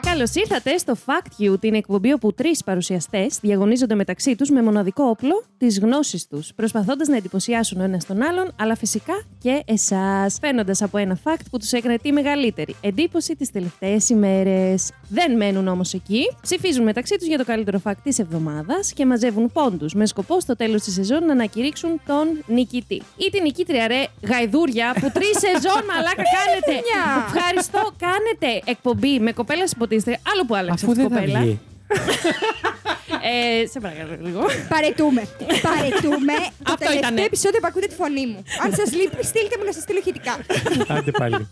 Καλώς ήρθατε στο Fact You, την εκπομπή όπου τρεις παρουσιαστές διαγωνίζονται μεταξύ τους με μοναδικό όπλο τι γνώσει τους, προσπαθώντας να εντυπωσιάσουν ο ένας τον άλλον, αλλά φυσικά και εσάς. Φαίνοντας από ένα fact που τους έκανε τη μεγαλύτερη εντύπωση τις τελευταίες ημέρες. Δεν μένουν όμως εκεί. Ψηφίζουν μεταξύ τους για το καλύτερο fact της εβδομάδας και μαζεύουν πόντους με σκοπό στο τέλος της σεζόν να ανακηρύξουν τον νικητή. Ή την νικήτρια, ρε, γαϊδούρια, που τρεις σεζόν μαλάκα κάνετε. Μια. Ευχαριστώ. Κάνετε εκπομπή με κοπέλα συμποτίστρια. Άλλο που άλλαξε Αφού αυτή η δεν θα κοπέλα. βγει. Ε, σε παρακαλώ λίγο. Παρετούμε. Παρετούμε. το Αυτό τελευταίο ήτανε. επεισόδιο που ακούτε τη φωνή μου. Αν σας λείπει, στείλτε μου να σας στείλω ηχητικά. Άντε πάλι.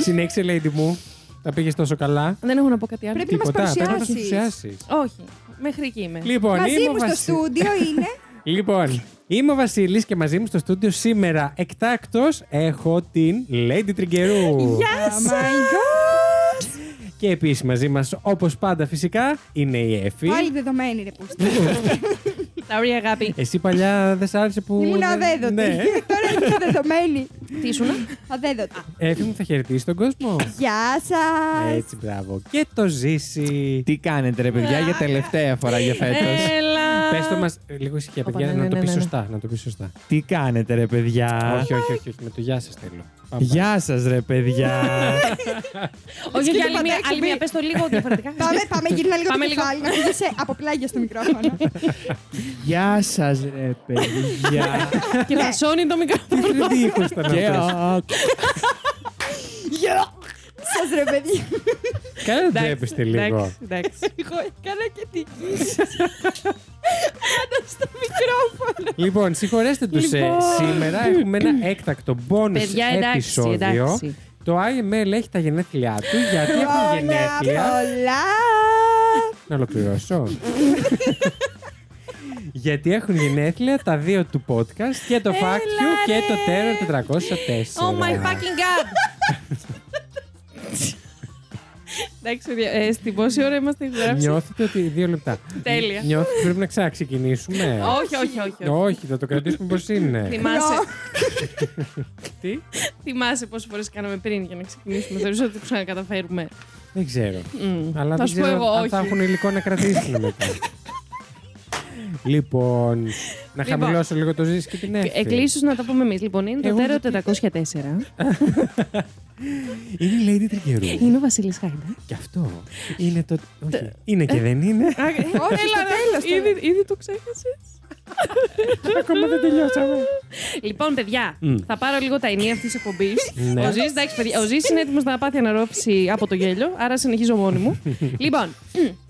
Συνέχισε, lady μου. Τα πήγες τόσο καλά. Δεν έχω να πω κάτι άλλο. Πρέπει να μας Τίποτα. Πρέπει να παρουσιάσεις. παρουσιάσεις. Όχι. Μέχρι εκεί είμαι. Λοιπόν, Μαζί είμαι ο μου στο Βασι- στούντιο είναι. Λοιπόν, είμαι ο Βασίλης και μαζί μου στο στούντιο σήμερα εκτάκτος έχω την Lady Τριγκερού. Γεια Oh σας! my god! Και επίσης μαζί μας, όπως πάντα φυσικά, είναι η Εφη. Πάλι δεδομένη ρε πούστη. Ναι, Τα ωραία αγάπη. Εσύ παλιά δεν σ' άρεσε που. Ήμουν αδέδωτη. Ναι. Τώρα είμαι δεδομένη. Τι ήσουν. Αδέδωτη. Εφη μου θα χαιρετήσει τον κόσμο. Γεια σας! Έτσι, μπράβο. Και το ζήσει. Τι κάνετε ρε παιδιά για τελευταία φορά Ε, για φέτος. Έλα. Πες το μας ε, λίγο ησυχία, Όπα, παιδιά, ναι, να ναι, το ναι, πεις ναι. σωστά. Να το πεις σωστά. Τι κάνετε ρε παιδιά. Όχι, όχι, όχι, όχι, με το γεια σας θέλω. Πάμε. Γεια σας ρε παιδιά. Όχι, όχι, και το άλλη μία, πατάκι άλλη μπει. μία. Πες το λίγο διαφορετικά. Πάμε, πάμε, γύρνα λίγο Πάμε το λίγο. κεφάλι, να ακούγεσαι από πλάγια στο μικρόφωνο. Γεια σας ρε παιδιά. Και θα σώνει το μικρόφωνο. Τι ήχος ήταν Και αυτός. Γεια! Σας ρε παιδιά. Κάνε να ντρέπεστε λίγο. Εντάξει, εντάξει. Εγώ έκανα και την Λοιπόν, συγχωρέστε τους. ε, Λοιπόν. Σήμερα έχουμε ένα έκτακτο bonus Παιδιά, εντάξει, επεισόδιο. εντάξει. ναι, Το IML έχει τα γενέθλιά του, γιατί έχουν Πολλά, γενέθλια. πολλά! Να ολοκληρώσω. Γιατί έχουν γενέθλια τα δύο του podcast και το Fact Έλα, You και το ρε. Terror 404. Oh my fucking god. Εντάξει, παιδιά, ε, στην πόση ώρα είμαστε γράψεις. Νιώθετε ότι. Δύο λεπτά. Τέλεια. Νιώθετε ότι πρέπει να ξαναξεκινήσουμε. Όχι, όχι, όχι. όχι. Όχι, θα το κρατήσουμε πώς είναι. Θυμάσαι, Τι? θυμάσαι πόσες φορές κάναμε πριν για να ξεκινήσουμε. Θεωρούσα ότι το ξανακαταφέρουμε. Δεν ξέρω. Μμμ. Αλλά θα δεν σου πω ξέρω εγώ, αν όχι. θα έχουν υλικό να κρατήσουν μετά. Λοιπόν, να χαμηλώσω λίγο το ζήσει και την έφυγα. Εκλήσου να τα πούμε εμείς. Λοιπόν, είναι το Ε, Εγώ τέρο δεν 404. Είναι η Lady Τρικερού. Είναι ο Βασίλης Χάιντα. Και αυτό είναι το. Όχι. Είναι Ε. και δεν είναι. Όχι, στο τέλος τώρα. Ήδη, ήδη το ξέχασες. Ακόμα δεν τελειώσαμε. Λοιπόν, παιδιά, Μμ. θα πάρω λίγο τα ενία αυτής της εκπομπής. Ναι. Ο Ζήση, εντάξει, παιδιά, ο Ζήσης είναι έτοιμος να πάθει αναρρόφηση από το γέλιο, άρα συνεχίζω μόνη μου. λοιπόν,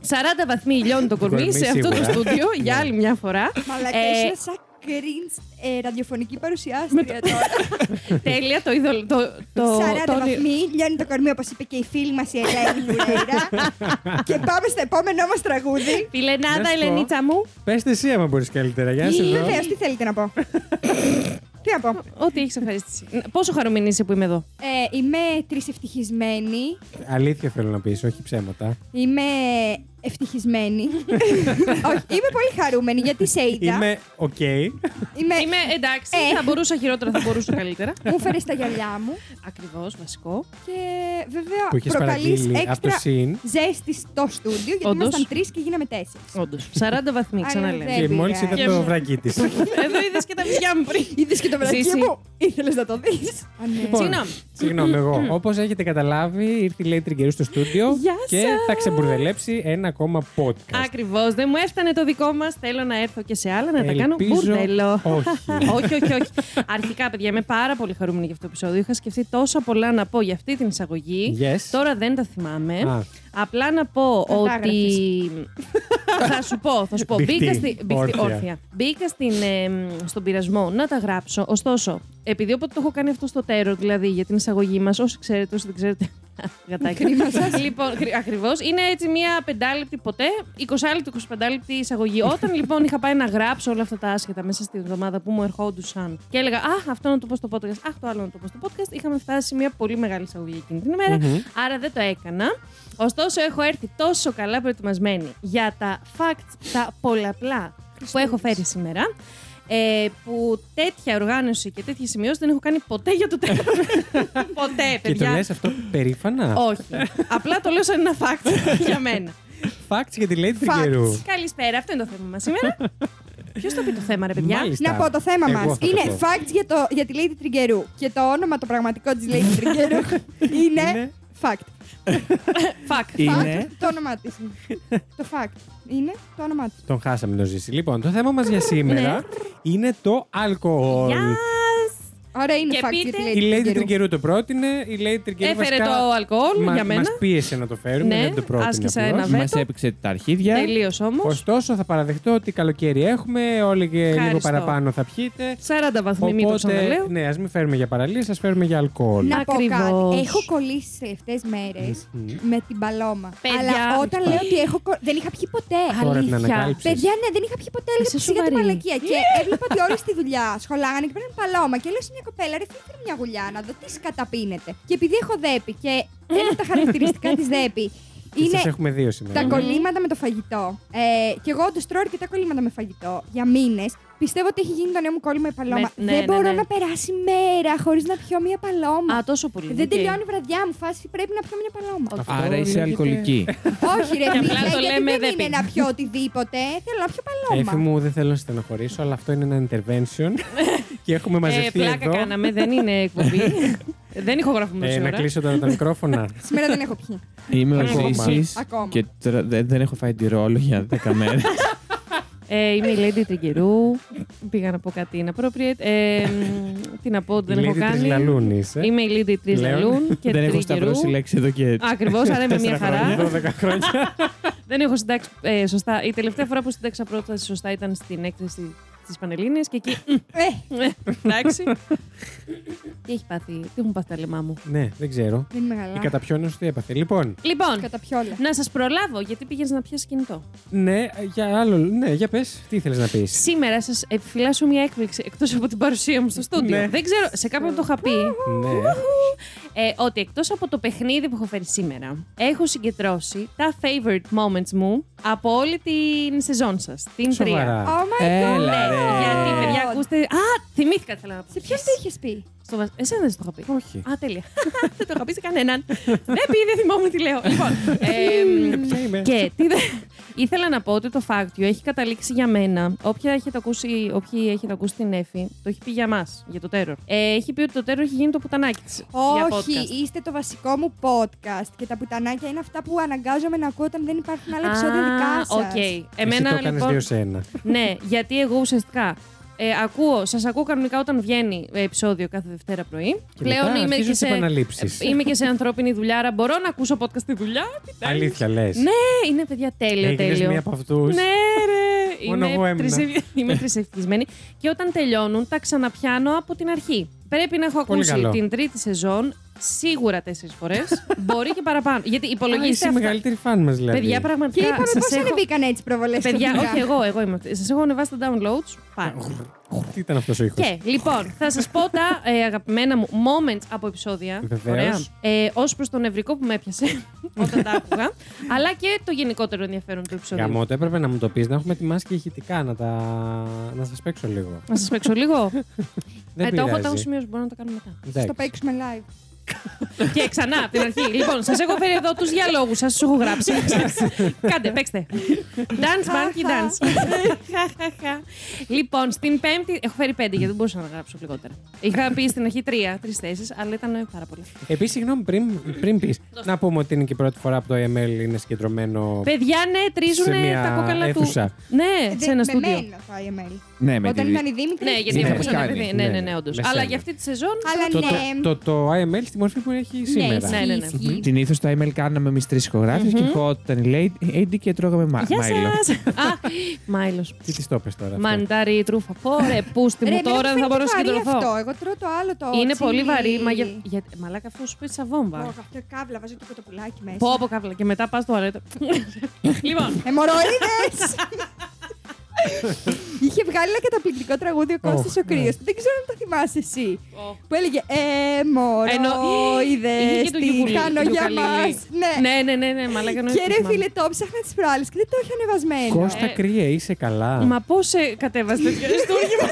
40 βαθμοί λιώνει το κορμί κορμί σε αυτό το σίγουρα. Ναι. στούντιο για άλλη μια φορά. Μαλακά, Ε, ήσουν σαν cringe ε, ραδιοφωνική παρουσιάστρια τώρα. Τέλεια, το είδωλο. Το, το, 40 το- βαθμοί, λιώνει το κορμί όπως είπε και η φίλη μας η Ελένη Βουρέιρα. Και πάμε στο επόμενο μας τραγούδι. Να σου Φιλενάδα, πω. Ελενίτσα μου, Πετε εσύ, άμα μπορείς καλύτερα. Για να σε δω. Βεβαίως, τι θέλετε να πω. Τι να πω. ό,τι έχεις ευχαρίστηση. Πόσο χαρούμενη είσαι που είμαι εδώ. Ε, είμαι τρισευτυχισμένη. Αλήθεια θέλω να πεις, όχι ψέματα. Είμαι ευτυχισμένη. Όχι, είμαι πολύ χαρούμενη γιατί σε είδα. Είμαι οκ. Είμαι- Είμαι εντάξει, Ε. θα μπορούσα χειρότερα, θα μπορούσα καλύτερα. Μου φέρες τα γυαλιά μου Ακριβώς, βασικό. και βέβαια Που είχες προκαλείς παραγγείλει από το έξτρα συν. ζέστη στο στούντιο γιατί Όντως. ήμασταν τρεις και γίναμε τέσσερις. Όντως. 40 βαθμοί, Άρα ξαναλέμε. δεν- Και μόλις είδα πειράζει. το βρακί της. Εδώ είδες και τα βυζιά μου πριν. Είδες και το βρακί Ζήση. ναι. μου, ήθελες να το δεις. Συγγνώμη. Λοιπόν, Συγγνώμη, εγώ. Όπως έχετε καταλάβει, ήρθε η Λέη Τριγκερού στο στούντιο Γεια και σας. θα ξεμπουρδελέψει ένα ακόμα podcast. Ακριβώς. Δεν μου έφτανε το δικό μας. Θέλω να έρθω και σε άλλα να τα κάνω Ελπίζω μπουρδελό. όχι. όχι, όχι, όχι. Αρχικά, παιδιά, είμαι πάρα πολύ χαρούμενη για αυτό το επεισόδιο. Είχα σκεφτεί τόσα πολλά να πω για αυτή την εισαγωγή. Yes. Τώρα δεν τα θυμάμαι. Α. Απλά να πω Δεν τα ότι. θα σου πω, θα σου πω. Μπηχτή, Μπήκα, στη... μπηχτή, όρθια. όρθια. Μπήκα στην, ε, μ, στον πειρασμό να τα γράψω. Ωστόσο, επειδή όποτε το έχω κάνει αυτό στο τέρος, δηλαδή για την εισαγωγή μας, όσοι ξέρετε, όσοι δεν ξέρετε, Γατάκι. λοιπόν, ακριβώς. Είναι έτσι μία πεντάλεπτη ποτέ, 20 λεπτή, 25 λεπτή εισαγωγή. Όταν λοιπόν είχα πάει να γράψω όλα αυτά τα άσχετα μέσα στην εβδομάδα που μου ερχόντουσαν και έλεγα Αχ, αυτό να το πω στο podcast, Αχ, το άλλο να το πω στο podcast, είχαμε φτάσει σε μία πολύ μεγάλη εισαγωγή εκείνη την ημέρα. Άρα δεν το έκανα. Ωστόσο, έχω έρθει τόσο καλά προετοιμασμένη για τα facts, τα πολλαπλά που έχω φέρει σήμερα. Ε, που τέτοια οργάνωση και τέτοιε σημειώσει δεν έχω κάνει ποτέ για το τέλο. ποτέ, Και το παιδιά. λες αυτό περήφανα. Όχι. Απλά το λέω σαν ένα fact για μένα. Facts για τη Lady Facts. Τρικερού. Καλησπέρα, αυτό είναι το θέμα μας σήμερα. Ποιος θα πει το θέμα, ρε παιδιά. Μάλιστα. Να πω το θέμα Εγώ μας. θα το Είναι πω. facts για, το, για τη Lady Τριγκερού. Και το όνομα το πραγματικό της Lady Τριγκερού είναι Είναι- fact. Fuck. Είναι. Fact, το όνομά της. το fact. Είναι το όνομά της. Τον χάσαμε τον ζήσει. Λοιπόν, το θέμα μας Ναι. για σήμερα είναι το αλκοόλ. Γεια. Ωραία, είναι Και fact πείτε- για τη Η Lady Lady Τριγκερού. Τρικερού το πρότεινε. Η Lady Τρικερού Έφερε βασικά το αλκοόλ μα- για μένα. Μας πίεσε να το φέρουμε, Ναι, δεν το πρότεινε. άσκησα απλώς. ένα βέτο. Μα έπαιξε τα αρχίδια. Τελείως όμως. Ωστόσο, θα παραδεχτώ ότι καλοκαίρι έχουμε, όλοι και λίγο Ευχαριστώ. παραπάνω θα πιείτε. 40 βαθμοί, μην το ξαναλέω. ναι, ας μην φέρουμε για παραλίες, ας φέρουμε για αλκοόλ. Να πω Ακριβώς. κάτι. Έχω κολλήσει τι τελευταίε μέρε με την παλώμα. Παιδιά. Αλλά όταν λέω ότι έχω κο- δεν είχα πιει ποτέ. Τώρα την αλήθεια. ανακάλυψες. Παιδιά, ναι, δεν είχα πιει ποτέ. Έλεγα Είσαι ψυχή τη σοβαρή. μαλακία. Και έβλεπα ότι όλοι στη δουλειά σχολάγανε και παίρνουν παλώμα. Και λέω σε μια κοπέλα, ρε φύγετε μια γουλιά να δω τι σκαταπίνετε. Και επειδή έχω δέπη και ένα από τα χαρακτηριστικά της δέπη είναι Σας έχουμε δύο σήμερα. τα κολλήματα με το φαγητό. Ε, και εγώ όντως τρώω αρκετά κολλήματα με φαγητό για μήνες. Πιστεύω ότι έχει γίνει το νέο μου κόλλημα η παλώμα. Με- ναι, δεν ναι, μπορώ ναι. να περάσει μέρα χωρίς να πιω μια παλώμα. Α, τόσο πολύ. δεν οκ. τελειώνει η βραδιά μου. Φάση πρέπει να πιω μια παλώμα. Οκ. Άρα είσαι λέγεται- αλκοολική. Όχι, ρε Και απλά φίλε, το γιατί λέμε Ε, δεν δεν είναι πίνει. να πιω οτιδήποτε. Θέλω να πιω Έφη παλώμα. μου, δεν θέλω να σε στεναχωρήσω, αλλά αυτό είναι ένα intervention και έχουμε Ε, μαζευτεί πλάκα εδώ. κάναμε, δεν είναι εκπομπή. δεν ηχογραφούμε Ε, τόση να ώρα. κλείσω τώρα τα μικρόφωνα. Σήμερα δεν έχω πιει. Είμαι ο Ακόμα. Ζήσης Ακόμα. και τρα- δεν, δεν έχω φάει τη ρόλο για 10 μέρες. Ε, είμαι η Lady Τριγκερού. Πήγα να πω κάτι inappropriate. Ε, μ, τι να πω, ότι δεν Η έχω Lady ε. κάνει. Τρισλαλούν είσαι. Είμαι η Lady Τρισλαλούν και δεν έχω Τριγκερού. σταυρώσει λέξη εδώ και Ακριβώς, άρα είμαι μια Τέσσερα χρόνια, χαρά. 12 χρόνια. Δεν έχω συντάξει ε, σωστά. Η τελευταία φορά που συντάξα πρόταση σωστά ήταν στην έκθεση της Πανελλήνιας και εκεί. Ε, Εντάξει. τι έχει πάθει, τι έχουν πάθει τα λαιμά μου. ναι, δεν ξέρω. δεν είμαι Η καλά. καταπιώνωση τι έπαθε. Λοιπόν, Λοιπόν, Καταπιόλα. να σας προλάβω γιατί πήγαινε να πιάσεις κινητό. ναι, για άλλο. Ναι, για πες, τι ήθελες να πεις. Σήμερα σας επιφυλάσσω μια έκπληξη εκτός από την παρουσία μου στο στούντιο. Ναι. Δεν ξέρω, σε κάποιον το είχα πει. ναι. ε, ότι εκτός από το παιχνίδι που έχω φέρει σήμερα, έχω συγκεντρώσει τα favorite moments μου από όλη την σεζόν σας. Την τρία. Ναι, Σοβαρά. Oh my Έλα, god. ρε. Γιατί, παιδιά, ακούστε. Α, θυμήθηκα τι θέλω να πω. Σε ποιον το είχες πει. Στο βασ- Εσένα δεν σου το είχα πει. Όχι. Α, τέλεια. δεν το είχα πει σε κανέναν. δεν πει, δεν θυμόμουν τι λέω. λοιπόν. εμ, Ποια είμαι. ναι. και τι δε- ήθελα να πω ότι το φάκτιο έχει καταλήξει για μένα. Όποια έχετε ακούσει, όποιοι έχετε ακούσει την Εφη, το έχει πει για μας, για το τέρορ. Ε, έχει πει ότι το τέρορ έχει γίνει το πουτανάκι της. Όχι, είστε το βασικό μου podcast και τα πουτανάκια είναι αυτά που αναγκάζομαι να ακούω όταν δεν υπάρχουν άλλα επεισόδια δικά σας. Οκ. Εσύ Εμένα το έκανες λοιπόν. δύο σε ένα. ναι, γιατί εγώ ουσιαστικά ε, ακούω, σας ακούω κανονικά όταν βγαίνει ε, επεισόδιο κάθε Δευτέρα πρωί. Και μετά αρχίζουν τις επαναλήψεις. ε, είμαι και σε ανθρώπινη δουλειά, άρα μπορώ να ακούσω podcast στη δουλειά. Τι τα- Αλήθεια λες. Ναι, είναι παιδιά τέλειο, τέλειο. μία από αυτούς. Ναι, ρε. Μόνο Είμαι εγώ έμεινα. τρισευ- Είμαι τρισευτισμένη. Και όταν τελειώνουν, τα ξαναπιάνω από την αρχή. Πρέπει να έχω Πολύ ακούσει καλό. την τρίτη σεζόν σίγουρα τέσσερις φορές. Μπορεί και παραπάνω. Γιατί υπολογίστε. Είσαι η αυτά. μεγαλύτερη φαν μας, δηλαδή. Παιδιά, πραγματικά. Και είπαμε σας πώς έχω- ανεβήκαν έτσι προβολές. Παιδιά, όχι εγώ, εγώ είμαι αυτή. Σας έχω ανεβάσει τα downloads. Πάνω. Τι ήταν αυτός ο ήχος. Και λοιπόν, θα σας πω τα ε, αγαπημένα μου moments από επεισόδια. Βεβαίως. Ε, Ως προς το νευρικό που με έπιασε όταν τα άκουγα, αλλά και το γενικότερο ενδιαφέρον του επεισόδιου. Γαμώτο, έπρεπε να μου το πεις να έχουμε ετοιμάσει και ηχητικά να, τα... να σας παίξω λίγο. Να σας παίξω λίγο. Δεν ε, το έχω, πειράζει. τα έχω σημειώσει, μπορώ να τα κάνω μετά. Εντάξει. Στο παίξουμε live. και ξανά από την αρχή. λοιπόν, σας έχω φέρει εδώ τους διαλόγους σας, τους έχω γράψει. Κάντε, παίξτε. Dance, monkey dance. λοιπόν, στην πέμπτη. Έχω φέρει πέντε γιατί δεν μπορούσα να γράψω λιγότερα. Είχα πει στην αρχή τρία, τρεις θέσεις, αλλά ήταν ε, πάρα πολύ. Επίσης, συγγνώμη, πριν, πριν πεις, να πούμε ότι είναι και η πρώτη φορά που το AML είναι συγκεντρωμένο. Παιδιά, ναι, τρίζουν Σε μια τα κόκαλα του. αίθουσα. Ναι, Δεν- σε ένα Ε, με στούντιο. μένα το IML. Ναι, με Όταν τη- ήταν η Δήμητρη. Ναι, γιατί Ναι, έχω με ξαναπεί. σκάνη. Ναι, ναι, Ναι, ναι, όντως. με Αλλά σένα. για αυτή τη σεζόν. Αλλά Το, ναι. το, το, το IML στη μορφή που έχει υπάρχει σήμερα. Ναι, ναι, ναι. ισχύει. Συνήθω τα email κάναμε εμείς τρεις ηχογράφες και ερχόταν η Lady και τρώγαμε μα- Γεια μάιλο. σας! Α, Μάιλος. Τι της το είπες τώρα. αυτό? Μαντάρι τρούφα. Πόρε, πούστη μου εμένα τώρα, δεν θα φαίνεται μπορώ να βαρύ συγκεντρωθώ. Αυτό. Εγώ τρώω το άλλο το. Είναι chili. πολύ βαρύ. Μα για... γιατί- Μαλάκα αυτό σου πεις σαν βόμβα. Ω, αυτό είναι κάβλα, βάζω και κοτοπουλάκι μέσα. Ε, Πω από καύλα και μετά πας στο αρέτο. λοιπόν, Εμοροίδες! Είχε βγάλει ένα καταπληκτικό τραγούδι ο Κώστας Ωχ, ναι. ο Κρύος. Δεν ξέρω αν το θυμάσαι εσύ. Που έλεγε Εμοροίδες, είχε και το τι γιουκουλί- κάνω για γιουκαλίλι. μας. Ναι. ναι, ναι, ναι, ναι, μαλάκα εννοείς Και το ρε θυμάμαι. φίλε, το ψάχνα τις προάλλες και δεν το έχει ανεβασμένο. Κώστα Ε, κρύε, είσαι καλά. Μα πώς κατέβασε τέτοιο αριστούργημα.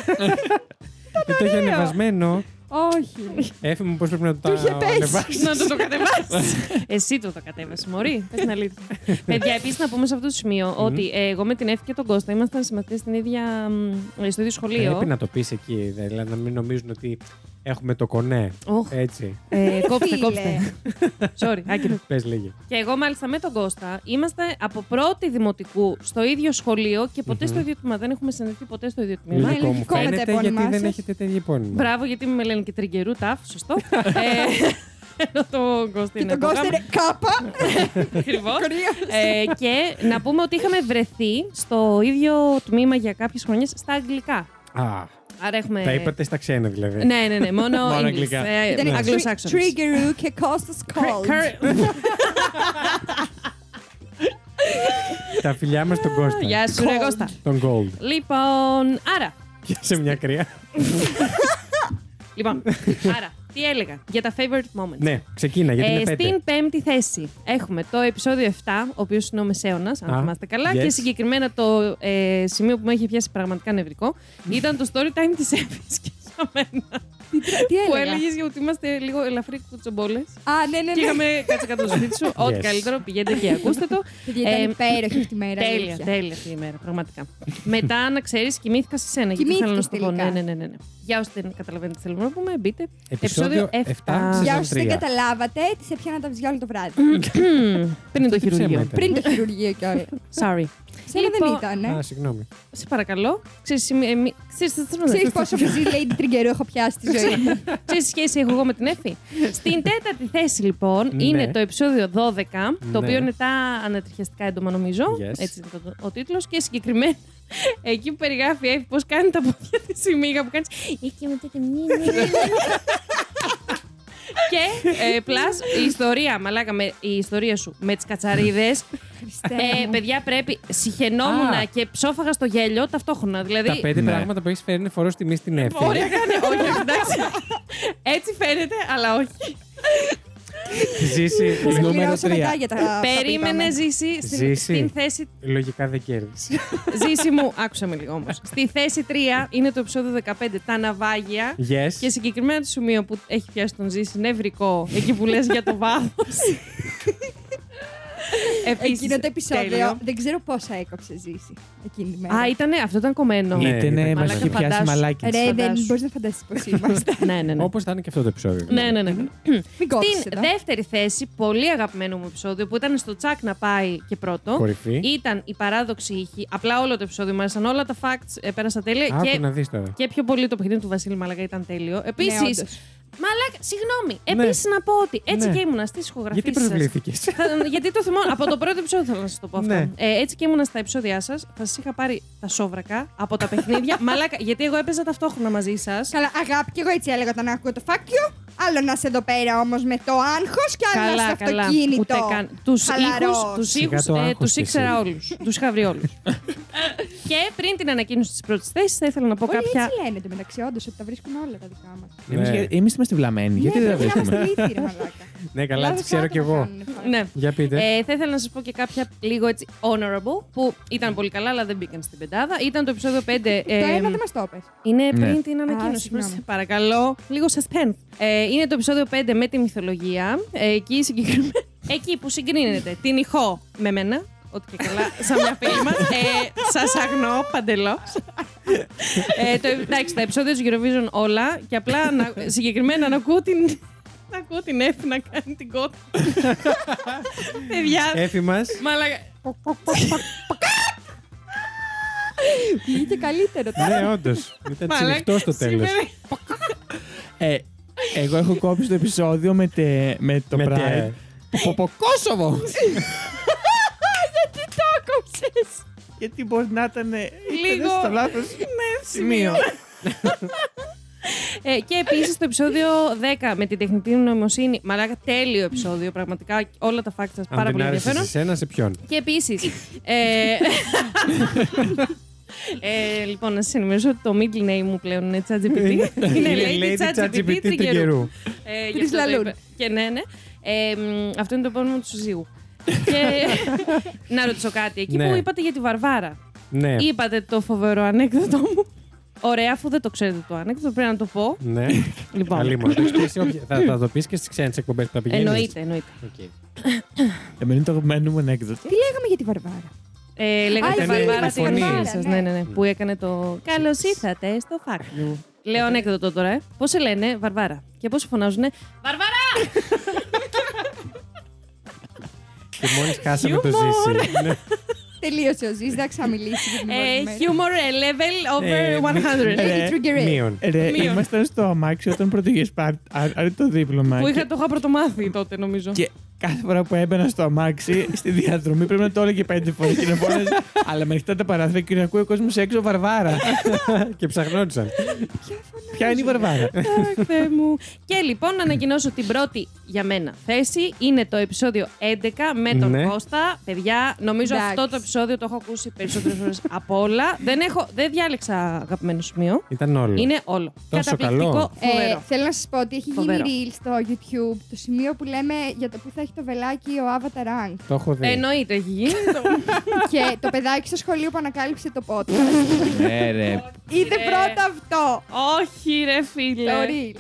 Δεν Ε, το είχε ανεβασμένο. Όχι. Έφη μου πώς πρέπει να το Του είχε πέσει. ανεβάσεις. να το, το κατεβάσεις. Εσύ το το κατέβασες, Μωρή. Πες την αλήθεια. Παιδιά, επίσης να πούμε σε αυτό το σημείο ότι ε, εγώ με την Εύη και τον Κώστα ήμασταν συμμαθητέ στην ίδια. μ, στο ίδιο σχολείο. Ε, Πρέπει να το πεις εκεί, δηλαδή να μην νομίζουν ότι έχουμε το κονέ. Οχ, Έτσι. ε, κόψτε, Φίλε. κόψτε. Sorry, άκυρο. Πε λέγε. Και εγώ μάλιστα με τον Κώστα είμαστε από πρώτη δημοτικού στο ίδιο σχολείο και ποτε στο ίδιο τμήμα. Δεν έχουμε συναντηθεί ποτέ στο ίδιο τμήμα. Λογικό. μου ελληνικό με τα φαίνεται επώνυμά γιατί δεν σας. έχετε τέτοια επώνυμα. Μπράβο, γιατί με λένε και τριγκερού τάφ, σωστό. ε, ενώ τον Κώστα Και είναι τον Κώστα είναι κάπα. Ε, Ακριβώς. Κρύος. Ε, και να πούμε ότι είχαμε βρεθεί στο ίδιο τμήμα για κάποιες χρονιές στα αγγλικά. Α, Άρα έχουμε... τα είπατε στα ξένα δηλαδή. Ε, Ναι, ναι, ναι, μόνο, Μόνο English, αγγλικά. Ε, Ήταν Αγγλοσάξονες. Trigger και Κώστας Κόλτ. Curry- Τα φιλιά μας τον Κώστα. Γεια σου, ρε Κώστα. Τον Gold. Λοιπόν, άρα, Και σε μια κρύα. λοιπόν, άρα, τι έλεγα για τα favorite moments. ναι, ξεκίνα γιατί Ε, είναι πέντε. στην πέμπτη θέση έχουμε το επεισόδιο 7, ο οποίος είναι ο μεσαίωνας, αν Α, θυμάστε καλά. yes. Και συγκεκριμένα το ε, σημείο που με έχει πιάσει πραγματικά νευρικό ήταν το story time της Εύης και για μένα. Τι που έλεγα. έλεγε ότι είμαστε λίγο ελαφρύ κουτσομπόλες. Α, ναι, ναι, Και ναι. είχαμε κάτσε κάτω στο σπίτι σου. Ό,τι Yes. καλύτερο, πηγαίνετε και ακούστε το. Παιδιά, Ήταν Ε, υπέροχη αυτή η μέρα. Τέλεια, αλήθεια. τέλεια αυτή η μέρα, πραγματικά. Μετά, να ξέρεις, κοιμήθηκα σε σένα. Γιατί θέλω να σου το πω. Κοιμήθηκες Ναι, τελικά. ναι, ναι, ναι. ναι. Για όσοι δεν καταλαβαίνετε τι θέλουμε να πούμε, μπείτε. Επεισόδιο εφτά. 7. Για όσους δεν Τρία. καταλάβατε, τη έπιανα τα βυζιά όλο το βράδυ. Πριν το ψέμα χειρουργείο. ήταν. Πριν το χειρουργείο κιόλα. Sorry. Σε μένα δεν Λοιπόν, ήταν. Α, ε. συγγνώμη. Σε παρακαλώ. Ξέρεις, ε, μη- ξέρεις, Ξέρει πόσο βυζί Lady Τριγκερού έχω πιάσει στη ζωή μου. ξέρεις τι σχέση έχω εγώ με την Εφη. Στην τέταρτη θέση λοιπόν Ναι. είναι το επεισόδιο 12, το Ναι. οποίο είναι τα ανατριχιαστικά έντομα νομίζω. Yes. Έτσι είναι το- ο τίτλος και συγκεκριμένα εκεί που περιγράφει η Εφη πώς κάνει τα πόδια της η μύγα που κάνεις «Ε, και μετά και μνήμη». και ε, plus, η ιστορία, μαλάκα, με, η ιστορία σου με τις κατσαρίδες Χριστέ ε, μου. παιδιά, πρέπει. Συχαινόμουν Α. και ψόφαγα στο γέλιο ταυτόχρονα. Δηλαδή. Τα πέντε Ναι. πράγματα που έχεις φέρει είναι φορό τιμή στην Εύη. Ωραία, κάνε. Όχι, εντάξει. Έτσι φαίνεται, αλλά όχι. Ζήσει. Θα σε νούμερο πληρώσω τρία. μετά για τα. αυτά που Περίμενε, είπαμε. ζήσει στην, Ζήση. στην θέση. Λογικά δεν Ναι, κέρδισε. Ζήση μου, άκουσα με λίγο όμως. Στη θέση 3 είναι το επεισόδιο 15, τα ναυάγια. Yes. Και συγκεκριμένα το σημείο που έχει πιάσει τον Ζήση νευρικό, εκεί που λες για το βάθος. Επίσης, Εκείνο το επεισόδιο τέλειο. δεν ξέρω πόσα έκοψε ζήσει εκείνη τη μέρα. Α, ήτανε, αυτό ήταν κομμένο. Ναι, Ήτανε, ήταν μα μαλάκα, είχε πιάσει φαντάσου. μαλάκι. Ρε, δεν φαντάσου. μπορείς να φανταστείς πώς είμαστε. ναι, ναι, ναι. Όπως θα είναι και αυτό το επεισόδιο. Ναι, ναι, ναι. Μην κόψεις Στην εδώ. δεύτερη θέση, πολύ αγαπημένο μου επεισόδιο, που ήταν στο τσακ να πάει και πρώτο. Κορυφή. Ήταν η παράδοξη ήχη. Απλά όλο το επεισόδιο μου άρεσαν. Όλα τα facts ε, πέρασα τέλεια. Άκου και, να δεις τώρα. και πιο πολύ το παιχνίδι του Βασίλη Μαλακά ήταν τέλειο. Επίση. Ναι, όντως. Μαλακά, συγγνώμη. Ναι. Επίσης να πω ότι έτσι Ναι. και ήμουνα στις ηχογραφίε. Γιατί προσβλήθηκε. γιατί το θυμόμουν. από το πρώτο επεισόδιο θέλω να σας το πω αυτό. Ναι. Ε, έτσι και ήμουνα στα επεισόδια σας. Θα σας είχα πάρει τα σόβρακα από τα παιχνίδια. Μαλάκα, γιατί εγώ έπαιζα ταυτόχρονα μαζί σας. Καλά, αγάπη, και εγώ έτσι έλεγα όταν άκουγα το φάκιο. Άλλο να είσαι εδώ πέρα όμως με το άγχος και άλλο να είσαι στο αυτοκίνητο. Ούτε καν. Τους Χαλαρός. ήχους τους Σιγά ήχους, το ε, άγχος τους και εσύ. ήξερα όλους. Τους είχα βρει όλους. και πριν την ανακοίνωση της πρώτης θέσης, θα ήθελα να πω Όλοι κάποια. έτσι λένε το μεταξύ, όντως ότι τα βρίσκουν όλα τα δικά Ναι, μα. Εμεί είμαστε βλαμμένοι. Γιατί δεν τα βρίσκουμε. Ναι, καλά, τις ξέρω κι εγώ. λοιπόν. Ναι. Για πείτε. Ε, θα ήθελα να σας πω και κάποια λίγο έτσι honorable που ήταν πολύ καλά, αλλά δεν μπήκαν στην πεντάδα. Ήταν το επεισόδιο 5. Το ε, ένα δεν μας το είπες. Είναι Ναι. πριν την ανακοίνωση. συγγνώμη. σε παρακαλώ. Λίγο suspense. Ε, είναι το επεισόδιο 5 με τη μυθολογία. Ε, εκεί συγκεκριμένα. εκεί που συγκρίνεται την ηχό με μένα. Ό,τι και καλά, σαν μια φίλη μας. ε, Σας αγνώ παντελώς. ε, το, εντάξει, τα επεισόδια του Eurovision όλα. Και απλά να, συγκεκριμένα να ακούω την. Να ακούω την Εφη να κάνει την κότα. Παιδιά. Έφη μας. Μαλακα. Βγήκε καλύτερο τώρα. Ναι, όντως. Ήταν μαλακα- τσιλιχτό στο τέλος. σήμερα- Ε, Εγώ έχω κόψει το επεισόδιο με, τε- με το Με τε. Pride. Πω, πω, Κόσοβο! Γιατί το έκοψες. Γιατί μπορεί να ήταν. Λίγο. στο λάθο σημείο. Ε, και επίσης το επεισόδιο 10 με την τεχνητή νοημοσύνη. Μαλάκα, τέλειο επεισόδιο. Πραγματικά όλα τα facts σας Αν πάρα δεν πολύ άρεσες σε ενδιαφέρον. σένα, σε ποιον. Και επίσης. Ε, ε, λοιπόν, να σας ενημερώσω ότι το middle name μου πλέον είναι ChatGPT. Lady ChatGPT του καιρού. Ε, Τρεις γι' αυτό το λαλούν. είπα. Και ναι, ναι. Ε, μ, αυτό είναι το επόμενο του συζύγου. και να ρωτήσω κάτι. Εκεί Ναι. που είπατε για τη Βαρβάρα. Ναι. Είπατε το φοβερό ανέκδοτο μου. Ωραία, αφού δεν το ξέρετε το ανέκδοτο, πρέπει να το πω. Ναι. Λοιπόν. Αλίμονο, το έχεις πει σε όποια- Θα θα το πεις και στις ξένες εκπομπές που θα πηγαίνεις. Εννοείται, εννοείται. Οκ. Εμένα είναι το αγαπημένο μου ανέκδοτο. Τι λέγαμε για τη Βαρβάρα. Ε, λέγατε Α, η Βαρβάρα φίλη στην μας η εκπομπή Βαρβάρα, σας, ναι. Ναι, ναι, ναι. Που έκανε το. Καλώς ήρθατε στο φακ. Λέω ανέκδοτο τώρα. Ε. Πώς σε λένε Βαρβάρα και πώς σε φωνάζουν Βαρβάρα! Και μόλις χάσαμε το Χιούμορ. ζήσει. Ναι. Τελείωσε ο Ζή, δεν θα ξαμιλήσει. για την Ε, επόμενη μέρα. humor ε, level Ε, over 100. ε, Έχει trigger rate. Μείον. Ρε, Μείον. ήμασταν στο αμάξι όταν πρωτογες πάρτι, άρα το δίπλωμα. Που Και- είχα, το είχα πρωτομάθει τότε, νομίζω. Και κάθε φορά που έμπαινα στο αμάξι, στη διαδρομή πρέπει να το έλεγε πέντε φορές και να φώναζε. Αλλά με ανοιχτά τα παράθυρα και να ακούει ο κόσμος έξω Βαρβάρα. Και ψαχνόντουσαν. Ποια φωνάζεις. Ποια είναι η Βαρβάρα. Αχ, Θεέ μου. Και λοιπόν, να ανακοινώσω την πρώτη για μένα θέση. Είναι το επεισόδιο 11 με τον Ναι. Κώστα. Παιδιά, νομίζω Εντάξει. αυτό το επεισόδιο το έχω ακούσει περισσότερες φορές από όλα. Δεν, έχω, δεν διάλεξα αγαπημένο σημείο. Ήταν όλο. Είναι όλο. Ε, Τόσο Καταπληκτικό, καλό. Ε, φοβερό. θέλω να σας πω ότι έχει γίνει Φοβερό. reel στο YouTube το σημείο που λέμε για το που θα έχει το βελάκι ο Avatar Rank. Το έχω δει. Εννοείται, έχει γίνει. και το παιδάκι στο σχολείο που ανακάλυψε το πότε. Ναι, ρε. Είδε Ρε. πρώτα αυτό. Όχι, ρε φίλε. Το reel.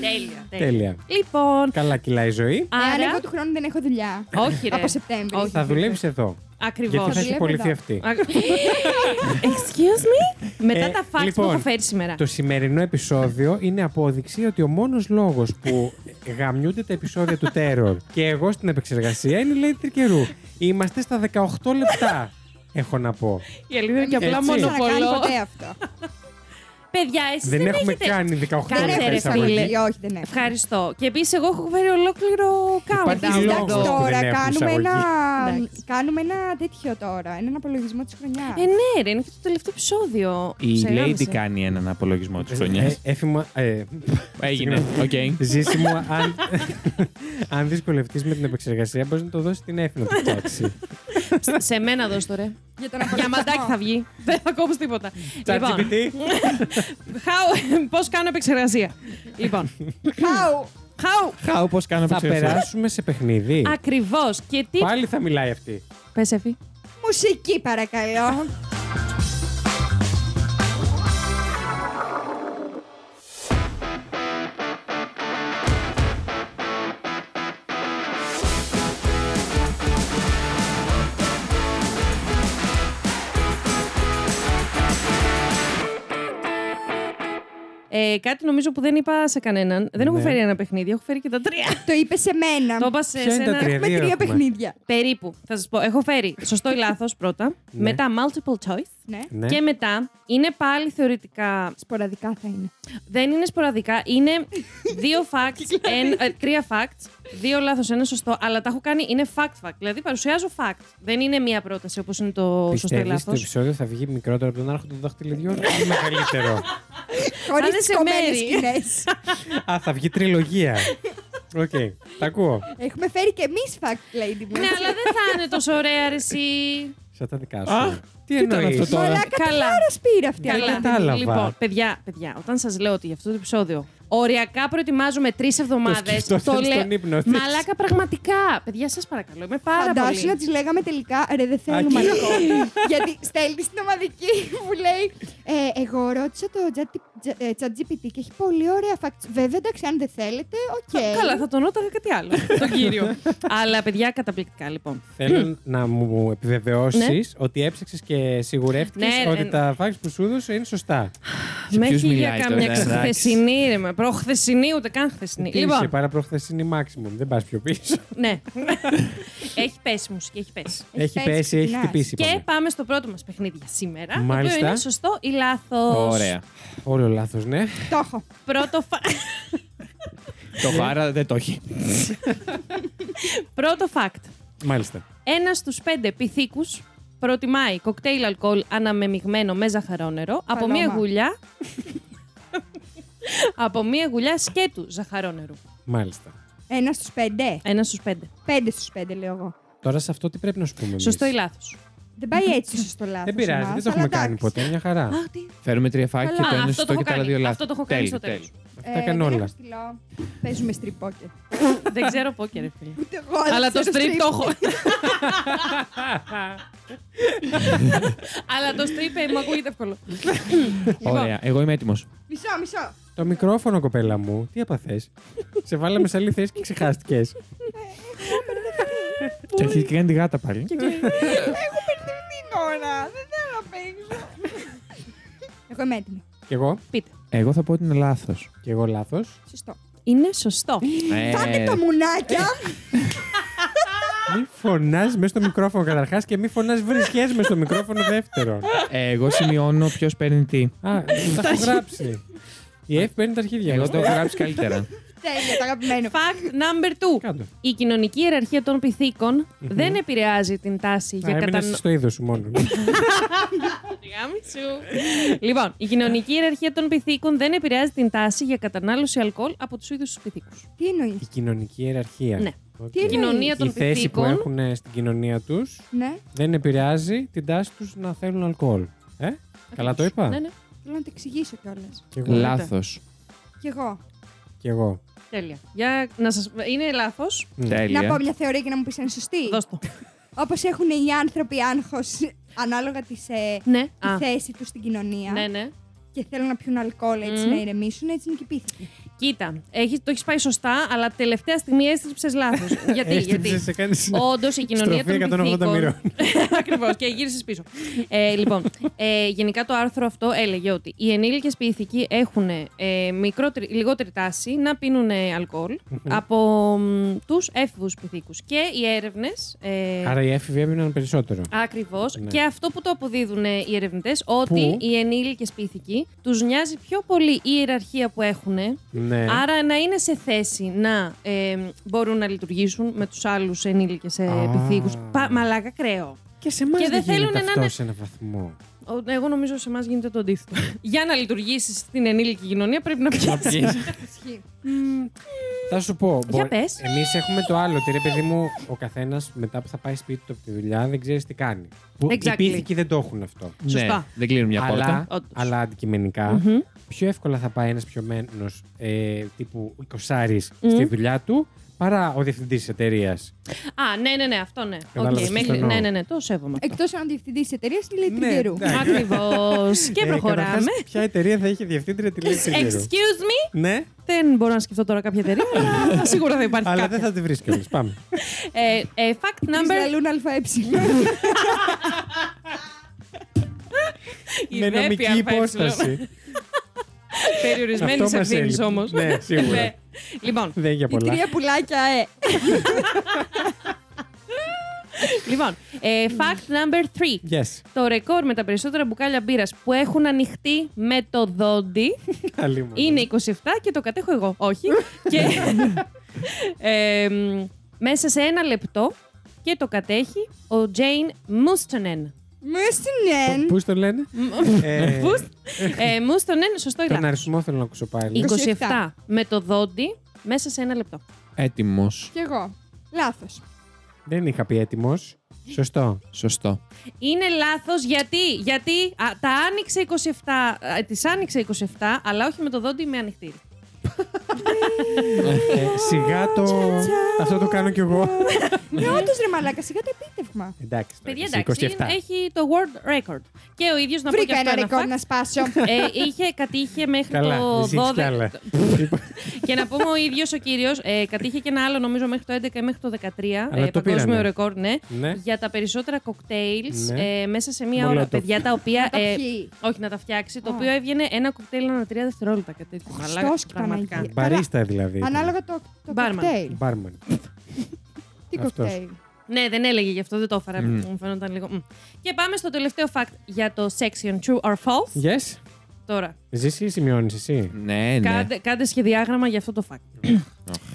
Τέλεια, τέλεια. Τέλεια. Ναι, Λοιπόν, Καλά κυλάει η ζωή. Εάν εγώ άρα. του χρόνου δεν έχω δουλειά. Όχι, ρε. Από Σεπτέμβρη. Όχι. Θα δουλεύει εδώ. Ακριβώς. Γιατί θα έχει Δουλεύω πολιθεί εδώ. αυτή. Excuse me. Μετά Ε, τα facts που λοιπόν, έχω φέρει σήμερα. Το σημερινό επεισόδιο είναι απόδειξη ότι ο μόνος λόγος που γαμιούνται τα επεισόδια του Terror και εγώ στην επεξεργασία είναι η Lady Τρικερού. Είμαστε στα 18 λεπτά, έχω να πω. Η αλήθεια είναι και απλά Έτσι. Δεν θα κάνει μονοπολώ. ποτέ αυτό. Παιδιά, εσείς δεν, δεν, έχουμε έχετε... κάνει 18 Κάνε, λεπτά ρε, εισαγωγή. φίλε. Όχι, δεν έχω. Ευχαριστώ. Και επίσης, εγώ έχω φέρει ολόκληρο Υπάρχει countdown. λόγος Εντάξει, που δεν τώρα έχουμε κάνουμε εισαγωγή. ένα, Εντάξει. κάνουμε ένα τέτοιο τώρα. Έναν απολογισμό της χρονιάς. Ε, ναι, ρε, είναι και το τελευταίο επεισόδιο. Η Ψεγάμισε. Lady κάνει έναν απολογισμό της Ε, χρονιάς. Έφημα. ε, Έγινε. Οκ. Ζήση μου, αν, αν δυσκολευτείς με την επεξεργασία, μπορείς να το δώσεις την έφημα του φτιάξει. Λοιπόν, Σε μένα δώσ' το ρε. Για τον Για απολογισμό. μαντάκι θα βγει. Δεν θα κόψω τίποτα. λοιπόν, ChatGPT. how- πώς κάνω επεξεργασία. λοιπόν, Χάου. how... Χάου, πώς κάνω Θα επεξεργασία. περάσουμε σε παιχνίδι. Ακριβώς. Και τι... Πάλι θα μιλάει αυτή. Πες, Εφη. Μουσική παρακαλώ. Ε, κάτι νομίζω που δεν είπα σε κανέναν. Δεν έχω Ναι. φέρει ένα παιχνίδι, έχω φέρει και τα τρία. Το είπες σε μένα. Το είπα σε Ποια είναι τα σένα. τρία? Έχουμε Δύο τρία έχουμε. παιχνίδια. Περίπου. Θα σας πω. Έχω φέρει σωστό ή λάθος πρώτα. Ναι. Μετά multiple choice. Ναι. Ναι. Και μετά είναι πάλι θεωρητικά. Σποραδικά θα είναι. Δεν είναι σποραδικά. Είναι δύο facts, εν- ε, τρία facts. Δύο λάθος, ένα σωστό. Αλλά τα έχω κάνει. Είναι fact fact. Δηλαδή παρουσιάζω fact. Δεν είναι μία πρόταση όπως είναι το σωστό ή Πιστεύεις ότι λάθο. το επεισόδιο θα βγει μικρότερο από τον άρχο των δαχτυλιδιών ή μεγαλύτερο. Χωρίς είναι τι σε κομμένες μέρη. σκηνές. Α, θα βγει τριλογία. Οκ, τα ακούω. Έχουμε φέρει και εμείς fact, lady μου. Ναι, αλλά δεν θα είναι τόσο ωραία ρε, εσύ. Σαν τα δικά Α, σου. Τι ήταν εννοείς. αυτό τώρα. Μαλάκα, τι Καλά. χάρος πήρε αυτή. Καλά. η κατάλαβα. Λοιπόν, παιδιά, παιδιά, όταν σας λέω ότι για αυτό το επεισόδιο οριακά προετοιμάζουμε τρεις εβδομάδες. σκεφτόταν στον ύπνο της. Μαλάκα, πραγματικά. Παιδιά, σας παρακαλώ. Είμαι πάρα Φαντάσου πολύ. να τη λέγαμε τελικά ρε, δεν Ακύρω. θέλουμε ακόμα. Γιατί στέλνει στην ομαδική που λέει «Ε, Εγώ ρώτησα το ε, ChatGPT και έχει πολύ ωραία facts. Βέβαια, εντάξει, αν δεν θέλετε, οκ. Καλά, θα τον ρώταγα κάτι άλλο. τον κύριο. Αλλά παιδιά, καταπληκτικά λοιπόν. Θέλω να μου επιβεβαιώσεις ότι έψαξες και σιγουρεύτηκες Ναι, ρε, ότι ναι. τα φάξ που σου έδωσε είναι σωστά. Σε ποιους έχει για μιλάει τώρα, καμιά εντάξει. χθεσινή, ρε με. Προχθεσινή, ούτε καν χθεσινή. Τι λοιπόν, είσαι, πάρα προχθεσινή maximum. Δεν πας πιο πίσω. ναι. έχει πέσει μουσική, έχει πέσει. ναι. Έχει πέσει, πέσει, έχει ξυπνάς. χτυπήσει. Και είπαμε. πάμε στο πρώτο μας παιχνίδι για σήμερα. Το Μάλιστα. οποίο είναι σωστό ή λάθος. Ωραία. Όλο λάθος, ναι. Το έχω. Πρώτο φα... Το βάρα δεν το έχει. Πρώτο fact. Μάλιστα. Ένας στους πέντε πυθίκους προτιμάει κοκτέιλ αλκοόλ αναμεμειγμένο με ζαχαρόνερο από μία Παλώμα. γουλιά. από μία γουλιά σκέτου ζαχαρόνερου. Μάλιστα. Ένα στους πέντε. Ένα στους πέντε. Πέντε στους πέντε, λέω εγώ. Τώρα σε αυτό τι πρέπει να σου πούμε. εμείς? Σωστό ή ναι. λάθος. Δεν πάει έτσι σωστό λάθος. Δεν πειράζει, δεν το έχουμε κάνει ποτέ. Μια χαρά. Φέρουμε τρία φάκια και Καλά, το αυτό ένα το σωστό έχω και τα άλλα κάνει. δύο λάθη. Αυτό το έχω κάνει Τέλειο, στο τέλος. τέλειο. ε, Τα Ε, έκανε όλα. Παίζουμε στριπόκερ. Δεν ξέρω πόκερ, ρε φίλε. Ούτε εγώ. δεν Αλλά το ξέρω στριπ το strip. έχω. Αλλά το στριπ ε, μου ακούγεται εύκολο. Λοιπόν. Ωραία, εγώ είμαι έτοιμος. Μισό, μισό. Το μικρόφωνο, κοπέλα μου, τι έπαθες. σε βάλαμε σε άλλη θέση και ξεχάστηκες. Και αρχίζει και κάνει τη γάτα πάλι. Έχω μπερδευτεί τώρα. Δεν θέλω να παίξω. Εγώ είμαι έτοιμη. κι εγώ. Πείτε. Εγώ θα πω ότι είναι λάθος. Κι εγώ λάθος. Σωστό. Είναι σωστό. Ε, Ε, Φάτε τα μουνάκια. Μη φωνάζει μέσα στο μικρόφωνο καταρχάς και μη φωνάζει βρισχέ μέσα στο μικρόφωνο δεύτερον. ε, Εγώ σημειώνω ποιος παίρνει τι. Α, τα έχω γράψει. Η Εφ παίρνει τα αρχίδια. Εγώ μας. το έχω γράψει καλύτερα. Τέλεια, το αγαπημένο. Fact number 2. Κάντο. Η κοινωνική ιεραρχία των πυθίκων δεν επηρεάζει την τάση Α, για έμεινες κατανομή. στο είδος σου μόνο. λοιπόν, η κοινωνική ιεραρχία των πυθίκων δεν επηρεάζει την τάση για κατανάλωση αλκοόλ από τους ίδιους τους πυθίκους. Τι εννοείς. Η κοινωνική ιεραρχία. Ναι. Οκ. Τι Η εννοεί? κοινωνία Η των θέση που πυθίκων. έχουν στην κοινωνία τους Ναι, δεν επηρεάζει την τάση τους να θέλουν αλκοόλ. Ε, καλά το είπα. Ναι, ναι. θέλω να το εξηγήσω κιόλας. Κι εγώ. Λάθος. Κι εγώ. Κι εγώ. Ναι. Τέλεια. Για να σας... Είναι λάθος. Να πω Τέλεια. μια θεωρία και να μου πεις αν είναι σωστή. Δώσ' το. Όπως έχουν οι άνθρωποι άγχος ανάλογα τη ε, ναι. τη Α, θέση τους στην κοινωνία ναι, ναι. και θέλουν να πιούν αλκοόλ έτσι Μμμ. να ηρεμήσουν, έτσι είναι και οι πίθηκοι. Κοίτα, έχεις, το έχεις πάει σωστά, αλλά τελευταία στιγμή έστριψες λάθος. γιατί, Έστριψες, γιατί. Ε, σε κάνεις Όντως η κοινωνία Ναι. στροφή των 180 μοιρών. πυθίκων. Ακριβώς. Και γύρισες πίσω. Ε, λοιπόν, ε, γενικά το άρθρο αυτό έλεγε ότι οι ενήλικες ποιηθικοί έχουν ε, μικρότερη, λιγότερη τάση να πίνουν ε, αλκοόλ από τους έφηβους ποιηθίκου. Και οι έρευνες. Ε, Άρα οι έφηβοι έμειναν περισσότερο. Ακριβώς. Ναι. Και αυτό που το αποδίδουν ε, οι ερευνητές, ότι Πού? οι ενήλικες ποιηθικοί τους νοιάζει πιο πολύ η ιεραρχία που έχουν Ναι. Άρα να είναι σε θέση να ε, μπορούν να λειτουργήσουν με τους άλλους ενήλικες ε, Α. επιθήκους. Πα- Μαλάκα κρέο. Και σε εμάς και δεν δεν θέλουνε γίνεται να αυτό είναι- σε ένα βαθμό. Ο- Εγώ νομίζω σε εμάς γίνεται το αντίθετο. Για να λειτουργήσεις στην ενήλικη κοινωνία πρέπει να πιάσεις. Ισχύει. Θα σου πω. πες. Εμείς έχουμε το άλλο. Ότι ρε παιδί μου, ο καθένας μετά που θα πάει σπίτι του από τη δουλειά δεν ξέρει τι κάνει. Που Exactly. Οι πίθηκοι δεν το έχουν αυτό. Σωστά. Ναι, δεν κλείνουν μια αλλά, πόρτα. όντως. αλλά αντικειμενικά, Μμμ. πιο εύκολα θα πάει ένας πιωμένος ε, τύπου 20 Μμμ. στη δουλειά του παρά ο διευθυντής τη εταιρείας. Α, ναι, ναι, ναι, αυτό ναι. Κατάλαβες Οκ, τι μέχρι- εννοώ. Ναι, ναι, ναι, το σέβομαι. Εκτός αν ο διευθυντής της εταιρείας Ε, λέει Ναι, τριγκερού. εντάξει. Ακριβώ. και προχωράμε. ποια εταιρεία θα έχει διευθύντρια τη Ε, Excuse me. Ναι, Δεν μπορώ να σκεφτώ τώρα κάποια εταιρεία, αλλά σίγουρα θα υπάρχει αλλά κάποια. δεν θα τη βρεις κιόλας. Πάμε. Ε, ε, fact number. Ισραηλούν ΑΕ. Η Με Ρέπη νομική ΑΕ. υπόσταση. Περιορισμένης Αυτό μας ευθύνης έλειπε. όμως. Ναι, σίγουρα. Λοιπόν, δεν για Οι πολλά. τρία πουλάκια, ε. Λοιπόν, ε, fact number 3. Yes. Το ρεκόρ με τα περισσότερα μπουκάλια μπύρας που έχουν ανοιχτεί με το δόντι Καλή μου. είναι 27 και το κατέχω εγώ. Όχι. και ε, μ, μέσα σε ένα λεπτό και το κατέχει ο Τζέιν Μούστονεν. Μουστινέν. Πού το λένε? Ε, Μούστονεν, σωστό ή Τον λάθος. αριθμό θέλω να ακούσω πάλι. 27 με το δόντι μέσα σε ένα λεπτό. Έτοιμος. Κι εγώ. Λάθος. Δεν είχα πει έτοιμος. Σωστό. Σωστό. Είναι λάθος γιατί, γιατί α, τα άνοιξε 27, α, τις άνοιξε 27, αλλά όχι με το δόντι, με ανοιχτήρι. Ε, σιγά το. Αυτό το κάνω κι εγώ. Ναι, όντως ρε μαλάκα, σιγά το επίτευγμα. Εντάξει. τώρα, Παιδιά, εσύ, εντάξει, 27. είναι- έχει το world record. Και ο ίδιος να πω και Βρήκα ένα αυτό ένα ρεκόρ fact. να σπάσω. Ε, είχε, κατήχε μέχρι Καλά, το εσύ έχεις κι 12. άλλα. και να πούμε ο ίδιος ο κύριος, ε, κατήχε και ένα άλλο νομίζω μέχρι το 11 ή μέχρι το 13. Αλλά ε, το παγκόσμιο πήρανε. ρεκόρ, ναι, Ναι. Για τα περισσότερα κοκτέιλ Ναι. ε, μέσα σε μία ώρα. Μολότοφ. Παιδιά τα οποία. τα ε, πιει. όχι, να τα φτιάξει. Το Α. οποίο έβγαινε ένα κοκτέιλ ανά τρία δευτερόλεπτα. Κάτι τέτοιο. Χριστός Μαλάκα, και πραγματικά. Παναγία. Μπαρίστα δηλαδή. Ανάλογα το το Μπάρμαν. κοκτέιλ. Μπάρμαν. Τι Αυτός. κοκτέιλ. Ναι, δεν έλεγε γι' αυτό, δεν το έφερα. Μου φαίνονταν λίγο. μ. Και πάμε στο τελευταίο fact για το section true or false. Yes. Τώρα, Ζήσει ή σημειώνεις εσύ. Ναι, ναι. κάντε, κάντε σχεδιάγραμμα για αυτό το fact.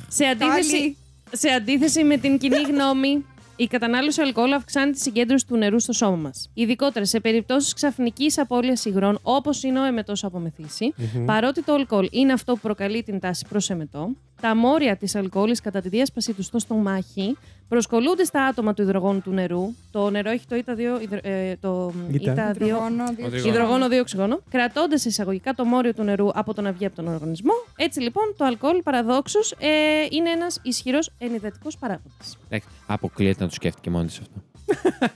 σε, αντίθεση, Πάλι. σε αντίθεση με την κοινή γνώμη, η κατανάλωση αλκοόλ αυξάνει τη συγκέντρωση του νερού στο σώμα μας. Ειδικότερα σε περιπτώσεις ξαφνικής απώλειας υγρών, όπως είναι ο εμετός από μεθύση, παρότι το αλκοόλ είναι αυτό που προκαλεί την τάση προς εμετό, τα μόρια της αλκοόλης κατά τη διάσπασή τους στο στομάχι προσκολούνται στα άτομα του υδρογόνου του νερού. Το νερό έχει το ΙΤΑ2. υδρο- ε, το Ήτα. ΙΤΑ2 Υδρογόνο, δύο- Οδηγό. Υδρογόνο, δύο οξυγόνο. Κρατώντας εισαγωγικά το μόριο του νερού από το να βγει από τον οργανισμό. Έτσι λοιπόν, το αλκοόλ παραδόξως ε, είναι ένας ισχυρός ενυδατικός παράγοντας. Εντάξει, αποκλείεται να το σκέφτηκε μόνη της αυτό.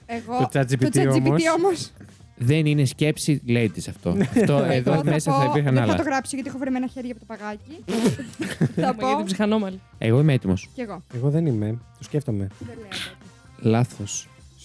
Εγώ. Το ChatGPT όμως. όμως. Δεν είναι σκέψη, λέει της αυτό. αυτό εδώ μέσα θα υπήρχαν Δεν Ναι. θα το άλλα. γράψω γιατί έχω βρεμένα χέρια από το παγάκι. θα Για την πω. ψυχανόμαλη. Εγώ είμαι έτοιμος. Κι εγώ. Εγώ δεν είμαι. Το σκέφτομαι. Δεν λέω. Λάθο.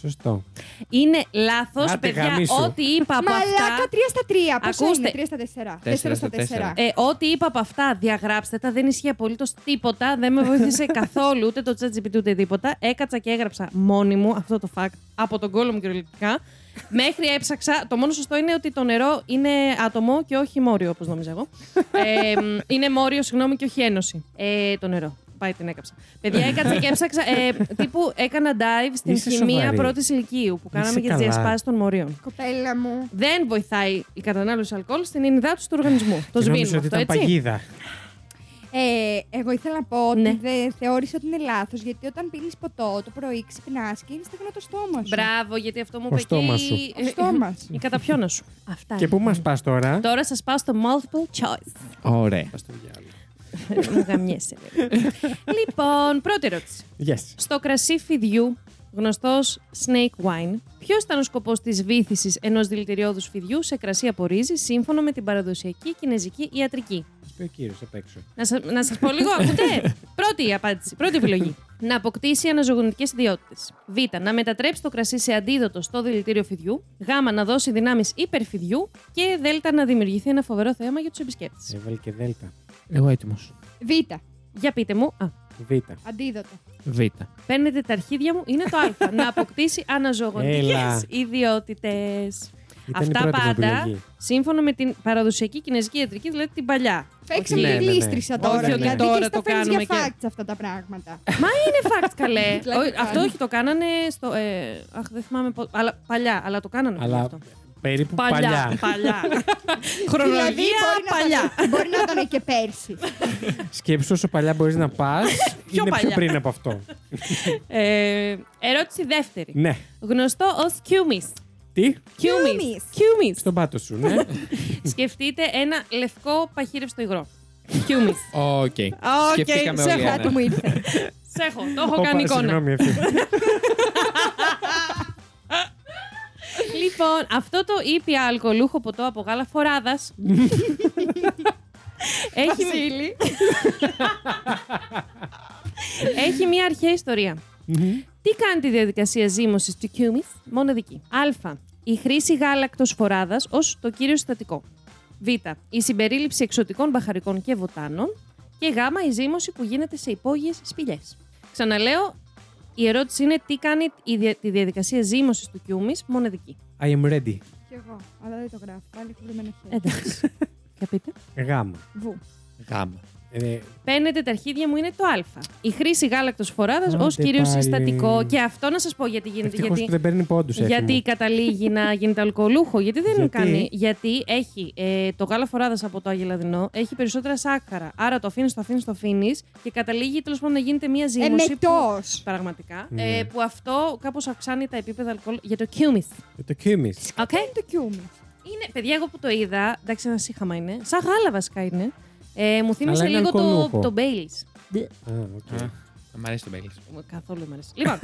Σωστό. Είναι λάθος, Άντε, παιδιά, γαμίσου. ό,τι είπα από αυτά. Μαλάκα 3 στα 3. Πώς Ακούστε. είναι 3 στα 4. 4 4 στα στα 4. Ε, ό,τι είπα από αυτά, διαγράψτε τα. Δεν ισχύει απολύτως τίποτα. Δεν με βοήθησε καθόλου ούτε το ChatGPT ούτε τίποτα. Έκατσα και έγραψα μόνη μου αυτό το fact από τον κόλλο μου κυριολεκτικά. Μέχρι έψαξα. Το μόνο σωστό είναι ότι το νερό είναι άτομο και όχι μόριο, όπως νόμιζα εγώ. Ε, μ, είναι μόριο, συγγνώμη, και όχι ένωση. Ε, το νερό. Πάει την έκαψα. Παιδιά, έκατσα και έψαξα. Ε, τύπου έκανα dive στην Είσαι χημεία σοβαρή. πρώτης ηλικίου που κάναμε Είσαι για τις καλά. διασπάσεις των μορίων. Κοπέλα μου. Δεν βοηθάει η κατανάλωση αλκοόλ στην ενυδάτωση του οργανισμού. το Και νόμιζα σβήνουμε ότι αυτό, ήταν έτσι. παγίδα. Ε, εγώ ήθελα να πω ότι Ναι. δεν θεώρησα ότι είναι λάθος γιατί όταν πίνεις ποτό το πρωί ξυπνάς και είναι στεγνό το στόμα σου. Μπράβο, γιατί αυτό μου Ο είπε και στόμα η... σου. Το στόμα σου. η καταπιώνα σου. Αυτά. Και πού μας πας τώρα. Τώρα σας πάω στο multiple choice. Ωραία. Μου γαμιέσαι. λέει. λοιπόν, πρώτη ερώτηση. Yes. Στο κρασί φιδιού, γνωστός snake wine, ποιος ήταν ο σκοπός της βήθησης ενός δηλητηριώδους φιδιού σε κρασί από ρύζι, σύμφωνα με την παραδοσιακή κινέζικη ιατρική. Μας πει ο κύριος απ' έξω. Να σας να σας πω λίγο, ακούτε. πρώτη απάντηση, πρώτη επιλογή. Να αποκτήσει αναζωογονητικές ιδιότητες. Β. Να μετατρέψει το κρασί σε αντίδοτο στο δηλητήριο φιδιού. Γ. Να δώσει δυνάμεις υπερφιδιού. Και Δ. Να δημιουργηθεί ένα φοβερό θέαμα για τους επισκέπτες. Έβαλε και Δέλτα. Εγώ έτοιμος. Β. Για πείτε μου. Α, Β. Αντίδοτο. Β. παίρνετε τα αρχίδια μου, είναι το Α. να αποκτήσει αναζωογονητικέ Έλα. ιδιότητες. Ήταν η Αυτά πρώτη μου πάντα επιλογή. σύμφωνα με την παραδοσιακή κινέζικη ιατρική, δηλαδή την παλιά. Παίξαμε ναι, τη ναι, ναι. γλίστρισα Όχι τώρα. ότι γιατί τώρα και στα το φέρνεις κάνουμε για και- facts αυτά τα πράγματα. Μα είναι fact καλέ. Πλάκα Ο- κάνει. αυτό όχι το κάνανε στο. ε, αχ, δεν θυμάμαι πότε. Αλλά παλιά, αλλά το κάνανε Αλλά αυτό. περίπου Παλιά. παλιά. Παλιά. Δηλαδή Χρονολογία μπορεί να παλιά. ήταν- Μπορεί να ήταν και πέρσι. Σκέψου όσο παλιά μπορείς να πας. Πιο είναι πιο παλιά. πριν από αυτό. Ε, ερώτηση δεύτερη. ναι. Γνωστό ως Cumis. Τι. Cumis. Cumis. Cumis. Στον πάτο σου, ναι. Σκεφτείτε ένα λευκό παχύρευστο υγρό. Cumis. Οκ. Οκ, Σκεφτήκαμε σε όλοι έχω. Κάτι ένα. μου ήρθε. Σ' έχω, το έχω Όπα, κάνει εικόνα. Συγγνώμη, Εφη. Λοιπόν, αυτό το ήπια αλκοολούχο ποτό από γάλα φοράδας. Έχει... Έχει μία αρχαία ιστορία. Τι κάνει τη διαδικασία ζύμωσης του κιούμις μοναδική. Α. Η χρήση γάλακτος φοράδας ως το κύριο συστατικό. Β. Η συμπερίληψη εξωτικών μπαχαρικών και βοτάνων. Και Γ. Η ζύμωση που γίνεται σε υπόγειες σπηλιές. Ξαναλέω, η ερώτηση είναι τι κάνει η δια- τη διαδικασία ζύμωσης του κιούμις μοναδική. I am ready. Κι εγώ. Αλλά δεν το γράφω. Πάλι έχω βρει χέρι. Εντάξει. Για πείτε. Γάμα. Βου. Γάμα. Ε, Παίρνετε τα αρχίδια μου είναι το Α. Η χρήση γάλακτος φοράδας Άντε ως κύριο πάλι. συστατικό. Και αυτό να σας πω γιατί γίνεται. Ευτυχώς γιατί- που δεν παίρνει πόντους. Γιατί καταλήγει να γίνεται αλκοολούχο, γιατί δεν Γιατί? κάνει. Γιατί έχει ε, το γάλα φοράδας από το αγελαδινό, έχει περισσότερα σάκαρα. Άρα το αφήνεις, το αφήνεις, το αφήνεις και καταλήγει τέλος πάντων να γίνεται μια Ε, ζύμωση. που, Εμετό. πραγματικά. Ναι. Ε, που αυτό κάπως αυξάνει τα επίπεδα αλκοόλ για το κιούμιθ. Ε, Το κιούμις. Οκ. Είναι το κιούμις. Είναι, παιδιά, εγώ που το είδα, εντάξει, ένα σύχαμα είναι. Σαν γάλα βασικά είναι. Ε, μου θύμισε είναι λίγο το, αλκοολούχο. το Baileys. Μ' αρέσει το Μπέιλι. Ε, Καθόλου μ' αρέσει. Λοιπόν,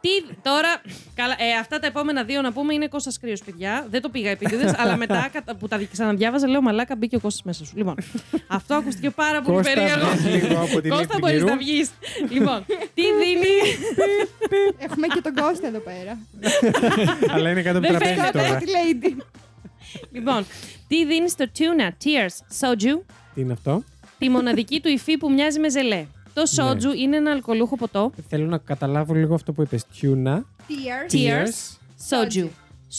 τι τώρα. Καλά, ε, αυτά τα επόμενα δύο να πούμε είναι Κώστας Κρύος, παιδιά. Δεν το πήγα επίτηδε, αλλά μετά κατα- που τα ξαναδιάβαζα, λέω Μαλάκα μπήκε ο Κώστας μέσα σου. Λοιπόν, αυτό ακούστηκε πάρα πολύ Κώστα, περίεργο. βγες λίγο από την Κώστα, λήψη μπορεί καιρού. να βγεις. λοιπόν, τι δίνει. Έχουμε και τον Κώστα εδώ πέρα. Ναι, Αλλά είναι κάτω από Δεν το τραπέζι Κάτω τώρα. από τη lady. λοιπόν, τι δίνεις στο tuna, tears, soju, Τι είναι αυτό. τη μοναδική του υφή που μοιάζει με ζελέ. Το Ναι. soju είναι ένα αλκοολούχο ποτό. Θέλω να καταλάβω λίγο αυτό που είπες. Τιούνα. Tears. Tears. Tears. Soju.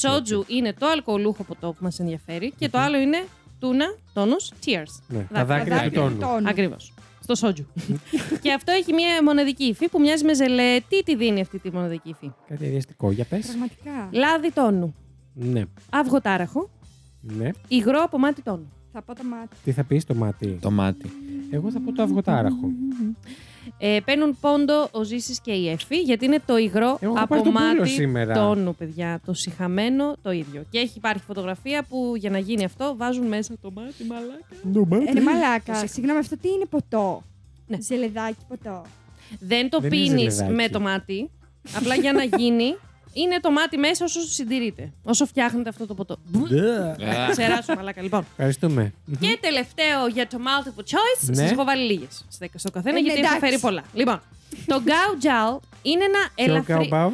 Soju είναι το αλκοολούχο ποτό που μας ενδιαφέρει και το άλλο είναι Τούνα, τόνο, cheers. Ναι, τα Δάκρυα. δάκρυα του δάκρυα τόνου. Ακριβώς. Στο σότζου. και αυτό έχει μια μοναδική υφή που μοιάζει με ζελέ. Τι τη δίνει αυτή τη μοναδική υφή. Κάτι αδιαστικό, για πες. Πραγματικά. Λάδι τόνου. Ναι, Αύγο τάραχο. ναι. Υγρό από μάτι τόνου. Θα πω το μάτι. Τι θα πεις στο μάτι. Το μάτι. Εγώ θα πω το αυγοτάραχο. Ε, παίρνουν πόντο ο Ζήσης και η Εφη, γιατί είναι το υγρό Εγώ έχω πάρει από το πουλο μάτι σήμερα. τόνου, παιδιά. Το συχαμένο το ίδιο. Και έχει υπάρχει φωτογραφία που για να γίνει αυτό βάζουν μέσα το μάτι μαλάκα. Ε, ρε μαλάκα. Συγγνώμη, αυτό τι είναι ποτό. Ναι. Ζελεδάκι ποτό. Δεν το Δεν είναι πίνεις ζελεδάκι. με το μάτι. Απλά για να γίνει, είναι το μάτι μέσα όσο συντηρείται. Όσο φτιάχνεται αυτό το ποτό. Ναι. Ναι. Ξεράσου, μαλάκα, λοιπόν. Ευχαριστούμε. Και τελευταίο για το multiple choice, Ναι. ναι. σας έχω βάλει λίγες στο καθένα, Ε, γιατί έχω εντάξει. φέρει πολλά. Λοιπόν, το γκάου τζαλ είναι ένα Και ο ελαφρύ. καουμπάου.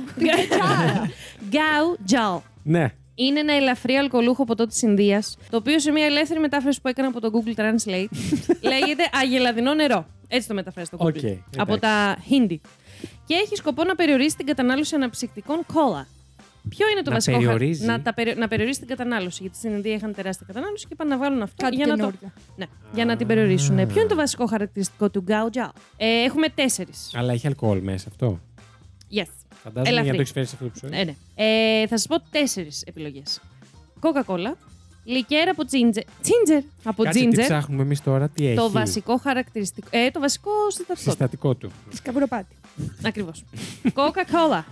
Γκάου τζαλ. Ναι. Είναι ένα ελαφρύ αλκοολούχο ποτό της Ινδίας, το οποίο σε μια ελεύθερη μετάφραση που έκανα από το Google Translate λέγεται Αγελαδινό νερό. Έτσι το μεταφράζει το Google. Οκ, εντάξει. από τα Hindi. Και έχει σκοπό να περιορίσει την κατανάλωση αναψυκτικών κόλλα. Ποιο είναι το Να βασικό περιορίζει. Να, τα περι- να περιορίσει την κατανάλωση. Γιατί στην Ινδία είχαν τεράστια κατανάλωση και είπαν να βγάλουν αυτό Κάτι για να, το, καινούριο. ναι, για να την περιορίσουν. Ποιο είναι το βασικό χαρακτηριστικό του γκάουτζα. Ε, έχουμε τέσσερις. Αλλά έχει αλκοόλ μέσα αυτό. Yes. Φαντάζομαι για Ελαφρύ. να το έχεις φέρει σε αυτό το ψωμί. Ναι, ναι. Ε, θα σας πω τέσσερις επιλογές. Coca-Cola, λικέρ από τζίντζερ. Τζίντζερ από Κάτσε, τι τζίντζερ. ψάχνουμε εμείς τώρα, τι έχει. Το βασικό χαρακτηριστικό. Ε, το βασικό συστατικό. του. συστατικό του. Σκαμπουροπάτι. Ακριβώ. Coca-Cola,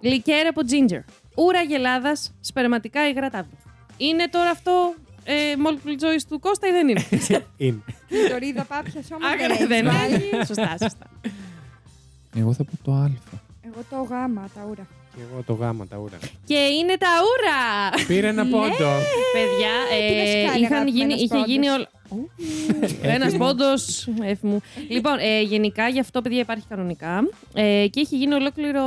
λικέρ από τζίντζερ. Ούρα γελάδας, σπερματικά υγρά τάβρου. Είναι τώρα αυτό ε, multiple choice του Κώστα ή δεν είναι. Είναι. Τωρίδα πάπια σώμα. Άγρα δεν έχει. Σωστά, σωστά. Εγώ θα πω το α. Εγώ το γάμα, τα ούρα. Και εγώ το γάμα τα ούρα. Και είναι τα ούρα! Πήρε ένα Ναι. πόντο. Παιδιά, τι να σου ε, κάνει, είχαν αγάπη, γίνει, ένας είχε γίνει πόντος. όλο. Ένα πόντο, έφη μου. Λοιπόν, ε, γενικά γι' αυτό, παιδιά, υπάρχει κανονικά. Ε, και έχει γίνει ολόκληρο.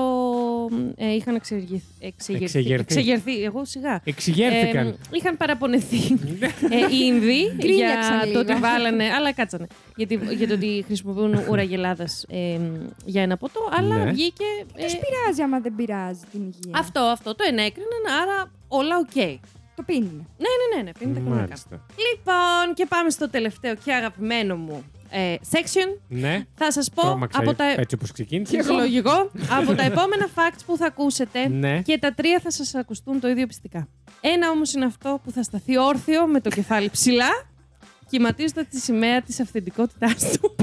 Ε, είχαν εξεγερθεί. Εξεγερθεί. εξεγερθεί. Εγώ σιγά. Εξηγέρθηκαν. Ε, είχαν παραπονεθεί ε, οι Ινδοί για Γκρίνιαξαν το λίγο. ότι βάλανε. Αλλά κάτσανε. Γιατί, για το ότι χρησιμοποιούν ούρα γελάδα για ένα ποτό, αλλά Ναι. βγήκε. ε, Τους πειράζει άμα δεν πειράζει την υγεία. αυτό, αυτό. Το ενέκριναν, άρα όλα οκ. Το πίνουν. Ναι, ναι, ναι, ναι, πίνετε κανονικά. Μάλιστα. Λοιπόν, και πάμε στο τελευταίο και αγαπημένο μου ε, section. Ναι. Θα σας πω Τρώμαξα από τα... έτσι όπως ξεκίνησε. Λογικό. από τα επόμενα facts που θα ακούσετε Ναι. και τα τρία θα σας ακουστούν το ίδιο πιστικά. Ένα όμως είναι αυτό που θα σταθεί όρθιο με το κεφάλι ψηλά κυματίζοντα τη σημαία της αυθεντικότητάς του.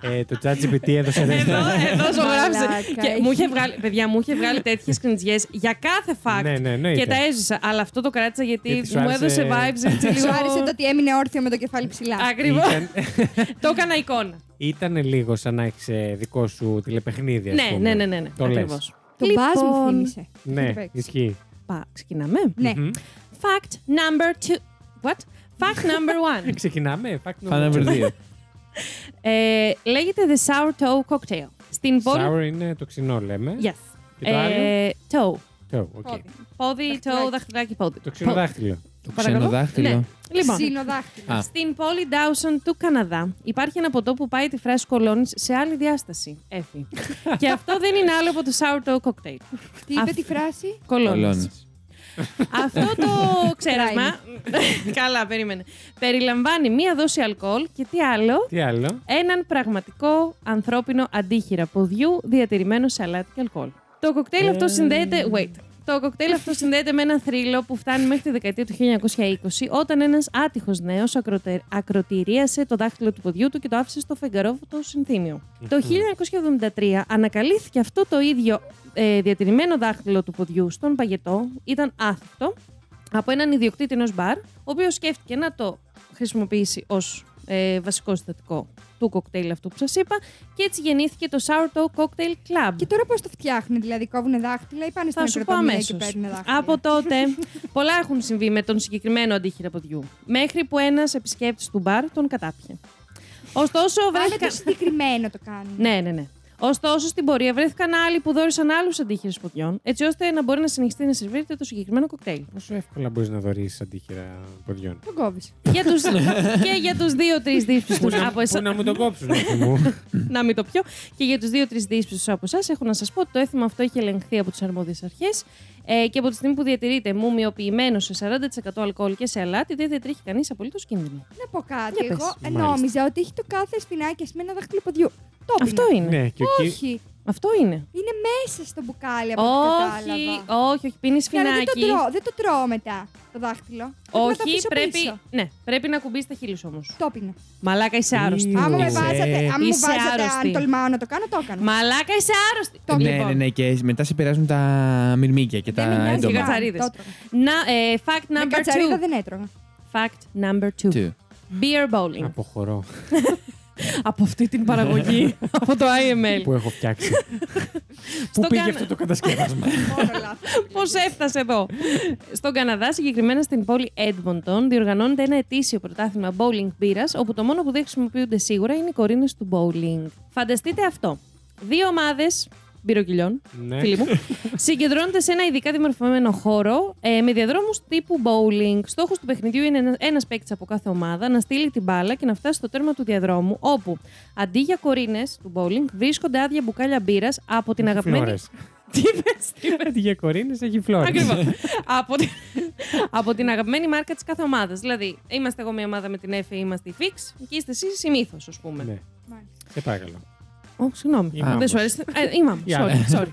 Ε, το ChatGPT έδωσε εδώ, ένα. εδώ ζωγράφησε. Μαλάκα, και έχει- μου είχε βγάλει, παιδιά, μου είχε βγάλει τέτοιες κριντιές για κάθε fact. Ναι, ναι, και εννοείται. τα έζησα. Αλλά αυτό το κράτησα γιατί, Γιατί σου μου άρεσε- έδωσε vibes έτσι λίγο. Σου άρεσε το ότι έμεινε όρθιο με το κεφάλι ψηλά. Ακριβώς. Ήταν- το έκανα εικόνα. Ήταν λίγο σαν να έχεις δικό σου τηλεπαιχνίδι, ας Ναι, πούμε. ναι, ναι, ναι, ναι. Το λες. ακριβώς. Το μπάζ μου λοιπόν, θύμισε. Ναι, Το παίξεις. ισχύει. Πα, ξεκινάμε. Ναι. Μμμ. Fact number two. What? Fact number one. Ξεκινάμε. Fact Θα number two. number 2. ε, λέγεται the sour toe cocktail. Στην πόλη. Sour είναι το ξινό, λέμε. Yes. Και το άλλο. Ε, toe. Το, οκ. Πόδι. Λοιπόν. Πόδι, toe, Δαχτυλάκι. δαχτυλάκι, πόδι. Το ξινό Πο- δάχτυλο. Το Παρακαλώ. ξένο δάχτυλο. Ναι. Λοιπόν, Ξύνο δάχτυλο. Α. στην πόλη Dawson του Καναδά υπάρχει ένα ποτό που πάει τη φράση κολόνης σε άλλη διάσταση. Έφη. και αυτό δεν είναι άλλο από το sour toe cocktail. Τι είπε Αφ- τη φράση. Κολόνης. Κολόνες. Αυτό το ξέρασμα. Καλά, περίμενε. Περιλαμβάνει μία δόση αλκοόλ και τι άλλο. Τι άλλο. Έναν πραγματικό ανθρώπινο αντίχειρα ποδιού διατηρημένο σε αλάτι και αλκοόλ. Το κοκτέιλ αυτό συνδέεται. Wait. Το κοκτέιλ αυτό συνδέεται με ένα θρύλο που φτάνει μέχρι τη δεκαετία του 1920, όταν ένας άτυχος νέος ακροτηρίασε το δάχτυλο του ποδιού του και το άφησε στο φεγγαρόφωτο συνθήμιο. Το 1973 ανακαλύφθηκε αυτό το ίδιο ε, διατηρημένο δάχτυλο του ποδιού στον παγετό, ήταν άθικτο, από έναν ιδιοκτήτη ενός μπαρ, ο οποίος σκέφτηκε να το χρησιμοποιήσει ως ε, βασικό συστατικό του κοκτέιλ αυτού που σας είπα. Και έτσι γεννήθηκε το Sourdough Cocktail Club. Και τώρα πώς το φτιάχνουν, δηλαδή κόβουν δάχτυλα ή πάνε στην Θα σου πω νεκροτομία αμέσω. και παίρνουν δάχτυλα. Από τότε, πολλά έχουν συμβεί με τον συγκεκριμένο αντίχειρα ποδιού. Μέχρι που ένας επισκέπτης του μπαρ τον κατάπιε. Ωστόσο, Πάμε βρέθηκαν. το συγκεκριμένο το κάνουν. Ναι, ναι, ναι. Ωστόσο, στην πορεία βρέθηκαν άλλοι που δόρισαν άλλους αντίχειρες ποτιών, έτσι ώστε να μπορεί να συνεχιστεί να σερβίρεται το συγκεκριμένο κοκτέιλ. Πόσο εύκολα μπορείς να δωρήσεις αντίχειρα ποδιών. Τον κόβεις. Για τους... και για τους δύο-τρει δύσπιστους από εσά. Πού να μου τον κόψουν, όχι μου. να μην το πιω. Και για τους δύο-τρει δύσπιστους από εσάς, έχω να σας πω ότι το έθιμο αυτό έχει ελεγχθεί από τις αρμόδιες αρχές. Ε, και από τη στιγμή που διατηρείται μουμιοποιημένο σε 40% αλκοόλ και σε αλάτι, δεν διατρέχει κανείς απολύτως κίνδυνο. Να πω κάτι. Για πες. Εγώ Μάλιστα. νόμιζα ότι έχει το κάθε σφινάκι ας πούμε, ένα δάχτυλο ποδιού. Το Αυτό έπινα. είναι. Ναι, και ο Κι- Όχι. Αυτό είναι. Είναι μέσα στο μπουκάλι Ε, από ό,τι Όχι, κατάλαβα. όχι, όχι, πίνεις Και άρα δεν το, φινάκι. τρώω, δεν το τρώω μετά το δάχτυλο. Πρέπει να το Όχι, αφήσω πρέπει, πίσω. ναι, πρέπει να κουμπίσει τα χείλη όμως. Το έπινα. Μαλάκα, είσαι άρρωστη. Ου. Άμα με Είσαι- βάζατε, άμα μου είσαι βάζατε άρρωστη. αν τολμάω να το κάνω, το έκανα. Μαλάκα, είσαι άρρωστη. Το ναι, Λοιπόν. ναι, ναι, και μετά σε πειράζουν τα μυρμήγκια και Δεν τα με νοιάζει καν, έντομα. έντομα. Κατσαρίδες. το έτρωγα. Να, ε, fact Με number κατσαρίδα two. δεν έτρωγα. Fact number two. Two. Beer bowling. Αποχωρώ Από αυτή την παραγωγή, από το IML. που έχω φτιάξει. Πού Στο πήγε κάνω. αυτό το κατασκεύασμα. Μόνο λάθος. Πώς έφτασε εδώ. Στον Καναδά, συγκεκριμένα στην πόλη Edmonton, διοργανώνεται ένα ετήσιο πρωτάθλημα bowling μπύρας, όπου το μόνο που δεν χρησιμοποιούνται σίγουρα είναι οι κορίνες του bowling. Φανταστείτε αυτό. Δύο ομάδες μπυροκυλιών, Ναι. φίλοι μου, συγκεντρώνονται σε ένα ειδικά δημορφωμένο χώρο ε, με διαδρόμους τύπου bowling. Στόχος του παιχνιδιού είναι ένα παίκτης από κάθε ομάδα να στείλει την μπάλα και να φτάσει στο τέρμα του διαδρόμου, όπου αντί για κορίνες του bowling βρίσκονται άδεια μπουκάλια μπύρας από την αγαπημένη. Φλόρες. Τι είπες, τι είπες? Αντί για κορίνες έχει φλόρες. Ακριβώς. από, την... από την αγαπημένη μάρκα της κάθε ομάδας. Δηλαδή, είμαστε εγώ μια ομάδα με την Εφη, είμαστε η Fix και είστε εσείς η Μύθο, ας πούμε. Ναι. Μάλιστα. Σε παρακαλώ. Ω, συγγνώμη. Η μάμος. Δεν σου αρέσει. Ε, η μάμος, Η άλλη. sorry, sorry.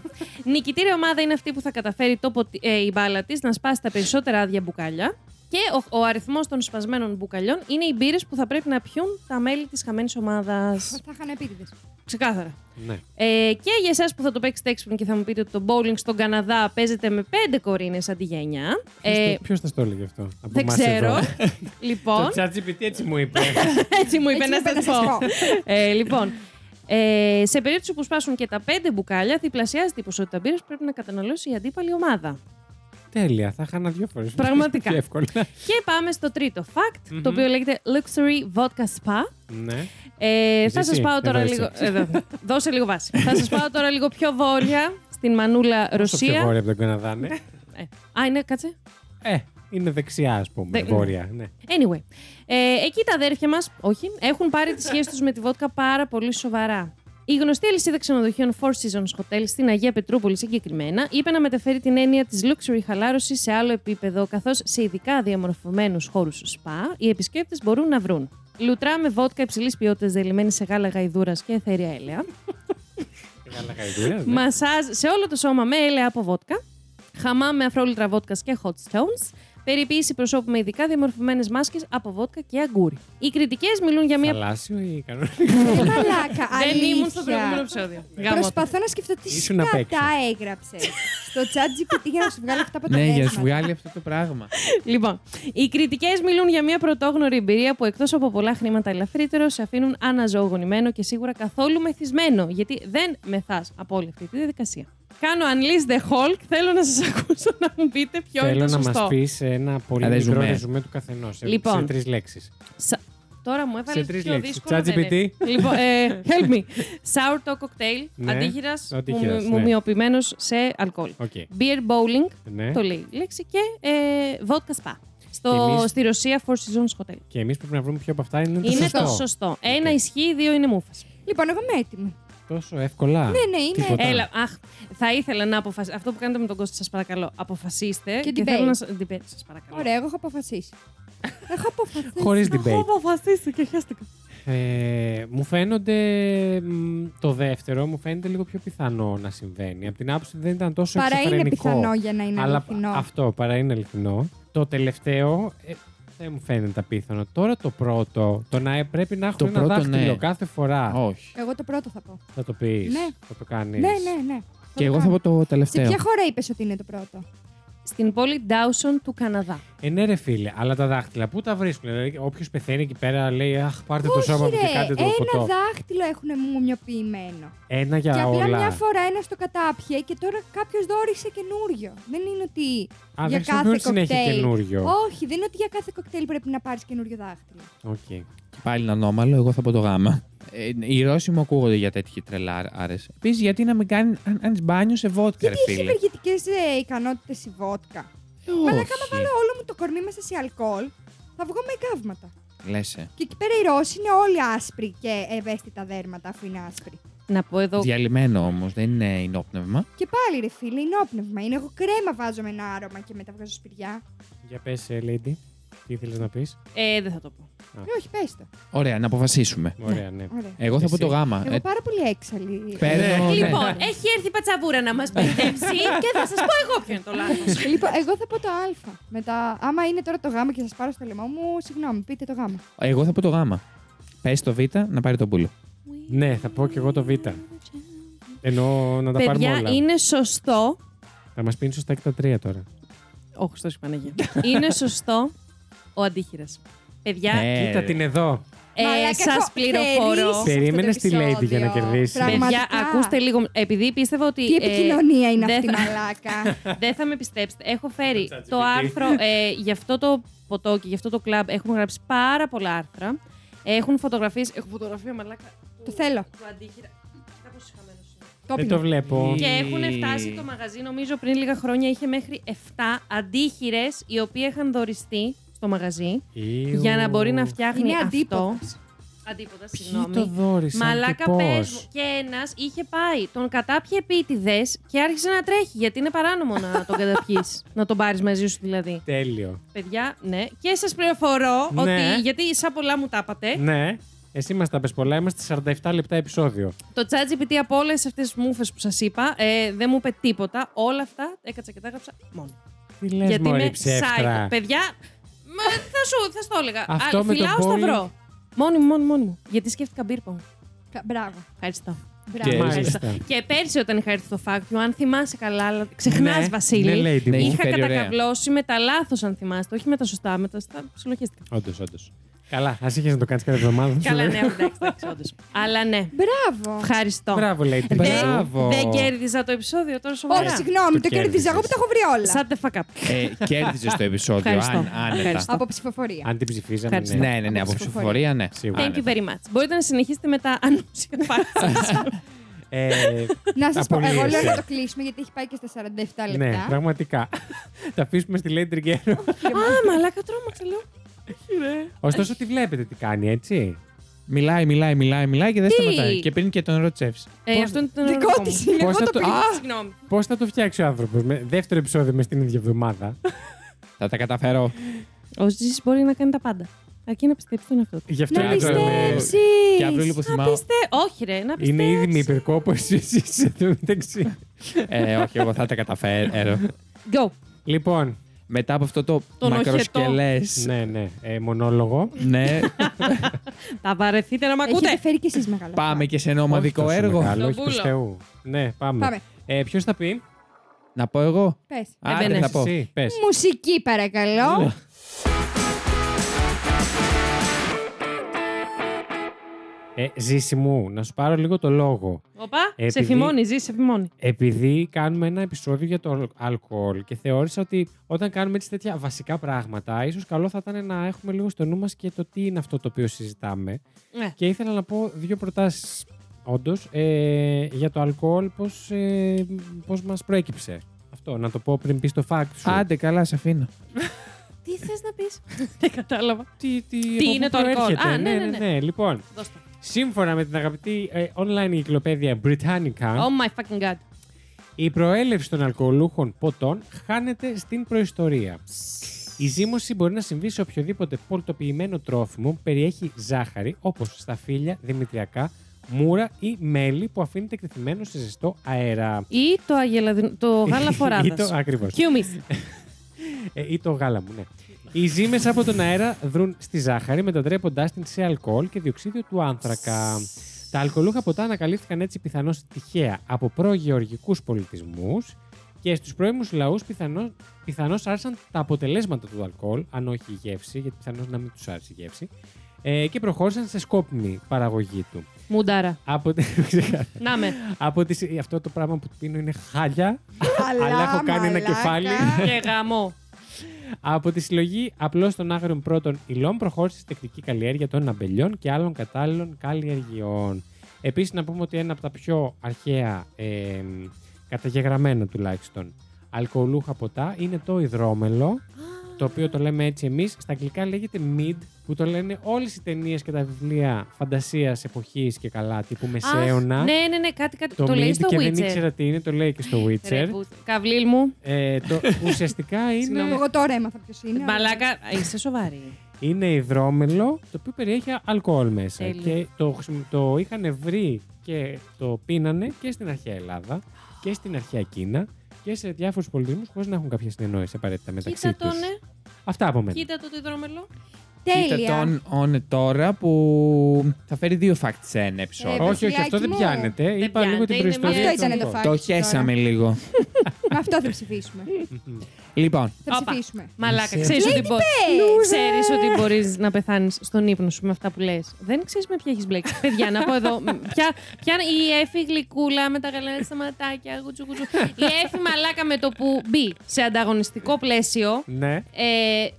Νικητήρια ομάδα είναι αυτή που θα καταφέρει το ποτι- ε, η μπάλα της να σπάσει τα περισσότερα άδεια μπουκάλια. Και ο, ο αριθμός των σπασμένων μπουκαλιών είναι οι μπύρες που θα πρέπει να πιούν τα μέλη της χαμένης ομάδας. Θα είχαν επίτηδες. Ξεκάθαρα. Ναι. Ε, και για εσάς που θα το παίξετε έξυπνο και θα μου πείτε ότι το bowling στον Καναδά παίζεται με 5 κορίνες αντί για 9. Ε, Ποιος θα στο έλεγε αυτό. Από δεν εμάς ξέρω. εδώ. λοιπόν, Το ChatGPT έτσι μου είπε. έτσι μου είπε Έτσι να μου είπε σας να σας πω. πω. Ε, λοιπόν, ε, σε περίπτωση που σπάσουν και τα πέντε μπουκάλια, διπλασιάζεται η ποσότητα μπύρας που πρέπει να καταναλώσει η αντίπαλη ομάδα. Τέλεια, θα χάνα δύο φορές. Πραγματικά. Πιο εύκολα. Και πάμε στο τρίτο fact, το οποίο λέγεται Luxury Vodka Spa. ναι. Ε, θα Ζήση, σα πάω τώρα εδώ λίγο. είσαι. Εδώ, δώσε λίγο βάση. θα σας πάω τώρα λίγο πιο βόρεια, στην Μανούλα, Στο πιο Ρωσία. βόρεια από τον Καναδά, ναι. Ε, α, είναι, κάτσε. Ε, είναι δεξιά, ας πούμε. Δε- ναι. Βόρεια, ναι. Anyway, ε, εκεί τα αδέρφια μας, όχι, έχουν πάρει τη σχέση τους με τη βότκα πάρα πολύ σοβαρά. Η γνωστή αλυσίδα ξενοδοχείων Four Seasons Hotel στην Αγία Πετρούπολη συγκεκριμένα είπε να μεταφέρει την έννοια της luxury χαλάρωσης σε άλλο επίπεδο, καθώς σε ειδικά διαμορφωμένους χώρους σπα οι επισκέπτες μπορούν να βρουν. Λουτρά με βότκα υψηλής ποιότητας διαλυμένη σε γάλα γαϊδούρας και εθέρια έλαια. Καλά χαϊδούρα. ναι. Μασάζ σε όλο το σώμα με έλαια από βότκα. Χαμά με αφρόλουτρα βότκας και hot stones. Περιποίηση προσώπου με ειδικά διαμορφωμένες μάσκες από βότκα και αγκούρι. Οι κριτικές μιλούν για μια. Θαλάσσιο ή κανονικό. Ε, Μαλάκα, Δεν ήμουν στο αλήθεια. προηγούμενο επεισόδιο. Γαμώ το. Προσπαθώ να σκεφτώ τι Ήσουν απ' έξω. σκατά έγραψες στο chat GPT για να σου βγάλει αυτά από τα Ναι, για να σου δέσματα. βγάλει αυτό το πράγμα. Λοιπόν, οι κριτικές μιλούν για μια πρωτόγνωρη εμπειρία που εκτός από πολλά χρήματα ελαφρύτερο σε αφήνουν αναζωογονημένο και σίγουρα καθόλου μεθυσμένο. Γιατί δεν μεθάς από όλη αυτή τη διαδικασία. Κάνω Unleash the Hulk. Θέλω να σας ακούσω να μου πείτε ποιο Θέλω είναι να το μα σωστό. πεις ένα πολύ Ρεζουμέ. μικρό ρεζουμέ του καθενός. Λοιπόν. Σε τρεις λέξεις. Σα- Τώρα μου έβαλες Σε τρεις πιο λέξεις. δύσκολο. δεν ChatGPT. είναι. λοιπόν, ε, help me. Sour toe cocktail, Ναι, αντίχειρας, αντίχειρας, μου- ναι. μουμιοποιημένος σε αλκοόλ. Οκ. Beer bowling, Ναι. το λέει η λέξη, και ε, vodka spa. Στο, Και εμείς- Στη Ρωσία, Four Seasons Hotel. Και εμείς πρέπει να βρούμε ποιο από αυτά είναι το είναι σωστό. το σωστό. Ένα ισχύει, δύο είναι μούφες. Λοιπόν, εγώ είμαι έτοιμη. Τόσο εύκολα. Ναι, ναι, είναι. Τίποτα. Έλα, αχ, θα ήθελα να αποφασίσετε. Αυτό που κάνετε με τον Κώστα, σας παρακαλώ. Αποφασίστε. Και θέλω debate. να σας. Debate, σας παρακαλώ. Ωραία, εγώ έχω αποφασίσει. έχω αποφασίσει. Χωρίς Έχω debate. αποφασίσει και χαίστηκα. Ε, μου φαίνονται. μ, Το δεύτερο μου φαίνεται λίγο πιο πιθανό να συμβαίνει. Από την άποψη ότι δεν ήταν τόσο Παρά είναι εξωφρενικό. πιθανό για να είναι Αλλά αληθινό. αυτό παρά είναι αληθινό. Το τελευταίο ε, δεν μου φαίνεται απίθανο. Τώρα το πρώτο, το να ε, πρέπει να Το έχουν ένα πρώτο, δάχτυλο ναι. κάθε φορά. Όχι. Εγώ το πρώτο θα πω. Θα το πεις. Ναι. Θα το κάνεις. Ναι, ναι, ναι. το Και εγώ θα κάνω. πω το Σε τελευταίο. ποια χώρα είπες ότι είναι το πρώτο. Στην πόλη Dawson του Καναδά. Ε, ναι, ρε φίλε, αλλά τα δάχτυλα πού τα βρίσκουν. Δηλαδή, όποιος πεθαίνει εκεί πέρα λέει Αχ, πάρτε το σώμα μου Ρε, και κάντε το ένα ποτό. δάχτυλο έχουν μουμιοποιημένο. Ένα και για απλά όλα. μια φορά ένα το κατάπιε και τώρα κάποιος δόρισε καινούριο. Δεν είναι ότι Α, για δεν κάθε χρησιμοποιούν συνέχεια κοκτέιλ. καινούριο. Όχι, δεν είναι ότι για κάθε κοκτέιλ πρέπει να πάρεις καινούριο δάχτυλο. Οκ. Πάλι είναι ανώμαλο, εγώ θα πω το γάμα. ε, οι Ρώσοι μου ακούγονται για τέτοιοι τρελάρες. Επίσης, γιατί να μην κάνει αν- αν μπάνιος σε βότκα, ρε Γιατί έχει φίλε. ευεργετικέ ε, ικανότητες η βότκα. Ε, Αλλά άμα Όχι. βάλω όλο μου το κορμί μέσα σε αλκοόλ, θα βγω με εγκάβματα. Λες, ε. Και εκεί πέρα οι Ρώσοι είναι όλοι άσπροι και ευαίσθητα δέρματα, αφού είναι άσπροι. Να πω εδώ. Διαλυμένο όμως, δεν είναι ενόπνευμα. Και πάλι ρε φίλε, είναι όπνευμα. Είναι εγώ κρέμα βάζω με ένα άρωμα και μετά βγάζω σπηριά. Για πες, Lady, τι ήθελες να πεις. Ε, δεν θα το πω. Ναι, όχι, πες το. Ωραία, να αποφασίσουμε. Ωραία, ναι. Ωραία. Εγώ θα πω Εσύ. το γάμα. Ε, ε, Εγώ πάρα πολύ έξαλλη. παίρνω, ναι. Λοιπόν, έχει έρθει η πατσαβούρα να μας μπερδέψει και θα σας πω εγώ ποιο είναι το λάθος. Λοιπόν, εγώ θα πω το Α. Μετά, άμα είναι τώρα το Γ και σας πάρω στο λαιμό μου, συγγνώμη, πείτε το Γ. Εγώ θα πω το γάμα. Πες το β να πάρει τον πουλο. Ναι, θα πω και εγώ το Β. Εννοώ να τα πάρουμε Παιδιά, όλα. είναι σωστό. Θα μας πίνει σωστά και τα τρία τώρα. Όχι, στο Παναγία. είναι σωστό ο αντίχειρας. Παιδιά, Κοίτα την εδώ. ε, Μαλάκα, έχω σας πληροφορώ. θερήσει Περίμενε αυτό το τη Lady επεισόδιο. για να κερδίσει. Παιδιά, Πραγματικά. ακούστε λίγο. Επειδή πίστευα ότι. Τι ε, επικοινωνία είναι δεν αυτή, θα- Ε, μαλάκα. Δεν θα με πιστέψετε. Έχω φέρει ChatGPT. το άρθρο ε, για αυτό το ποτό και για αυτό το κλαμπ. Έχουν γράψει πάρα πολλά άρθρα. Έχουν φωτογραφίες. Έχω φωτογραφία μαλάκα. Το θέλω. Του αντίχειρα. Κοίτα πόσο χαμένος είναι. Το Δεν το πίνω. βλέπω. Και έχουν φτάσει το μαγαζί, νομίζω πριν λίγα χρόνια είχε μέχρι 7 αντίχειρες οι οποίοι είχαν δοριστεί στο μαγαζί Ιου. για να μπορεί να φτιάχνει Είναι αυτό. αντίποτας. Αντίποτα, Ποιοι το συγγνώμη. δόρισαν και Μαλάκα πε πώς. Και ένας είχε πάει, τον κατάπιε επίτηδες και άρχισε να τρέχει. Γιατί είναι παράνομο να τον καταπιείς. να τον πάρεις μαζί σου δηλαδή. Τέλειο. Παιδιά, ναι. Και σας πληροφορώ Ναι. ότι. Γιατί σαν πολλά μου τα είπατε. Ναι. Εσύ μας τα πες πολλά. Είμαστε 47 λεπτά επεισόδιο. Το ChatGPT από όλες αυτές τις μούφες που σας είπα ε, δεν μου είπε τίποτα. Όλα αυτά έκατσα και τα έγραψα μόνο. Τι λες γιατί μωρή είμαι ψεύτρα. psycho. Παιδιά, μα, θα σου θα σου το έλεγα. Αυτό Α, με το φυλάω bowling. σταυρό. Μόνη μου, μόνη, μόνη μου. Γιατί σκέφτηκα beer pong. Κα- Μπράβο. Ευχαριστώ. Μπράβο. Μάλιστα. Και πέρσι όταν είχα έρθει στο φάκτιο, αν θυμάσαι καλά, αλλά ξεχνάς, Ναι, Βασίλη. ναι, lady μου. Έχει είχα φέρει ωραία. κατακαβλώσει με τα λάθος, αν θυμάστε. Όχι με τα σωστά, με τα σωστά. Συλλογίστηκα. Όντως, όντως. Καλά, ας είχες να το κάνεις κάθε εβδομάδα. Καλά, ναι, εντάξει, εντάξει, όντως. Αλλά ναι, Μπράβο. ευχαριστώ. Μπράβο, λέει. Δεν, Μπράβο. δεν κέρδιζα το επεισόδιο τώρα σοβαρά. Όχι, συγγνώμη, Το το κέρδιζα. Εγώ που τα έχω βρει όλα. Shut the fuck up. Ε, Κέρδιζες το επεισόδιο, Ευχαριστώ. αν, άνετα. Ευχαριστώ. Από ψηφοφορία. Αν την ψηφίζαμε, Ευχαριστώ. ναι. Ναι, ναι, ναι, από Από ψηφοφορία, ναι. Σίγουρα. Thank you very much. Μπορείτε να συνεχίσετε με τα ανούσια φάξεις. Ναι, Ε, Να σας πω, εγώ λέω Απολύεσαι. να το κλείσουμε γιατί έχει πάει και στα 47 λεπτά. ναι, πραγματικά. Τα αφήσουμε στη Lady Τριγκέρο. Α, μαλάκα τρόμαξα, λέω. Ωστόσο, τη βλέπετε τι κάνει, έτσι. Μιλάει, μιλάει, μιλάει, μιλάει και δεν Τι? σταματάει. Και πίνει και τον ροτσεύσει. Ε, αυτό είναι το Δικό νερό μου. τη είναι, εγώ Πώς θα το το- πήρα. Α! Συγγνώμη. Πώς θα το φτιάξει ο άνθρωπος. Δεύτερο επεισόδιο μες στην ίδια εβδομάδα. Θα τα καταφέρω. Ο Ζήσης μπορεί να κάνει τα πάντα. Αρκεί να πιστέψει τον εαυτό του. Γι' αυτό Να Φτιάξω, πιστεύω. λέμε, πιστέψεις. Και αύριο λίγο θυμάμαι. Πιστε... Όχι, ρε, να πιστέψει. Είναι ήδη με υπερκόπο, εσύ είσαι εδώ μεταξύ. Ε, όχι, εγώ θα τα καταφέρω. Go. Λοιπόν, Μετά από αυτό το Τον μακροσκελές. ναι, ναι, ε, μονόλογο. Ναι, Τα βαρεθείτε να μ' Έχετε ακούτε. φέρει κι εσεί μεγάλα. πάμε και σε ένα ομαδικό Όχι τόσο έργο. Μεγάλο, Τον όχι του πούλο. Θεού. Ναι, πάμε. Πάμε. Ε, Ποιος θα πει, Να πω εγώ. Πες. Άντε, μπαίνεις. θα πω. εσύ, πες. Μουσική Ναι. παρακαλώ. Ε, ζήση μου, να σου πάρω λίγο το λόγο. Οπα, σε Επειδή- φημώνει, Ζήση, σε φημώνει. Επειδή κάνουμε ένα επεισόδιο για το αλ- αλκοόλ και θεώρησα ότι όταν κάνουμε έτσι τέτοια βασικά πράγματα, ίσως καλό θα ήταν να έχουμε λίγο στο νου μας και το τι είναι αυτό το οποίο συζητάμε. Ναι. Και ήθελα να πω δύο προτάσεις. Όντως, ε, για το αλκοόλ, πώς ε, πώς μας προέκυψε. Αυτό, να το πω πριν πεις το fact σου. Άντε, καλά, σε αφήνω. Τι θες να πεις. Δεν κατάλαβα. τι, τι, τι από είναι πού το αλκοόλ. προέρχεται. Α, ναι, ναι, ναι. Λοιπόν, Δώσ' το. σύμφωνα με την αγαπητή ε, online κυκλοπαίδεια Britannica, Oh my fucking god. Η προέλευση των αλκοολούχων ποτών χάνεται στην προϊστορία. Η ζύμωση μπορεί να συμβεί σε οποιοδήποτε πολτοποιημένο τρόφιμο που περιέχει ζάχαρη, όπως στα φύλλα, δημητριακά, μούρα ή μέλι που αφήνεται εκτεθειμένο σε ζεστό αέρα. Ή το, αγελαδι... το γάλα Ή το, φοράδας. ακριβώς. Κιούμις. Ε, ή το γάλα μου, ναι. Οι ζύμες από τον αέρα δρούν στη ζάχαρη, μετατρέποντάς την σε αλκοόλ και διοξίδιο του άνθρακα. Τα αλκοολούχα ποτά ανακαλύφθηκαν έτσι πιθανώς τυχαία από προγεωργικούς πολιτισμούς και στους πρώιμους λαούς πιθανώς άρεσαν τα αποτελέσματα του αλκοόλ, αν όχι η γεύση, γιατί πιθανώς να μην τους άρεσε η γεύση, ε, και προχώρησαν σε σκόπιμη παραγωγή του. Μουντάρα. Από, Να με. από τις, αυτό το πράγμα που πίνω είναι χάλια, Αλλά αλλά έχω κάνει ένα μαλάκα. κεφάλι. Και γαμό. Από τη συλλογή απλώς των άγριων πρώτων υλών προχώρησε στη τεχνική καλλιέργεια των αμπελιών και άλλων κατάλληλων καλλιεργειών. Επίσης, να πούμε ότι ένα από τα πιο αρχαία, ε, καταγεγραμμένα τουλάχιστον, αλκοολούχα ποτά είναι το υδρόμελο, το οποίο το λέμε έτσι εμείς. Στα αγγλικά λέγεται mid, που το λένε όλες οι ταινίες και τα βιβλία φαντασίας εποχής και καλά, τύπου μεσαίωνα. Αχ, Ναι, ναι, ναι, κάτι, κάτι. Το, Το, λέει mid στο και δεν Witcher. ήξερα τι είναι, το λέει και στο Ρε, Witcher. που- Καβλίλ μου. Ε, το, ουσιαστικά είναι. Συγγνώμη, εγώ τώρα έμαθα ποιος Ναι, είναι. αλλά- Μπαλάκα, είσαι σοβαρή. είναι υδρόμελο το οποίο περιέχει αλκοόλ μέσα. Τέλεια. Και το, χρησιμο- το είχαν βρει και το πίνανε και στην αρχαία Ελλάδα και στην αρχαία Κίνα και σε διάφορους πολιτισμού χωρίς να έχουν κάποια συνεννόηση απαραίτητα μεταξύ Κοίτα τους. τον, ε, Αυτά από μένα. κοίτα το υδρόμελο. Κοίτα Τέλεια. τον on τώρα που θα φέρει δύο facts σε ένα επεισόδιο. Ε, Όχι, όχι, αυτό δεν μου. πιάνεται. Είπα λίγο πιάνεται, την είναι προϊστορία. μία- Αυτό του ήταν το αλκοόλ. fact. Το τώρα. χέσαμε λίγο. Με αυτό θα ψηφίσουμε. Λοιπόν, θα Όπα. ψηφίσουμε. Μαλάκα, Loser. ξέρεις ότι, μπο... Loser. ξέρεις ότι μπορείς να πεθάνεις στον ύπνο σου με αυτά που λες. Δεν ξέρεις με ποια έχεις μπλέξει. Παιδιά, να πω εδώ. μ, Ποια, ποια είναι η έφη γλυκούλα με τα γαλάζια στα ματάκια, γουτσου, γουτσου. η έφη μαλάκα με το που μπει σε ανταγωνιστικό πλαίσιο. Ναι. Ε,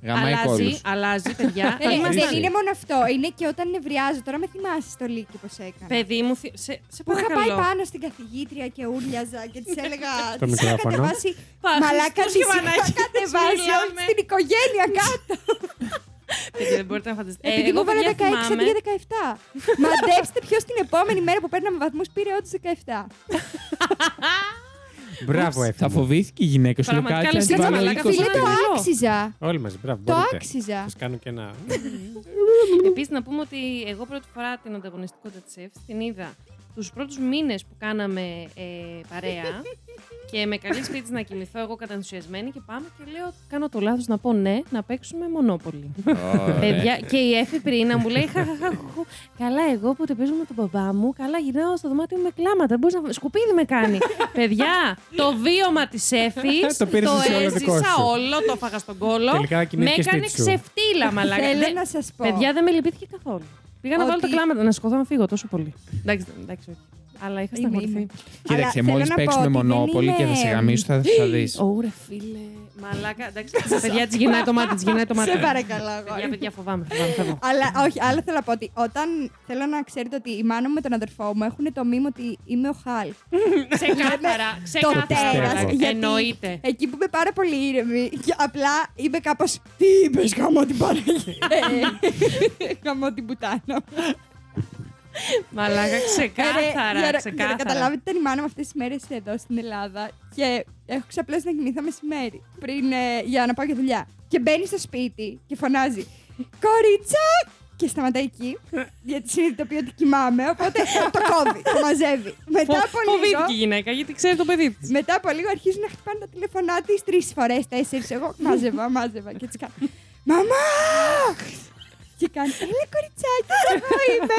Γαμάει αλλάζει, κόλους. αλλάζει, παιδιά. Ε, Είμαστε- Δεν είναι μόνο αυτό. Είναι και όταν νευριάζω. Τώρα με θυμάσαι το λύκη πώ έκανα. Παιδί μου, θυ- σε, σε Που είχα πάει παρακαλώ. πάνω στην καθηγήτρια και ούρλιαζα και της έλεγα. Το «Της είχα μικρόφωνο. κατεβάσει. Πα, Μαλάκα Χριστός τη είχα Ιωαννάκη, κατεβάσει μιλάμε. όλη την οικογένεια κάτω. Παιδιά, δεν μπορείτε να φανταστείτε. Ε, Επειδή εγώ μου βάλε παιδιά 16 αντί για θυμάμαι- 17. Μαντέψτε ποιος την επόμενη μέρα που παίρναμε βαθμούς πήρε όντω 17. Μπράβο, έφυγε. θα φοβήθηκε η γυναίκα σου. Λέει, Πραγματικά, Κάτσε να λες, την κάτσε, βάλω μαλάκα, 20. Φίλε, το Καλό. άξιζα. Όλοι μαζί, μπράβο. Το μπορείτε. άξιζα. Σας κάνω και ένα. Επίσης, να πούμε ότι εγώ πρώτη φορά την ανταγωνιστικότητα της ΕΦΣ την είδα τους πρώτους μήνες που κάναμε ε, παρέα. και με καλή σπίτι της να κοιμηθώ, εγώ κατανθουσιασμένη και πάμε και λέω: Κάνω το λάθος να πω ναι, να παίξουμε μονόπολη. Ωραία. Παιδιά, και η Εφη πριν να μου λέει: Χαχαχαχού. Καλά, εγώ που παίζω με τον μπαμπά μου, καλά γυρνάω στο δωμάτιο μου με κλάματα. Μπορείς να... Σκουπίδι με κάνει. Παιδιά, το βίωμα της Εφης Ε, Το πήρες εσύ όλο δικό έζησα σου. όλο, το έφαγα στον κόλο. Τελικά Με κοιμήθηκες έκανε σπίτι σου. ξεφτύλα, Ε, μαλάκα. Θέλω Δεν- να σας πω. Παιδιά δεν με λυπήθηκε καθόλου. Πήγα να Ότι- βάλω τα κλάματα, να σκοτώ να φύγω τόσο πολύ. Εντάξει, εντάξει, όχι. Αλλά είχα Είμαι, στεναχωρηθεί. Κοίταξε, θέλω μόλι να πω παίξουμε ότι δεν μονόπολη και θα σε είναι- γαμίσω, θα, θα δεις. Ωρε φίλε. Μαλάκα, εντάξει. Τα παιδιά της γυρνάει το μάτι, της γυρνάει το μάτι. Ε, Σε παρακαλώ, αγόρι. Παιδιά, παιδιά, φοβάμαι, φοβάμαι. φεύγω. Αλλά όχι, άλλο θέλω να πω ότι όταν θέλω να ξέρετε ότι η μάνα μου με τον αδερφό μου έχουν το μήνυμα ότι είμαι ο Χάλ. Ναι, Ξεκάθαρα, το ξεκάθαρα. τέρα. πιστεύω. Εννοείται. Εκεί που είμαι πάρα πολύ ήρεμη, και απλά είμαι κάπως. Τι είπες, γαμώ την παραγγελία. Γαμώ την πουτάνα. Μαλάκα, Ρε, Ε, για ξεκάθαρα. να- Για να ξεκάθαρα. καταλάβετε, ήταν η μάνα μου αυτέ τι μέρε εδώ στην Ελλάδα και έχω ξαπλώσει να κοιμήθα μεσημέρι πριν ε, για να πάω για δουλειά. Και μπαίνει στο σπίτι και φωνάζει Κορίτσα! Και σταματάει εκεί, γιατί συνειδητοποιεί ότι κοιμάμαι. Οπότε το κόβει, το μαζεύει. Φο- Μετά από λίγο. Φοβήθηκε η γυναίκα γιατί ξέρει το παιδί της. Μετά από λίγο αρχίζουν να χτυπάνε τα τηλεφωνά της τρεις φορές, τέσσερις. Εγώ μάζευα, μάζευα και έτσι κάνω. Μαμά! Και κάνει, έλα κοριτσάκι, εδώ είμαι.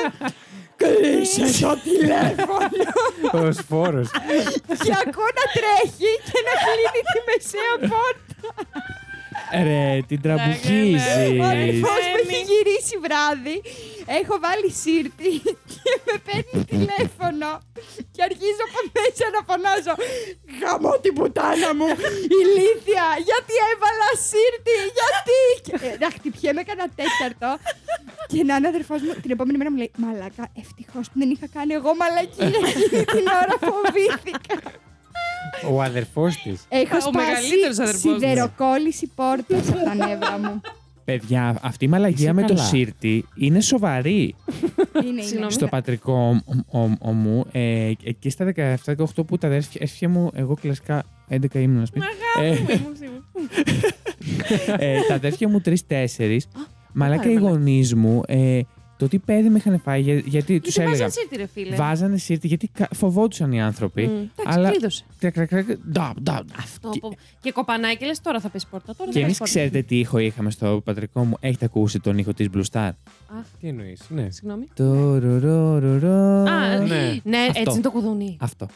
Κλείσε το τηλέφωνο Ο σφόρο. και ακούω να τρέχει και να κλείνει τη μεσαία πόρτα. Ρε, την ναι. τραμπουκίζει. Ο αδερφός μου Βγαίνει. έχει γυρίσει βράδυ, έχω βάλει σύρτη και με παίρνει τηλέφωνο και αρχίζω από μέσα να φωνάζω «Γαμώ την πουτάνα μου, ηλίθεια, γιατί έβαλα σύρτη, γιατί» και, ε, να χτυπιέμαι κανένα τέταρτο και να είναι αδερφός μου την επόμενη μέρα μου λέει «Μαλάκα, ευτυχώς που δεν είχα κάνει εγώ μαλακία εκείνη την ώρα φοβήθηκα». Ο αδερφός της. Έχω Ο μεγαλύτερος σπάσει αδερφός μου. σιδεροκόλληση πόρτα από τα νεύρα μου. Παιδιά, αυτή η μαλαγία με το καλά. σύρτη είναι σοβαρή. Είναι, είναι. Συγγνώμη. στο πατρικό ο- ο- ο μου, ε, εκεί στα 17-18 που τα αδέρφια έφυγε μου, εγώ κλασικά 11 ήμουν σπίτι. Ναι. Ε, ε, τα αδέρφια μου 3-4. Μαλάκα πάρε, οι μαλάκα. γονείς μου, ε, το τι πέδι με είχαν φάει, για- γιατί του Γιατί έλεγα. βάζαν σύρτη, ρε φίλε. Βάζανε σύρτη γιατί κα- φοβόντουσαν οι άνθρωποι. Μμ. Αλλά. Εντάξει, κλείδωσε. Κρακ, κρακ, κρακ, νταπ, νταπ. Αυτό. Και, και κοπανάκι, λες τώρα θα πέσει πόρτα. Τώρα Και θα εμείς πέσει πόρτα. ξέρετε τι ήχο είχαμε στο πατρικό μου. Έχετε ακούσει τον ήχο της Blue Star. Αχ, Τι εννοείς, ναι. συγγνώμη. Το ρο, ρο, ρο, ρο. Α, ναι. ναι, Αυτό. έτσι είναι το κουδουνί. Αυτό.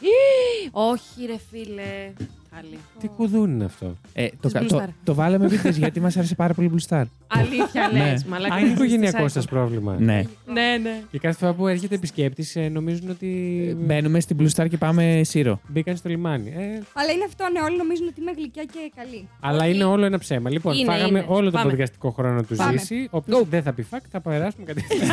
Όχι, ρε φίλε. πάλι. Τι κουδούνι είναι αυτό. Ε, το, Της κα- Blue το, Star. το βάλαμε επειδή γιατί μας άρεσε πάρα πολύ Blue Star. Αλήθεια Ναι. λες. Μαλάκα. Α, είναι έχεις οικογενειακό τις σας πρόβλημα. ναι. Ναι, ναι. Και κάθε φορά που έρχεται επισκέπτης, ε, νομίζουν ότι Ε, Μπαίνουμε στην Blue Star και πάμε σύρο. μπήκαν στο λιμάνι. Ε, Αλλά είναι αυτό, ναι, όλοι νομίζουν ότι είμαι γλυκιά και καλή. αλλά είναι όλο ένα ψέμα. Λοιπόν, Είναι, φάγαμε είναι. όλο τον Πάμε. podcastικό χρόνο του Πάμε. Ζήση, ο οποίος δεν θα πει fuck, θα περάσουμε κατευθείαν.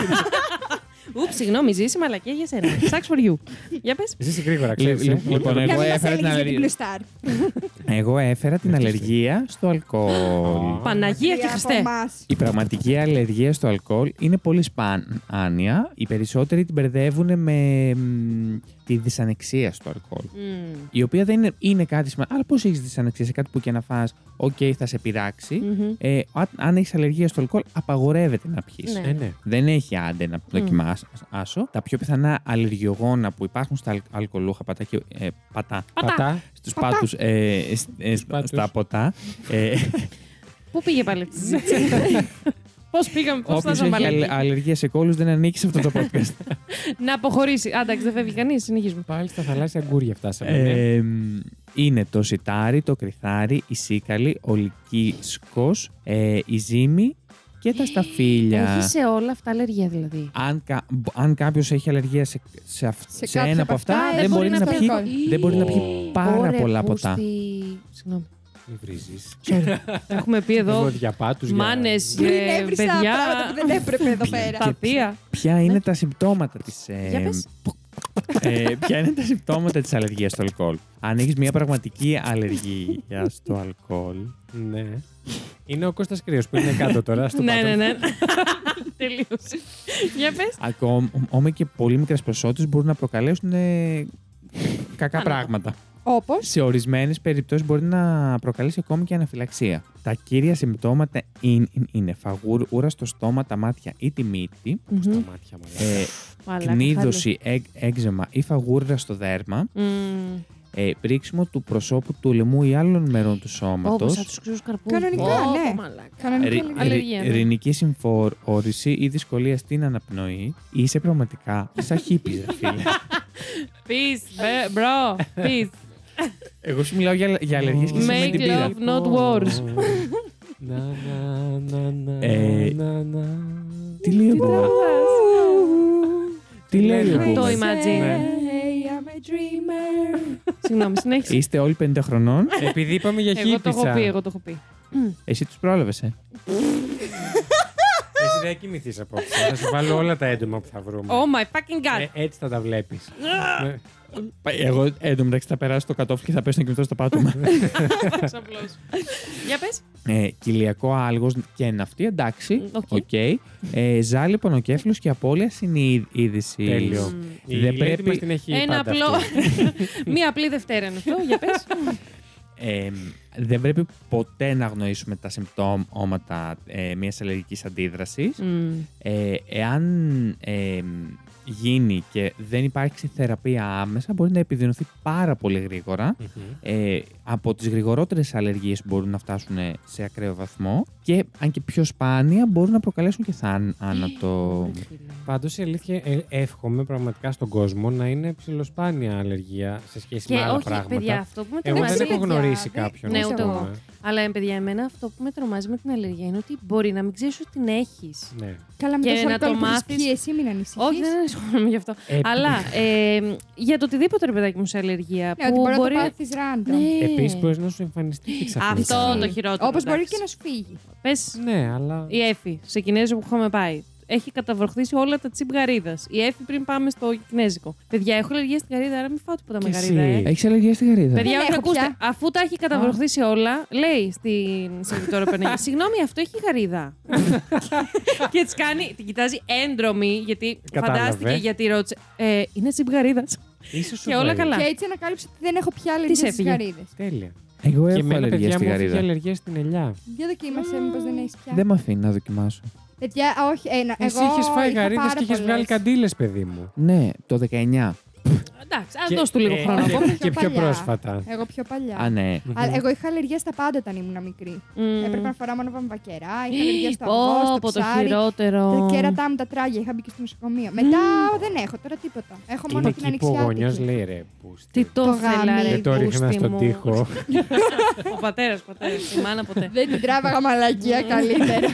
Ουπ, συγγνώμη, ζήσει μαλακία για σένα. Sucks for you. Για πες. Ζήση γρήγορα, ε. ξέρει. Λι- λοιπόν, Για Εγώ μην μας έφερα την έλεγες για την αλλεργία. Blue Star. Εγώ έφερα την αλλεργία στο αλκοόλ. Παναγία και από Χριστέ. εμάς. Η πραγματική αλλεργία στο αλκοόλ είναι πολύ σπάνια. Οι περισσότεροι την μπερδεύουν με μ, τη δυσανεξία στο αλκοόλ. Μμμ. Η οποία δεν είναι, είναι κάτι σημαντικό. Αλλά πώς έχεις δυσανεξία σε κάτι που και να φας, οκ, θα σε πειράξει. Μμμ. Ε, αν- αν έχεις αλλεργία στο αλκοόλ, απαγορεύεται να πιεις. Ναι. Ε, ναι. Δεν έχει άντε να δοκιμάσω. Τα πιο πιθανά αλλεργιογόνα που υπάρχουν στα αλ- αλκοολούχα πατά, και, ε, πατά Πατά. στους πάτους, ε, σ- ε, σ- πάτους. στα ποτά. Ε, Πού πήγε πάλι αυτή η συζήτηση. Πώς πήγαμε, πώς Όποιος φτάσαμε έχει πάλι. αλλε- εκεί. αλλεργία σε κόλλους δεν ανήκει σε αυτό το podcast. Να αποχωρήσει. Άνταξε, δεν φεύγει κανείς. Συνεχίζουμε. Πάλι στα θαλάσσια αγκούρια φτάσαμε. ναι. Ε, μ, είναι το σιτάρι, το κρυθάρι, η σίκαλη, ο λυκίσκος, ε, η ζύμη και Ε, τα Έχει σταφύλια. σε όλα αυτά αλλεργία δηλαδή. Αν, κα, μπο- αν κάποιος έχει αλλεργία σε, σε, αυ- σε κάποια ένα από από αυτά, αυτά, ε, δεν μπορεί να, πει πιει, αλκοόλ. δεν μπορεί να πιει πάρα Ωρε, πολλά πούστη. ποτά. Συγγνώμη. Μη βρίζεις. Τα έχουμε πει εδώ. Εγώ για πάτους. Μάνες, Γκρινεύρισα Ε, παιδιά. πράγματα που δεν έπρεπε εδώ πέρα. Τα θεία. Ποια είναι τα συμπτώματα της. Για πες. ε, ποια είναι τα συμπτώματα της αλλεργίας στο αλκοόλ. Αν έχεις μια πραγματική αλλεργία στο αλκοόλ, Ναι. Είναι ο Κώστας Κρύος που είναι κάτω τώρα στο Ναι, πάτωμα. ναι, ναι. Τελείωσε. Για πες. ακόμα και πολύ μικρές ποσότητες μπορούν να προκαλέσουν ε, κακά πράγματα. Όπως. Σε ορισμένες περιπτώσεις μπορεί να προκαλέσει ακόμη και αναφυλαξία. Τα κύρια συμπτώματα είναι, είναι φαγούρ, ούρα στο στόμα, τα μάτια ή τη μύτη, Στα μάτια μου. ναι. λέει. ε, κνίδωση, έγ, έγζεμα ή φαγούρα στο δέρμα, ε, πρίξιμο του προσώπου, του λαιμού ή άλλων μερών του Όπω σώματος, σαν του κρύου καρπού. Κανονικά, ναι. Κανονικά. Ρι- λέει. ρι- Αλλεργία, ναι. Ρινική συμφόρηση ή δυσκολία στην αναπνοή. Είσαι πραγματικά σαν χίπης, φίλε. Peace, be- bro. Peace. Εγώ σου μιλάω για, για αλλεργίες και σε με Make την love, πείρα. not wars. Να, να, να, να, Ε, να, να. Τι λέει ο Μπούμπα? Τι λέει ο Ναι. Το Μπούμπα? imagine. Hey, I'm a dreamer. Συγγνώμη, συνέχισε. Είστε όλοι 50 χρονών. Επειδή είπαμε για Εγώ το έχω χίπησα. πει, εγώ το έχω πει. Εσύ τους πρόλαβες, ε. Εσύ δεν κοιμηθείς απόψε. Θα σου βάλω όλα τα έντομα που θα βρούμε. Oh my fucking god. Ε, έτσι θα τα βλέπεις. Ναι. Εγώ ε, εν τω μεταξύ θα περάσω το κατόφλι και θα πέσω να κοιμηθώ στο πάτωμα. Πάρες απλώς. Για πες. ε, κοιλιακό άλγος και ναυτή, εντάξει. Οκ. Οκ. Ε, ζάλι, πονοκέφαλος και απώλεια συνείδησης. Τέλειο. Η Δεν Lady πρέπει- μας την έχει Ένα πάντα απλό. αυτή. Μία απλή Δευτέρα είναι αυτό. Για πες. Ε, δεν πρέπει ποτέ να αγνοήσουμε τα συμπτώματα ε, μιας αλλεργικής αντίδρασης. Ε, εάν ε, γίνει και δεν υπάρξει θεραπεία άμεσα, μπορεί να επιδεινωθεί πάρα πολύ γρήγορα. Μμμ. Ε, από τις γρηγορότερες αλλεργίες που μπορούν να φτάσουν σε ακραίο βαθμό και αν και πιο σπάνια μπορούν να προκαλέσουν και θάνατο. Πάντως η αλήθεια, ε, εύχομαι πραγματικά στον κόσμο να είναι ψηλοσπάνια αλλεργία σε σχέση Και με άλλα όχι, πράγματα. παιδιά, αυτό που με Εγώ Εντάξει, δεν τρομάζει. έχω παιδιά, γνωρίσει δεν- κάποιον. Ναι, ας ούτε πούμε. εγώ. Αλλά ε, παιδιά, εμένα αυτό που με τρομάζει με την αλλεργία είναι ότι μπορεί να μην ξέρεις ότι την έχεις. Ναι. Καλά, με Και τόσο να το αλκοόλ που έχεις μάθεις. πιει, εσύ μην ανησυχείς. Όχι, δεν ανησυχούμε γι' αυτό. Ε, Αλλά ε, για το οτιδήποτε ρε παιδάκι μου σε αλλεργία. Ναι, ότι μπορεί να το πάθεις random. Ναι. Επίση μπορείς να σου εμφανιστεί και ξαφνικά. Αυτό το Ε, χειρότερο. Όπως μπορεί και να σου φύγει. Πες Ναι, αλλά. Η Εφη, σε Κινέζο που είχαμε πάει. Έχει καταβροχθήσει όλα τα τσίπ γαρίδας. Η Εφη πριν πάμε στο Κινέζικο. Παιδιά, έχω αλλεργία στην γαρίδα, άρα μην φάω τίποτα με Κι εσύ. γαρίδα. Ε. Έχεις αλλεργία στη Ναι. γαρίδα. Παιδιά, Δεν όχι, έχω ακούστε, πια. αφού τα έχει καταβροχθήσει όλα, λέει στην σερβιτόρα που περνάει. Συγγνώμη, αυτό έχει γαρίδα. και της κάνει, την κοιτάζει έντρομη, γιατί Κατάλαβε. φαντάστηκε γιατί ρώτησε. «Ε, είναι τσίπ γαρίδας. Ίσως σου Και όλα βρει. καλά. Και έτσι ανακάλυψα ότι δεν έχω πια αλλεργία στις έφυγε. γαρίδες. Τέλεια. Εγώ και έχω εμένα, αλλεργία παιδιά, στη μου έφυγε γαρίδα. αλλεργία στην ελιά. Για δοκίμασε, μήπως δεν έχεις πια. Δεν με αφήνει να δοκιμάσω. Παιδιά, α, όχι, ένα. Εσύ εγώ είχες φάει είχα γαρίδες πάρα και είχες βγάλει πολλές. καντήλες, παιδί μου. Ναι, το 19. Εντάξει, ας Και- δώσ' του λίγο ε, χρόνο και- ακόμα. Και πιο παλιά. πρόσφατα. Εγώ πιο παλιά. Α, ναι. Αλλά εγώ είχα αλλεργία στα πάντα όταν ήμουν μικρή. Μμμ. Έπρεπε να φοράω μόνο βαμβακερά, είχα αλλεργία στο αυγό, Πω, στο πω, το ψάρι. χειρότερο. Τα κέρατά μου τα τράγια, είχα μπει και στο νοσοκομείο. Μετά δεν έχω τώρα τίποτα. Έχω Και μόνο είναι την εκεί που ο γονιό ανοιξιάτικη. λέει ρε. πούστη. Τι το Το θέλα, γάμι. ρε. Δεν το ρίχνας γούστη στον μου. τοίχο. Ο πατέρας, πατέρα. Η μάνα ποτέ. Δεν την τράβαγα μαλακία καλύτερα.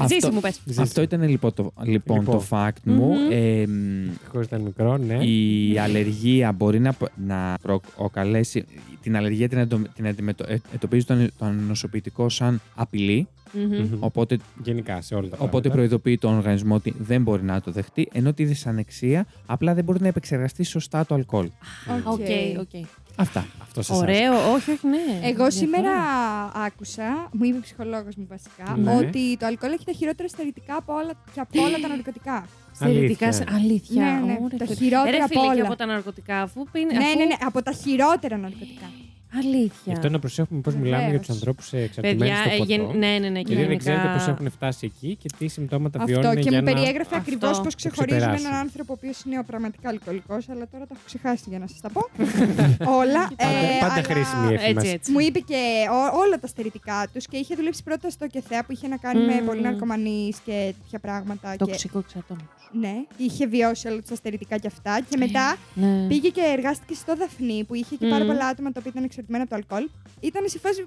Ζήση Αυτό- μου, πες. Ζήση. Αυτό ήταν λοιπόν το, λοιπόν, Λοιπόν. το fact μου. Μμμ. Εμ, Ευτυχώ ήταν μικρό, ναι. Η αλλεργία μπορεί να, να προκαλέσει. Την αλλεργία την, εντο, την αντιμετω- ε, εντοπίζει τον, τον νοσοποιητικό σαν απειλή. Μμμ. Μμμ. Οπότε, Γενικά σε όλα τα οπότε πράγματα. προειδοποιεί τον οργανισμό ότι δεν μπορεί να το δεχτεί. Ενώ τη δυσανεξία απλά δεν μπορεί να επεξεργαστεί σωστά το αλκοόλ. Οκ, οκ. Αυτά. Αυτό σε εσάς. Ωραίο, όχι, όχι, ναι. Εγώ σήμερα άκουσα, μου είπε ο ψυχολόγος μου βασικά, Ναι. ότι το αλκοόλ έχει τα χειρότερα στερητικά από όλα, και από όλα τα ναρκωτικά. Στερητικά. Αλήθεια. σε- Αλήθεια. Ναι, ναι, ωραία. τα Ε, Ρε, χειρότερα φίλε, απ' και όλα. από τα ναρκωτικά, αφού πίνει. ναι, αφού- ναι, ναι, από τα χειρότερα ναρκωτικά. Γι' Αλήθεια. αυτό να προσέχουμε πώς μιλάμε Βεβαίως. για τους ανθρώπους εξαρτημένους Παιδιά, στο ε, ποτό. γεν- ναι, ναι, ναι. και Γιατί δεν γενικά- ξέρετε πώς έχουν φτάσει εκεί και τι συμπτώματα βιώνουν. Αυτό και για μου να... περιέγραφε Αυτό. ακριβώς πώς Το ξεχωρίζουν ξεπεράσει. έναν άνθρωπο ο οποίος είναι ο πραγματικά αλκοολικός, αλλά τώρα τα έχω ξεχάσει για να σας τα πω. Όλα. Πάντα, ε, πάντα αλλά- χρήσιμη η ευχή μας. Έτσι, έτσι. Μου είπε και ό- όλα τα στερητικά τους και είχε δουλέψει πρώτα στο ΚΕΘΕΑ που είχε να κάνει Μμμ. με πολύ ναρκωμανείς και τέτοια πράγματα. Και, Τοξικό εξαρτώμενος. ναι, είχε βιώσει όλα τα στερητικά και αυτά. Και μετά Ναι. πήγε και εργάστηκε στο Δαφνί που είχε και πάρα Μμμ. πολλά άτομα τα οποία ήταν εξαρτημένα από το αλκοόλ. Ήταν σε φάση.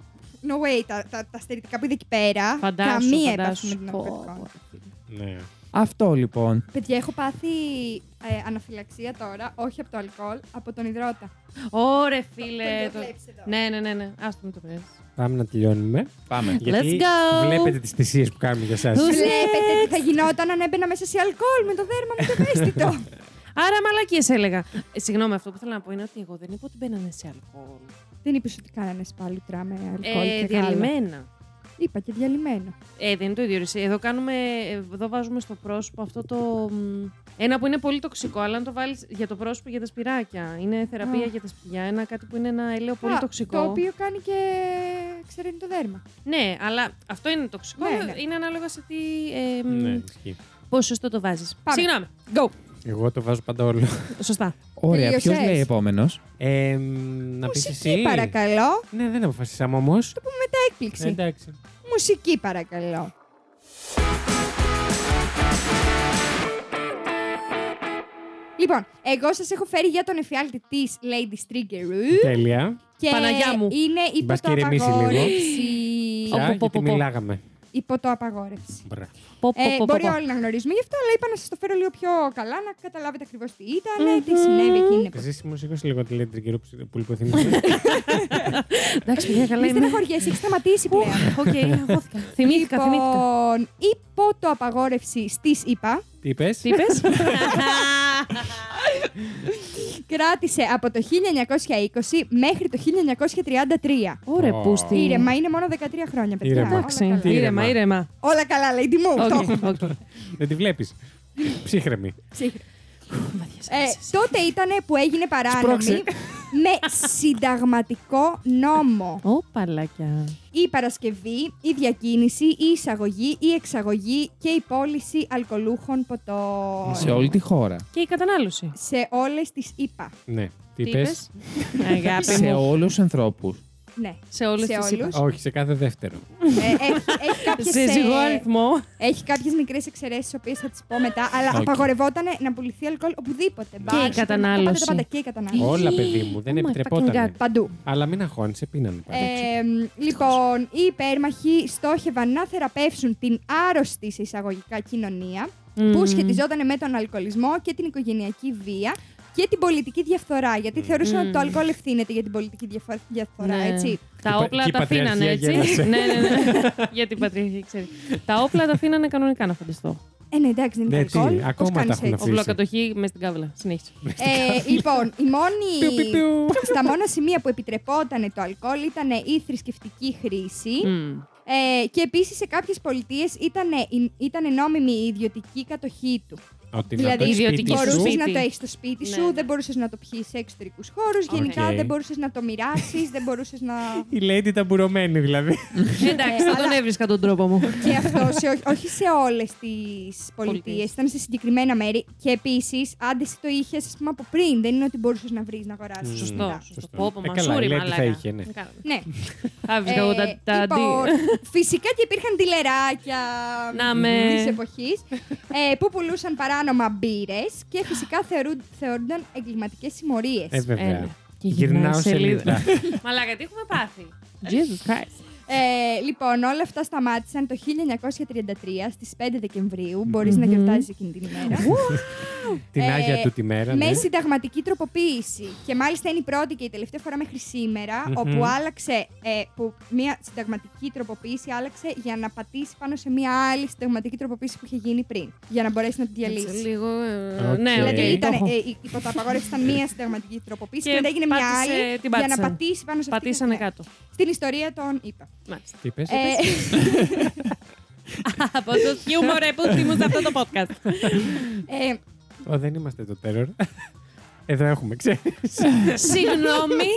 No way, τα, τα, τα στερητικά που είδε εκεί πέρα. Φαντάσου, καμία φαντάσου. επαφή με την Πω, αλκοολικό. πω. Ναι. Αυτό λοιπόν. Παιδιά, έχω πάθει ε, αναφυλαξία τώρα, όχι από το αλκοόλ, από τον υδρότα. Ωρε, Τον φίλε. το- βλέπεις εδώ. Ναι, ναι, ναι, ναι. Άστο με το πες. Πάμε να τελειώνουμε. Πάμε. Γιατί go. βλέπετε τις θυσίες που κάνουμε για εσά. Τους- Βλέπετε τι θα γινόταν αν έμπαινα μέσα σε αλκοόλ με το δέρμα μου το ευαίσθητο. Άρα, μαλακίες έλεγα. Ε, Συγγνώμη, αυτό που θέλω να πω είναι ότι εγώ δεν είπα ότι μπαίνανε σε αλκοόλ. Δεν είπε ότι κάνανε πάλι τρα με αλκοόλ Ε, και γάλα. διαλυμένα. Είπα και διαλυμένο. Ε, δεν είναι το ίδιο. ρε, εσύ. Εδώ, κάνουμε, εδώ βάζουμε στο πρόσωπο αυτό το. μ, Ένα που είναι πολύ τοξικό, αλλά αν το βάλεις για το πρόσωπο για τα σπυράκια. Είναι θεραπεία Α. για τα σπηλιά. Ένα κάτι που είναι ένα έλαιο πολύ Α, τοξικό. Το οποίο κάνει και ξεραίνει το δέρμα. Ναι, αλλά αυτό είναι τοξικό. Ναι, ναι. Είναι ανάλογα σε τι. Ε, μ, Ναι, ισχύει. Ποσοστό το βάζεις. Πάμε. Συγγνώμη. Go. Εγώ το βάζω πάντα όλο. Σωστά. Ωραία. Ποιο Τελείωσες. λέει επόμενος. Ε, μ, να πεις εσύ. Μουσική παρακαλώ. Ναι, δεν αποφασίσαμε όμως. Έκπληξη. Εντάξει. Μουσική παρακαλώ. Λοιπόν, εγώ σας έχω φέρει για τον εφιάλτη της Lady Trigger Τέλεια. και Παναγιά μου. είναι υπό Ναι. Μπας το και ηρεμήσει λίγο. απαγόρευση. Πω, πω, Πια, πω, γιατί πω, πω. μιλάγαμε. Υπό το απαγόρευση. Μπρα. Πο, πο, Ε, πο, πο, μπορεί πο. όλοι να γνωρίζουμε γι' αυτό, αλλά είπα να σας το φέρω λίγο πιο καλά, να καταλάβετε ακριβώς τι ήταν, τι συνέβη εκείνη την Εσύ μου σήκωσε λίγο τη λέξη καιρό που- που υποθυμίζεις. Εντάξει, παιδιά, καλά Μη είναι. στεναχωριέσαι, έχεις σταματήσει πλέον. Οκ, αγχώθηκα. Θυμήθηκα, θυμήθηκα. Λοιπόν, υπό το απαγόρευση στις ΗΠΑ, Τι είπες. Τι είπες. κράτησε από το 1920 μέχρι το 1933. Ωρε, Ω. πούστη. Ήρεμα, είναι μόνο 13 χρόνια, παιδιά. Ήρεμα. Όλα Εντάξει. καλά. Ήρεμα, Ήρεμα. ήρεμα. Όλα καλά, lady μου. Το Οκ, έχουμε. οκ. Δεν τη βλέπεις. Ψύχρεμη. Ψύχρα. Βαθιές Ε, σκέψεις. τότε ήταν που έγινε παράνομη Σπρώξε. με συνταγματικό νόμο. Ω, παλάκια. η παρασκευή, η διακίνηση, η εισαγωγή, η εξαγωγή και η πώληση αλκοολούχων ποτών. Σε όλη τη χώρα. Και η κατανάλωση. Σε όλες τις ΗΠΑ. Ναι. Τι είπες. είπες? Αγάπη Σε μου. όλους τους ανθρώπους. Ναι. Σε όλες σε τις όλους. είπες. Όχι, σε κάθε δεύτερο. Ε, έχει, έχει κάποιες, ε, Σύζυγο αριθμό. έχει κάποιες μικρές εξαιρέσεις, τις οποίες θα τις πω μετά, αλλά Οκ. απαγορευόταν να πουληθεί αλκοόλ οπουδήποτε. Μπαρ, σούπερ μάρκετ, κατανάλωση. τα Πάντα, και η κατανάλωση. Όλα, παιδί μου, Oh δεν my fucking επιτρεπόταν. God. Παντού. Αλλά μην αγχώνεσαι, πίνανε πάντα. Ε, λοιπόν, οι υπέρμαχοι στόχευαν να θεραπεύσουν την άρρωστη σε εισαγωγικά κοινωνία που σχετιζόταν με τον αλκοολισμό και την οικογενειακή βία και την πολιτική διαφθορά. Γιατί θεωρούσαν Μμμ. ότι το αλκοόλ ευθύνεται για την πολιτική διαφο- διαφθορά, Ναι. έτσι. Τα πα- όπλα και η τα αφήνανε Πατριαρχία έτσι. γέλασε. ναι, ναι, ναι. Για την Πατριαρχία, ξέρει. τα όπλα τα αφήνανε κανονικά, να φανταστώ. Ε, ναι, εντάξει, δεν είναι Ναι, τι, αλκοόλ. Πώς ακόμα τα κάνεις έχουν έτσι. Αφήσει. Οπλοκατοχή με στην κάβλα. Συνέχισε. Ε, λοιπόν, η Πιου, πιου, μόνη. πιου. Στα μόνα σημεία που επιτρεπόταν το αλκοόλ ήταν η θρησκευτική χρήση. Μμμ. Ε, και επίσης σε κάποιες πολιτείες ήταν, ήταν νόμιμη η ιδιωτική κατοχή του. Ότι να Δηλαδή, το έχεις ιδιωτική σπίτι σου σου. Μπορούσε σπίτι. να το έχεις στο σπίτι Ναι. σου, δεν μπορούσες να το πιεις σε εξωτερικούς χώρους. Γενικά Οκ. δεν μπορούσες να το μοιράσεις, δεν μπορούσες να. Η lady ταμπουρωμένη δηλαδή. Ε, Εντάξει, θα τον αλλά- έβρισκα τον τρόπο μου. και αυτό σε, όχι- όχι σε όλες τις πολιτείες, Πολιτείες. ήταν σε συγκεκριμένα μέρη. Και επίσης, αν εσύ το είχες από πριν, δεν είναι ότι μπορούσες να βρεις να αγοράσεις. Σωστό. σωστό. σωστό. Πω, πω, Ε, καλά, μασούρι, η Lady θα μαλάκα. Ε, είχε, ναι. Ναι. Θα βρίσκα εγώ τα- τα αντί. λοιπόν, φυσικά και υπήρχαν τηλεράκια Να με. τη εποχής ε, που πουλούσαν παράνομα μπύρες και φυσικά θεωρούν, θεωρούνταν εγκληματικές συμμορίες. Ε, βέβαια. Έλα. Και Γυρνάω σελίδα. Μαλάκα, τι έχουμε πάθει. Jesus Christ. Ε, λοιπόν, όλα αυτά σταμάτησαν το 1933 στις 5 δεκεμβριου μπορείς να γιορτάζεις εκείνη την ημέρα. Την Ε, Άγια του τη μέρα. ναι. με συνταγματική τροποποίηση. Και μάλιστα είναι η πρώτη και η τελευταία φορά μέχρι σήμερα, Μμμ. όπου άλλαξε. Ε, που μια συνταγματική τροποποίηση άλλαξε για να πατήσει πάνω σε μια άλλη συνταγματική τροποποίηση που είχε γίνει πριν. Για να μπορέσει να την Έτσι, διαλύσει. Λίγο. ε, Οκ. Ναι, Δηλαδή, Δηλαδή οκ. ήταν, Το έχω. ε, η- υπό τα απαγόρευση ήταν μία συνταγματική τροποποίηση Και και, μετά έγινε μια πάτησε- άλλη για την να πάτησαν. πατήσει πάνω σε αυτή. Πατήσανε ναι. κάτω. Στην ιστορία των ΗΠΑ. Μάλιστα. Τι είπες? Ε, Από το χιούμορ που θυμούσα αυτό το podcast. ε, Ω, δεν είμαστε το terror. Εδώ έχουμε, ξέρεις. Συγγνώμη,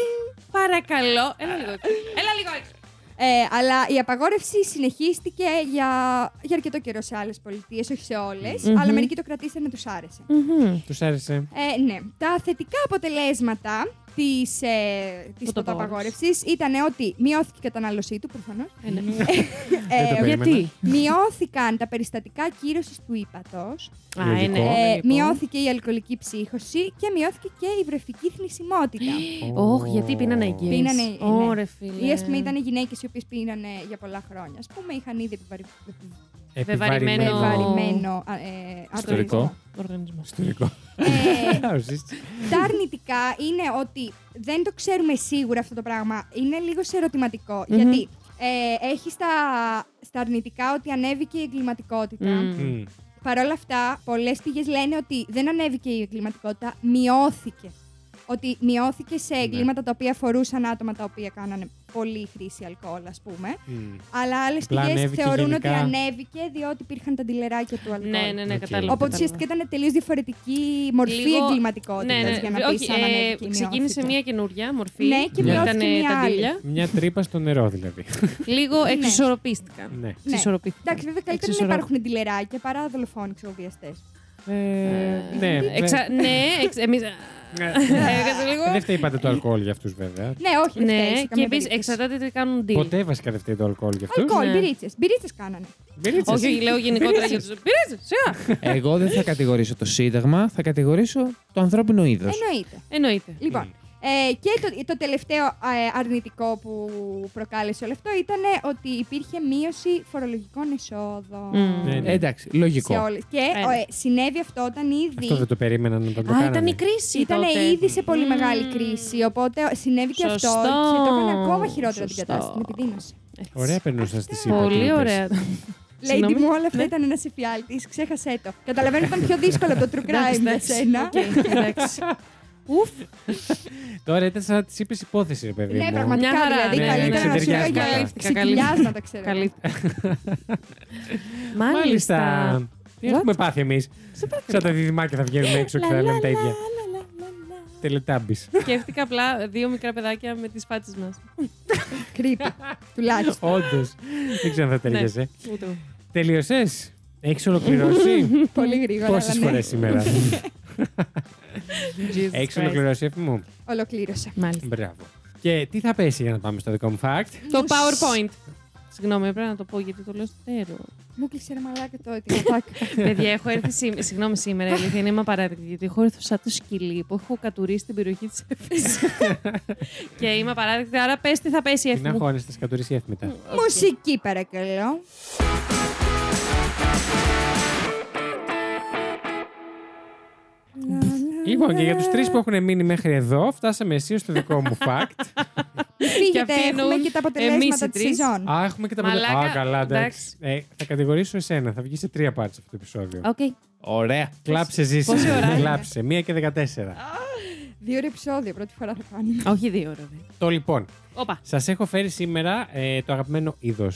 παρακαλώ. Έλα λίγο έξω. Έλα λίγο έξω. Ε, αλλά η απαγόρευση συνεχίστηκε για, για αρκετό καιρό σε άλλες πολιτείες, όχι σε όλες. Μμμ. Αλλά μερικοί το κρατήσανε, τους άρεσε. Τους άρεσε. Ε, ναι. Τα θετικά αποτελέσματα της ε, της Πρωτοπόρας. πρωτοαπαγόρευσης ήταν ότι μειώθηκε η κατανάλωσή του, προφανώς. Ε, ναι. Δεν το περίμενα. Γιατί. μειώθηκαν τα περιστατικά κύρωσης του ύπατος, Α, ε, ναι. Λογικό. λοιπόν. ε, Λογικό. μειώθηκε η αλκοολική ψήχωση και μειώθηκε και η βρεφική θνησιμότητα. Όχι, γιατί πίνανε αγγελίε. Πίνανε, ναι. Ωρε, φίλε. Ή α πούμε ήταν γυναίκες οι οποίες πίνανε για πολλά χρόνια. Ας πούμε είχαν ήδη επιβαρυ... Επιβαρημένο. Επιβαρημένο. επιβαρημένο α, ε, ατομισμό. Οργανισμό. Ιστορικό. Ε, Α, ο Ζήστης. τα αρνητικά είναι ότι δεν το ξέρουμε σίγουρα αυτό το πράγμα. Είναι λίγο σε ερωτηματικο Μμμ. Γιατί ε, έχει στα, στα αρνητικά ότι ανέβηκε η εγκληματικότητα. Μμ. Παρ' όλα αυτά, πολλές πηγές λένε ότι δεν ανέβηκε η εγκληματικότητα, μειώθηκε. Ότι μειώθηκε σε εγκλήματα τα οποία αφορούσαν άτομα τα οποία κάνανε πολύ χρήση αλκοόλ, ας πούμε. Μμ. Αλλά άλλες Απλά πηγές ανέβηκε θεωρούν ότι γενικά. ανέβηκε διότι υπήρχαν τα ντυλεράκια του αλκοόλ. Ναι, ναι, ναι, Οκ. κατάλαβα. Οπότε κατάλαβα. ουσιαστικά ήταν τελείως διαφορετική μορφή Λίγο- εγκληματικότητας Ναι, ναι. για να πεις Όχι, αν ε, ανέβηκε ή μειώθηκε. ξεκίνησε μια καινούρια μορφή. Ναι, και που μειώθηκε ήταν μια τα άλλη. δίλια. Μια τρύπα στο νερό δηλαδή. Λίγο εξισορροπίστηκαν. Ναι. Ναι. Εξισορροπήθηκαν. Εντάξει, βέβαια καλύτερα να Εξισορροπή- υπάρχουν τηλεράκια παρά δολοφόνοι ξοβιαστέ. Ε, Ναι. Εξα- Ναι, εξ- εμείς... Έχασε λίγο. Ε, Δεν φταίει πάντα το αλκοόλ για αυτούς βέβαια. Ναι, όχι, δεν φταίει, Ναι, σε και καμία επίσης περίπτωση. εξαρτάται τι κάνουν deal. Ποτέ βασικά δεν φταίει το αλκοόλ για αυτούς. Αλκοόλ, ναι. μπυρίτσες. Μπυρίτσες κάνανε. Μυρίτσες. Όχι, όχι, λέω γενικότερα για του. Πήρε, σιγά. Εγώ δεν θα κατηγορήσω το Σύνταγμα, θα κατηγορήσω το ανθρώπινο είδος. Εννοείται. Εννοείται. Λοιπόν, Ναι. ε, και το, το τελευταίο ε, αρνητικό που προκάλεσε όλο αυτό ήταν ότι υπήρχε μείωση φορολογικών εσόδων. Μμ. Ναι, ναι. Εντάξει, Σε λογικό. όλες. Και Έλα. ε, συνέβη αυτό όταν ήδη. Αυτό δεν το περίμεναν όταν το Α, ήταν κάνανε. η κρίση. Ήταν τότε. ήδη σε πολύ Μμμ. μεγάλη κρίση. Οπότε συνέβη και Σωστό. αυτό. Και το έκανε ακόμα χειρότερο την Σωστό. κατάσταση. Την επιδείνωσε. Έτσι. Ωραία περνούσα στη ΣΥΠΑ. Ε, Πολύ το είπες. ωραία. Lady Συγγνώμη. Ναι. μου, όλα αυτά ήταν ένας εφιάλτης. Ξέχασέ το. Καταλαβαίνω ότι ήταν πιο δύσκολο το true crime Εντάξει, για εντάξει. σένα. Οκ, εντάξει. Ουφ, Τώρα ήταν σαν να της είπες υπόθεση, ρε παιδί Ναι, μου. πραγματικά. Μια χαρά, Δηλαδή, ναι, καλύτερα να σου λέω ξεδεριάσματα. για Καλύφθηκα, ξεκυλιάσματα, ξέρω. καλύπτει. Μάλιστα. Τι What? έχουμε πάθει εμείς. Σαν τα διδυμάκια θα βγαίνουμε έξω και θα λέμε τα ίδια. Τελετάμπης. Σκέφτηκα απλά δύο μικρά παιδάκια με τις φάτσες μας. Creepy, τουλάχιστον. Όντως. Δεν ξέρω αν θα ταιριάζει. Ούτε. Τελείωσες. Έχεις ολοκληρώσει. Πολύ γρήγορα. Πόσες αλλά ναι. φορές σήμερα. Jesus Έχεις Christ. ολοκληρώσει, έφη μου. Ολοκλήρωσα. Μάλιστα. Μπράβο. Και τι θα πέσει για να πάμε στο δικό μου fact. Το PowerPoint. Συγγνώμη, έπρεπε να το πω γιατί το λέω στο τέλος. Μου κλείσε ρε μαλάκα το ότι πατάκ. Παιδιά, έχω έρθει σήμερα. Συγγνώμη σήμερα, η αλήθεια είναι είμαι απαράδεκτη. Γιατί έχω έρθει σαν το σκυλί που έχω κατουρίσει την περιοχή της Εφήση. και είμαι απαράδεκτη. Άρα πες τι θα πέσει η Την Εφήση. αγχώνεσαι, θα κατουρίσει η Εύη Mm. μετά. Μουσική παρακαλώ. Λοιπόν, και για τους τρεις που έχουν μείνει μέχρι εδώ, φτάσαμε εσύ στο δικό μου fact. Μη Φύγετε, αφήνουν έχουμε και τα εμείς οι αποτελέσματα της τρεις. σεζόν. Α, έχουμε και τα Μαλάκα, Α, καλά, εντάξει. Ε, θα κατηγορήσω εσένα. Θα βγει σε τρία parts αυτό το επεισόδιο. Οκ. Ωραία. Κλάψε, ζήσει. πόση ώρα είναι? Κλάψε. Μία και δεκατέσσερα. Δύο ώρα επεισόδιο, πρώτη φορά θα κάνουμε. Όχι δύο ώρα. βέβαια. Το λοιπόν. Όπα. Σας έχω φέρει σήμερα ε, το αγαπημένο είδος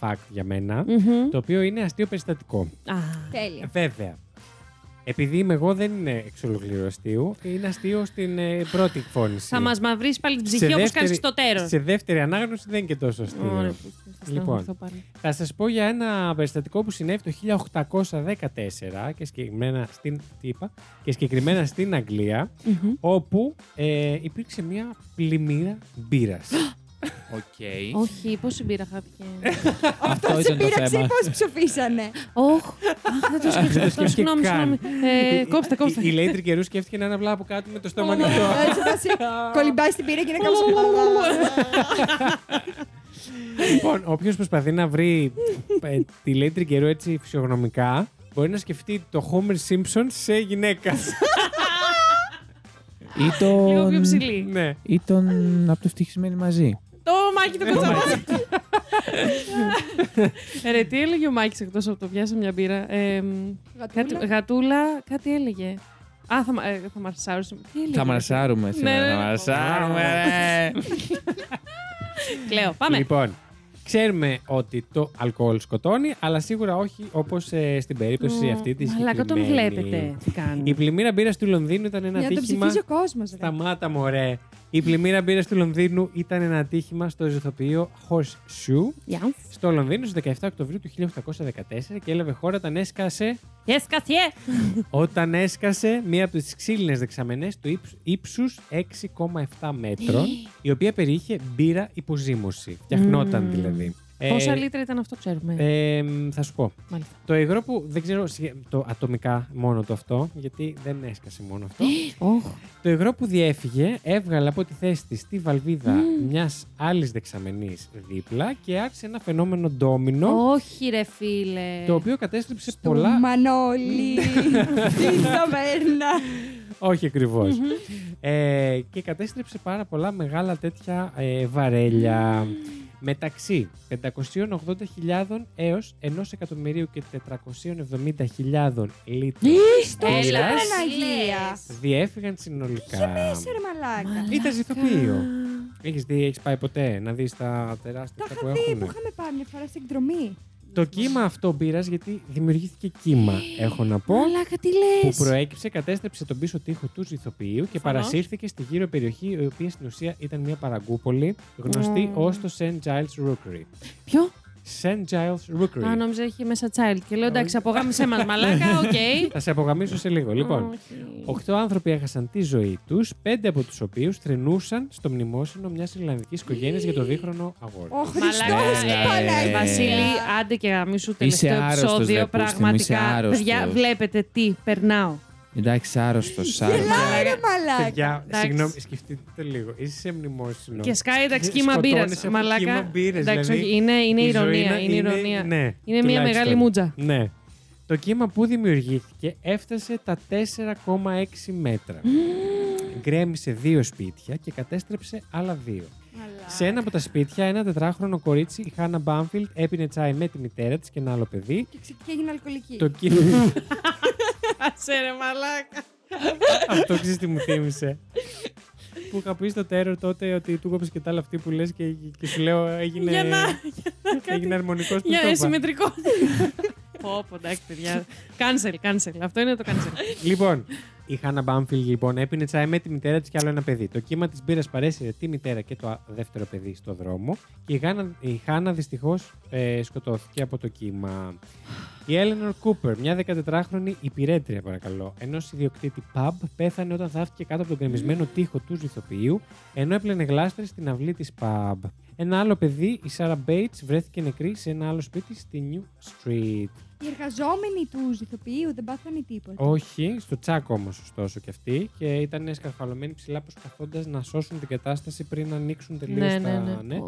fact για μένα, Μμμ. το οποίο είναι αστείο περιστατικό. Α, Τέλεια. Βέβαια. Επειδή είμαι εγώ δεν είναι εξ ολοκλήρου αστείου, είναι αστείο στην ε, πρώτη εκφώνηση. Θα μας μαυρίσει πάλι την Σε ψυχή όπω δεύτερη- κάνει στο τέρος. Σε δεύτερη ανάγνωση δεν είναι και τόσο αστείο. Ωραία, που- που- που- Λοιπόν. θα πάρω. Θα σας πω για ένα περιστατικό που συνέβη το 1814 και συγκεκριμένα στην, τι είπα, και συγκεκριμένα στην Αγγλία, Μμμ. όπου ε, υπήρξε μια πλημμύρα μπύρας. Οκ. Όχι, πόση μπύρα χάπηκε. Αυτό σε ήταν το πείραξε θέμα. πώς ψηφίσανε. Οχ, αχ, δεν το σκέφτηκα. αυτό. σκέφτηκε Συγγνώμη, καν. συγγνώμη. Ε, Η- Κόψτε, η- κόψτε. ναι. Η Λέιτρη καιρού σκέφτηκε να είναι απλά από κάτω με το στόμα Ω, ανοιχτό. έτσι θα σε κολυμπάει στην πύρα και να κάνεις Λοιπόν, όποιος προσπαθεί να βρει ε, τη Λέιτρη καιρού έτσι φυσιογνωμικά, μπορεί να σκεφτεί το Homer Simpson σε γυναίκας. Ή τον. Λίγο πιο ψηλή. ναι. Ή τον από το ευτυχισμένοι μαζί. Το Μάκη το Κοτσαμάκι. Ρε, τι έλεγε ο Μάκης εκτός από το πιάσε μια μπύρα. Ε, μ, κάτι- Γατούλα. Γατούλα, κάτι έλεγε. Α, θα, μα- ε, θα μαρσάρουμε. Τι έλεγε. Θα μαρσάρουμε Ναι, ναι, σήμερα. Θα ναι. μαρσάρουμε, ρε. Κλαίω, πάμε. Λοιπόν, ξέρουμε ότι το αλκοόλ σκοτώνει, αλλά σίγουρα όχι όπως στην περίπτωση αυτή της. Μαλάκα, τον βλέπετε. Τι Η κάνει. πλημμύρα μπύρας του Λονδίνου ήταν ένα Για να το τύχημα. ψηφίζει ο κόσμος. Σταμάτα, μωρέ. Η πλημμύρα μπύρα του Λονδίνου ήταν ένα τύχημα στο ζωθοποιείο Horseshoe Γεια. στο Λονδίνο στις 17 Οκτωβρίου του 1814 και έλαβε χώρα όταν έσκασε, Yes, καθιέ. όταν έσκασε μία από τις ξύλινες δεξαμενές του ύψ- ύψους 6,7 μέτρων η οποία περιείχε μπύρα υποζύμωση. Φτιαχνόταν Μμμ. δηλαδή. Ε, Πόσα λίτρα ήταν αυτό, ξέρουμε. ε, θα σου πω. Μάλιστα. Το υγρό που δεν ξέρω σι- το ατομικά μόνο το αυτό, γιατί δεν έσκασε μόνο αυτό. Οχ. το υγρό που διέφυγε έβγαλε από τη θέση της τη βαλβίδα μιας άλλης δεξαμενής δίπλα και άρχισε ένα φαινόμενο ντόμινο Όχι, ρε φίλε. το οποίο κατέστρεψε πολλά. Πολλά. Μανώλη. Τι θα μένα. Όχι ακριβώς. Ε, και κατέστρεψε πάρα πολλά μεγάλα τέτοια ε, βαρέλια. Μεταξύ 580.000 έως 1.470.000 λίτρων Στο ψηλά, Έλα, εσύ. Παναγία. διέφυγαν συνολικά. Ρε μαλάκα. Ήταν ζητοποιείο. Έχεις δει, έχεις πάει ποτέ να δεις τα Τα τεράστια αυτά που είχα δει που έχουν. είχαμε πάρει μια φορά στην εκδρομή. Το κύμα αυτό μπύρας, γιατί δημιουργήθηκε κύμα, έχω να πω. Μαλάκα, τι λες. Που προέκυψε, κατέστρεψε τον πίσω τοίχο του ζυθοποιείου και Προφανώς. παρασύρθηκε στη γύρω περιοχή, η οποία στην ουσία ήταν μια παραγκούπολη γνωστή Ω. ως το St. Giles Rookery. Ποιο? St. Giles Α, Rookery. νόμιζα έχει μέσα child. Και λέω εντάξει, απογάμισε μας μαλάκα, οκ. Θα σε απογαμίσω σε λίγο. Λοιπόν, Όχι. Οχτώ άνθρωποι έχασαν τη ζωή τους, πέντε από τους οποίους θρυνούσαν στο μνημόσυνο μιας Ιρλανδικής οικογένειας για το δίχρονο αγόρι. Ο Μαλάκα, Χριστός ε, Παναγία. ε, Βασίλη, άντε και γαμίσου τελευταίο Είσαι άρρωστος, επεισόδιο. ρε, πούστη μου, είσαι πραγματικά. άρρωστος. Παιδιά, βλέπετε τι περνάω. Εντάξει, άρρωστος. Γελάει ρε μαλάκα. Ναι. Παιδιά, εντάξει. συγγνώμη, σκεφτείτε το λίγο. Είσαι σε μνημόσυνος. Και σκάει εντάξει Σκοτώνεσαι κύμα από μπύρα. κύμα Μαλάκα. μπύρας, Εντάξει, δηλαδή, όχι, είναι, είναι η ζωή ηρωνία. να Είναι, ηρωνία. ναι, Είναι μια τουλάχιστον. μεγάλη μούτζα. Ναι. Το κύμα που δημιουργήθηκε έφτασε τα 4,6 μέτρα. Γκρέμισε δύο σπίτια και κατέστρεψε άλλα δύο. Σε ένα από τα σπίτια, ένα τετράχρονο κορίτσι, η Χάνα Μπάμφιλτ, έπινε τσάι με τη μητέρα της και ένα άλλο παιδί. Και ξε- Και έγινε αλκοολική. Το κύμα. Άσε ρε μαλάκα. Αυτό ξέρεις τι μου θύμισε. που είχα πει στο τέρο τότε ότι του κόψε και τα άλλα αυτή που λες και, και σου λέω έγινε. Για να. Έγινε αρμονικός που Για το είπα. συμμετρικό. Πω, πω, εντάξει, παιδιά. Cancel, cancel. Αυτό είναι το cancel. Λοιπόν, η Χάνα Μπάμφιλ λοιπόν έπινε τσάι με τη μητέρα της και άλλο ένα παιδί. Το κύμα της μπύρας παρέσυρε τη μητέρα και το α- δεύτερο παιδί στο δρόμο. Και η, Χάνα, η Χάνα δυστυχώς σκοτώθηκε από το κύμα. Η Έλενορ Κούπερ, μια 14χρονη υπηρέτρια, παρακαλώ, ενός ιδιοκτήτη pub, πέθανε όταν θαύτηκε κάτω από τον κρεμισμένο τοίχο του ζυθοποιείου, ενώ έπλαινε γλάστρες στην αυλή της pub. Ένα άλλο παιδί, η Σάρα Μπέιτ, βρέθηκε νεκρή σε ένα άλλο σπίτι στη New Street. Οι εργαζόμενοι του ζυθοποιείου δεν πάθανε τίποτα. Όχι, στο τσάκ όμως, ωστόσο και αυτοί. Και ήταν σκαρφαλωμένοι ψηλά, προσπαθώντας να σώσουν την κατάσταση πριν να ανοίξουν τελείως Ναι, τα. ναι, ναι.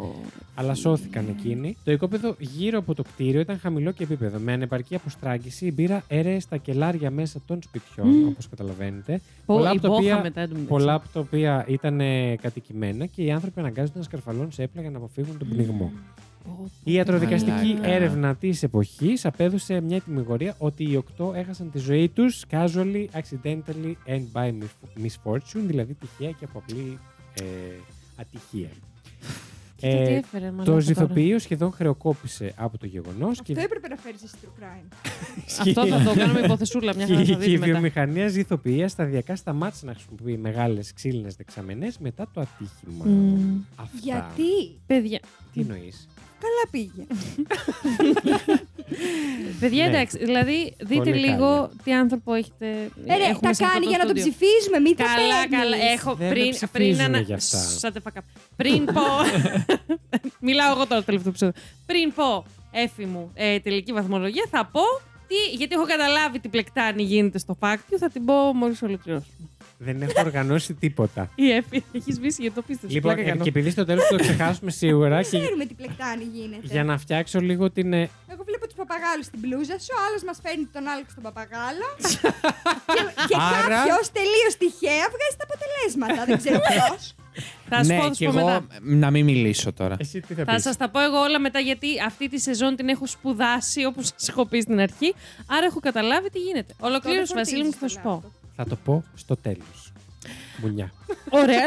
Αλλά σώθηκαν εκείνοι. Το οικόπεδο γύρω από το κτίριο ήταν χαμηλό και επίπεδο. Με ανεπαρκή αποστράγγιση, η μπύρα έρεε στα κελάρια μέσα των σπιτιών, Μμμ. όπως καταλαβαίνετε. Πω, Πολλά η από τα μπόχα οποία- μετά εντωμεταξύ. Πολλά από τα οποία ήταν ε, κατοικημένα και οι άνθρωποι αναγκάζονταν να σκαρφαλώνουν σε έπλα για να αποφύγουν τον πνιγμό. Πω, πω. Η ιατροδικαστική Μαλάκα. έρευνα της εποχής απέδωσε μια τιμιγορία ότι οι οκτώ έχασαν τη ζωή τους casually, accidentally and by misfortune, δηλαδή τυχαία και από απλή ε, ατυχία. Κοίτα Ε, τι έφερε, μαλάκα Το τώρα. ζυθοποιείο σχεδόν χρεοκόπησε από το γεγονός και Αυτό έπρεπε να φέρεις εσύ true crime. Αυτό θα το κάνουμε υποθεσούλα μια χαρά και- θα και η δείτε μετά. βιομηχανία ζυθοποιία σταδιακά σταμάτησε να χρησιμοποιεί μεγάλες ξύλινες δεξαμενές μετά το ατύχημα. Μμμ. Αυτά. Γιατί. Παιδιά, Τι εννοείς. Καλά πήγε. Ε, παιδιά Ναι. εντάξει, δηλαδή δείτε Πολύ λίγο καλά. τι άνθρωπο έχετε. Ε, ρε, έχουμε τα σε αυτό κάνει για να το στούντιο. ψηφίζουμε, μην τα Καλά, παίρνεις. καλά. Έχω Δεν πριν. με πριν ψηφίζουνε γι' αυτά. Σ, shut the fuck up. Πριν πω. Μιλάω εγώ τώρα το τελευταίο επεισόδιο. Πριν πω, έφη μου, ε, τελική βαθμολογία, θα πω. Τι, γιατί έχω καταλάβει τι πλεκτάνη γίνεται στο φάκτιο, θα την πω μόλις ολοκληρώσουμε. Δεν έχω οργανώσει τίποτα. Η Εφη έχεις σβήσει για το πίστευε. λοιπόν, Πλάκα ε, κάνω. και επειδή στο τέλος το ξεχάσουμε σίγουρα και Ξέρουμε τι πλεκτάνη γίνεται. για να φτιάξω λίγο την. ε, Εγώ βλέπω τους παπαγάλους στην πλούζα σου. Ο άλλος μας φέρνει τον Άλεξ τον παπαγάλο. και και Άρα- κάποιος τελείως τυχαία βγάζει τα αποτελέσματα. Δεν ξέρω ποιο. Θα σου ναι, πω, θα και σου πω εγώ μετά. Ε, να μην μιλήσω τώρα. Εσύ τι θα πει. Θα σας τα πω εγώ όλα μετά, γιατί αυτή τη σεζόν την έχω σπουδάσει όπως σας έχω πει στην αρχή. Άρα έχω καταλάβει τι γίνεται. Ολοκλήρωσε, Βασίλη μου, και θα σου πω. Θα το πω στο τέλος. Μπουνιά. Ωραία.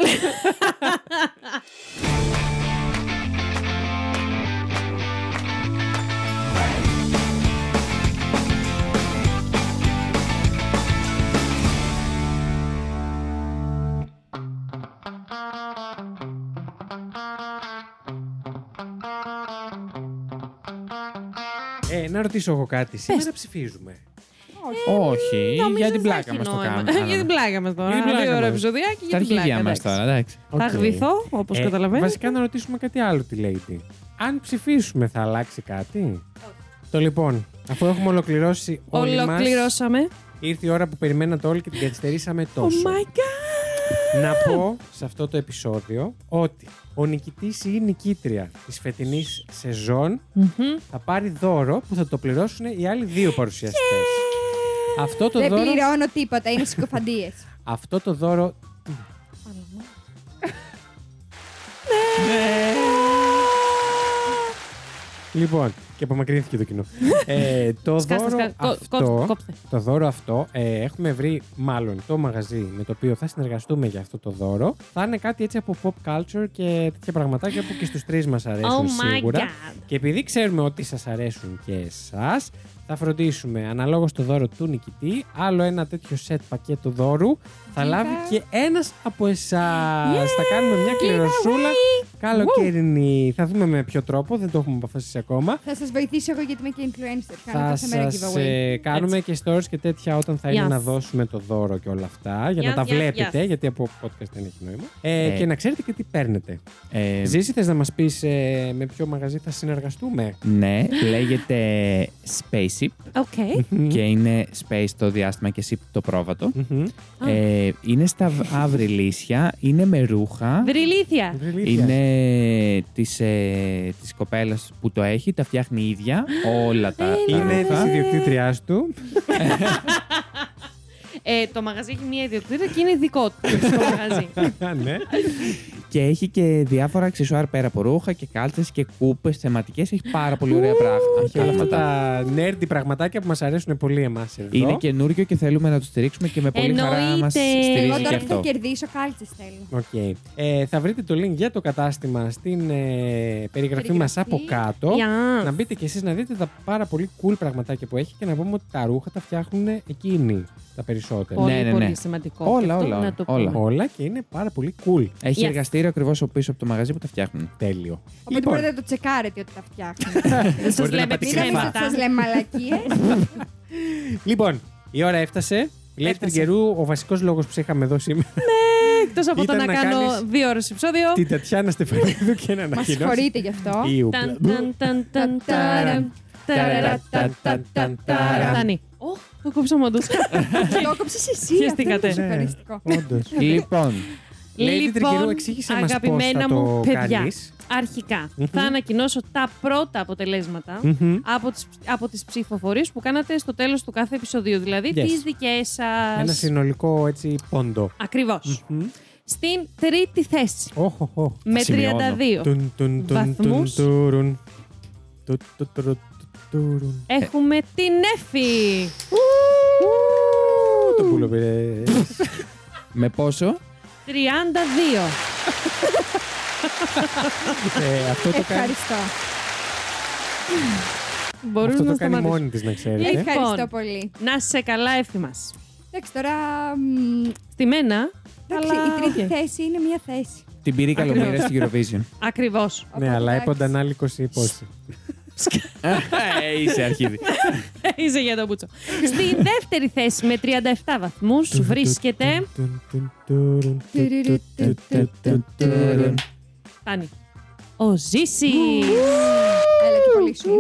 Ε, να ρωτήσω εγώ κάτι. Σήμερα ψηφίζουμε. Όχι, Νομίζω για την δεν πλάκα έχει μας το νόημα. κάνουμε. για την πλάκα μας Για τώρα. την πλάκα Δύο ώρα μας. επεισοδιά και Στα για την πλάκα. αρχίδια μα εντάξει. τώρα, εντάξει. Θα Οκ. γδυθώ, όπως Ε, καταλαβαίνετε. Βασικά να ρωτήσουμε κάτι άλλο τη Lady. Αν ψηφίσουμε, θα αλλάξει κάτι. Το λοιπόν, αφού έχουμε ολοκληρώσει όλοι μας, Ολοκληρώσαμε. ήρθε η ώρα που περιμένατε όλοι και την καθυστερήσαμε Oh τόσο. my god! Να πω σε αυτό το επεισόδιο ότι ο νικητής ή η νικήτρια της φετινής σεζόν Μμμ. θα πάρει δώρο που θα το πληρώσουν οι άλλοι δύο παρουσιαστές. Αυτό το Δεν δώρο... πληρώνω τίποτα, είναι συκοφαντίες. Αυτό το δώρο... Λοιπόν, και απομακρύνθηκε το κοινό. ε, το Σκάστε, δώρο σκάστε. Κο- αυτό, κόψτε, κόψτε. το δώρο αυτό ε, έχουμε βρει μάλλον το μαγαζί με το οποίο θα συνεργαστούμε για αυτό το δώρο. Θα είναι κάτι έτσι από pop culture και τέτοια πραγματάκια που και στους τρεις μας αρέσουν Oh my σίγουρα. god! Και επειδή ξέρουμε ότι σας αρέσουν και εσάς, θα φροντίσουμε αναλόγως το δώρο του νικητή, άλλο ένα τέτοιο σετ πακέτο δώρου, θα λάβει και ένας από εσάς. Θα κάνουμε μια κληροσούλα καλοκαιρινή. Θα δούμε με ποιο τρόπο, δεν το έχουμε αποφασίσει ακόμα. Θα σας βοηθήσω εγώ γιατί είμαι και influencer. Κάνω Θα κάθε μέρα σας giveaway. ε, κάνουμε και stories και τέτοια όταν θα είναι Yes. να δώσουμε το δώρο και όλα αυτά, για να Yes, τα yes, βλέπετε, yes. γιατί από podcast δεν έχει νόημα. Ε, Ε. Και να ξέρετε και τι παίρνετε. Ε, Ζήση, θες να μας πεις ε, με ποιο μαγαζί θα συνεργαστούμε. Ναι, λέγεται Spaceship Οκ. και είναι Space το διάστημα και Ship το πρόβατο. Μμμ. Α. Ε, είναι στα αυριλίσια, είναι με ρούχα. Βρυλήθεια. Βρυλήθεια. Είναι της, ε, της κοπέλας που το έχει, τα φτιάχνει η ίδια, όλα τα, τα Είναι ναι. τη ρούχα. ιδιοκτήτριάς του. Ε, το μαγαζί έχει μία ιδιοκτήτρια και είναι δικό του το μαγαζί. Α, ναι. Και έχει και διάφορα αξισουάρ πέρα από ρούχα και κάλτσες και κούπες θεματικές. Έχει πάρα πολύ ωραία πράγματα. Έχει Και όλα όλα αυτά αυτά. τα nerdy πραγματάκια που μας αρέσουν πολύ εμάς εδώ. Είναι καινούριο και θέλουμε να το στηρίξουμε και με πολύ χαρά Εννοείται. μας Εγώ στηρίζει και τώρα που αυτό. θα κερδίσω κάλτσες θέλω. Οκ. Ε, θα βρείτε το link για το κατάστημα στην ε, περιγραφή μας από κάτω. Γεια. Να μπείτε κι εσείς να δείτε τα πάρα πολύ cool πραγματάκια που έχει και να πούμε ότι τα ρούχα τα φτιάχνουν εκείνοι τα περισσότερα. Πολύ, ναι, ναι. πολύ σημαντικό. Όλα, και αυτό όλα, να το όλα. πούμε. Όλα και είναι πάρα πολύ cool. Έχει Yes. εργαστήριο ακριβώ πίσω από το μαγαζί που τα φτιάχνουν. Τέλειο. Λοιπόν, Οπότε μπορείτε να το τσεκάρετε ότι τα φτιάχνω. Δεν σα Μπορείτε να λέμε πατήσετε Μην νομίζετε ότι ψέματα. σας λέμε μαλακίες. λοιπόν, η ώρα έφτασε. Λέει Έφτασε. την καιρού, ο βασικός λόγος που σε είχαμε εδώ σήμερα. Εκτός από το Ήταν να να κάνω κάνεις δύο ώρες επεισόδιο. την Τατιάνα Στεφανίδου και ένα Μας ανακοινώσει. συγχωρείτε γι' αυτό. Ιου. Ταν, ταν, ταν, ταν, ταραν, ταραρα, Ταραρα, ταν, ταν, ταραν. ταραν. Φτάνει. Ω, το κόψαμε όντως. Το κόψες εσύ. Χαιστήκατε. Αυτό είναι το Ναι. σοκαριστικό. Όντως. λοιπόν, Lady Τρικερού, εξήγησε μας Λοιπόν, αγαπημένα πώς θα μου το παιδιά, κάνεις. αρχικά Μμμ. θα ανακοινώσω τα πρώτα αποτελέσματα Μμμ. από τις, από τις ψηφοφορίες που κάνατε στο τέλος του κάθε επεισοδίου. Δηλαδή, Yes. τις δικές σας... Ένα συνολικό έτσι πόντο. Ακριβώς. Στην τρίτη θέση, Όχο, με σημειώνω. 32, βαθμούς. έχουμε την Εφη. Το πουλο πήρες. με πόσο. 32. Ε, αυτό το κάνει, Ευχαριστώ. Μπορούμε αυτό να το κάνει σταματήσουμε. μόνη της, να Ε, ξέρετε. Λοιπόν. Ευχαριστώ πολύ. Να είσαι καλά, εύθυμα. Εντάξει, τώρα. μ, Στη μένα. Εντάξει, αλλά- η τρίτη θέση είναι μια θέση. Την πήρε η καλομήρα στην Eurovision. Ακριβώς. Ναι, Οπότε, αλλά εντάξει. είπε ο Ντανάλικος ή πόσοι. Ε, Είσαι αρχίδι. Ναι, Είσαι για τον Μπούτσο. Στη δεύτερη θέση με 37 βαθμού βρίσκεται. Φτάνει. Ο Ζήση. Έλα και πολύ σου.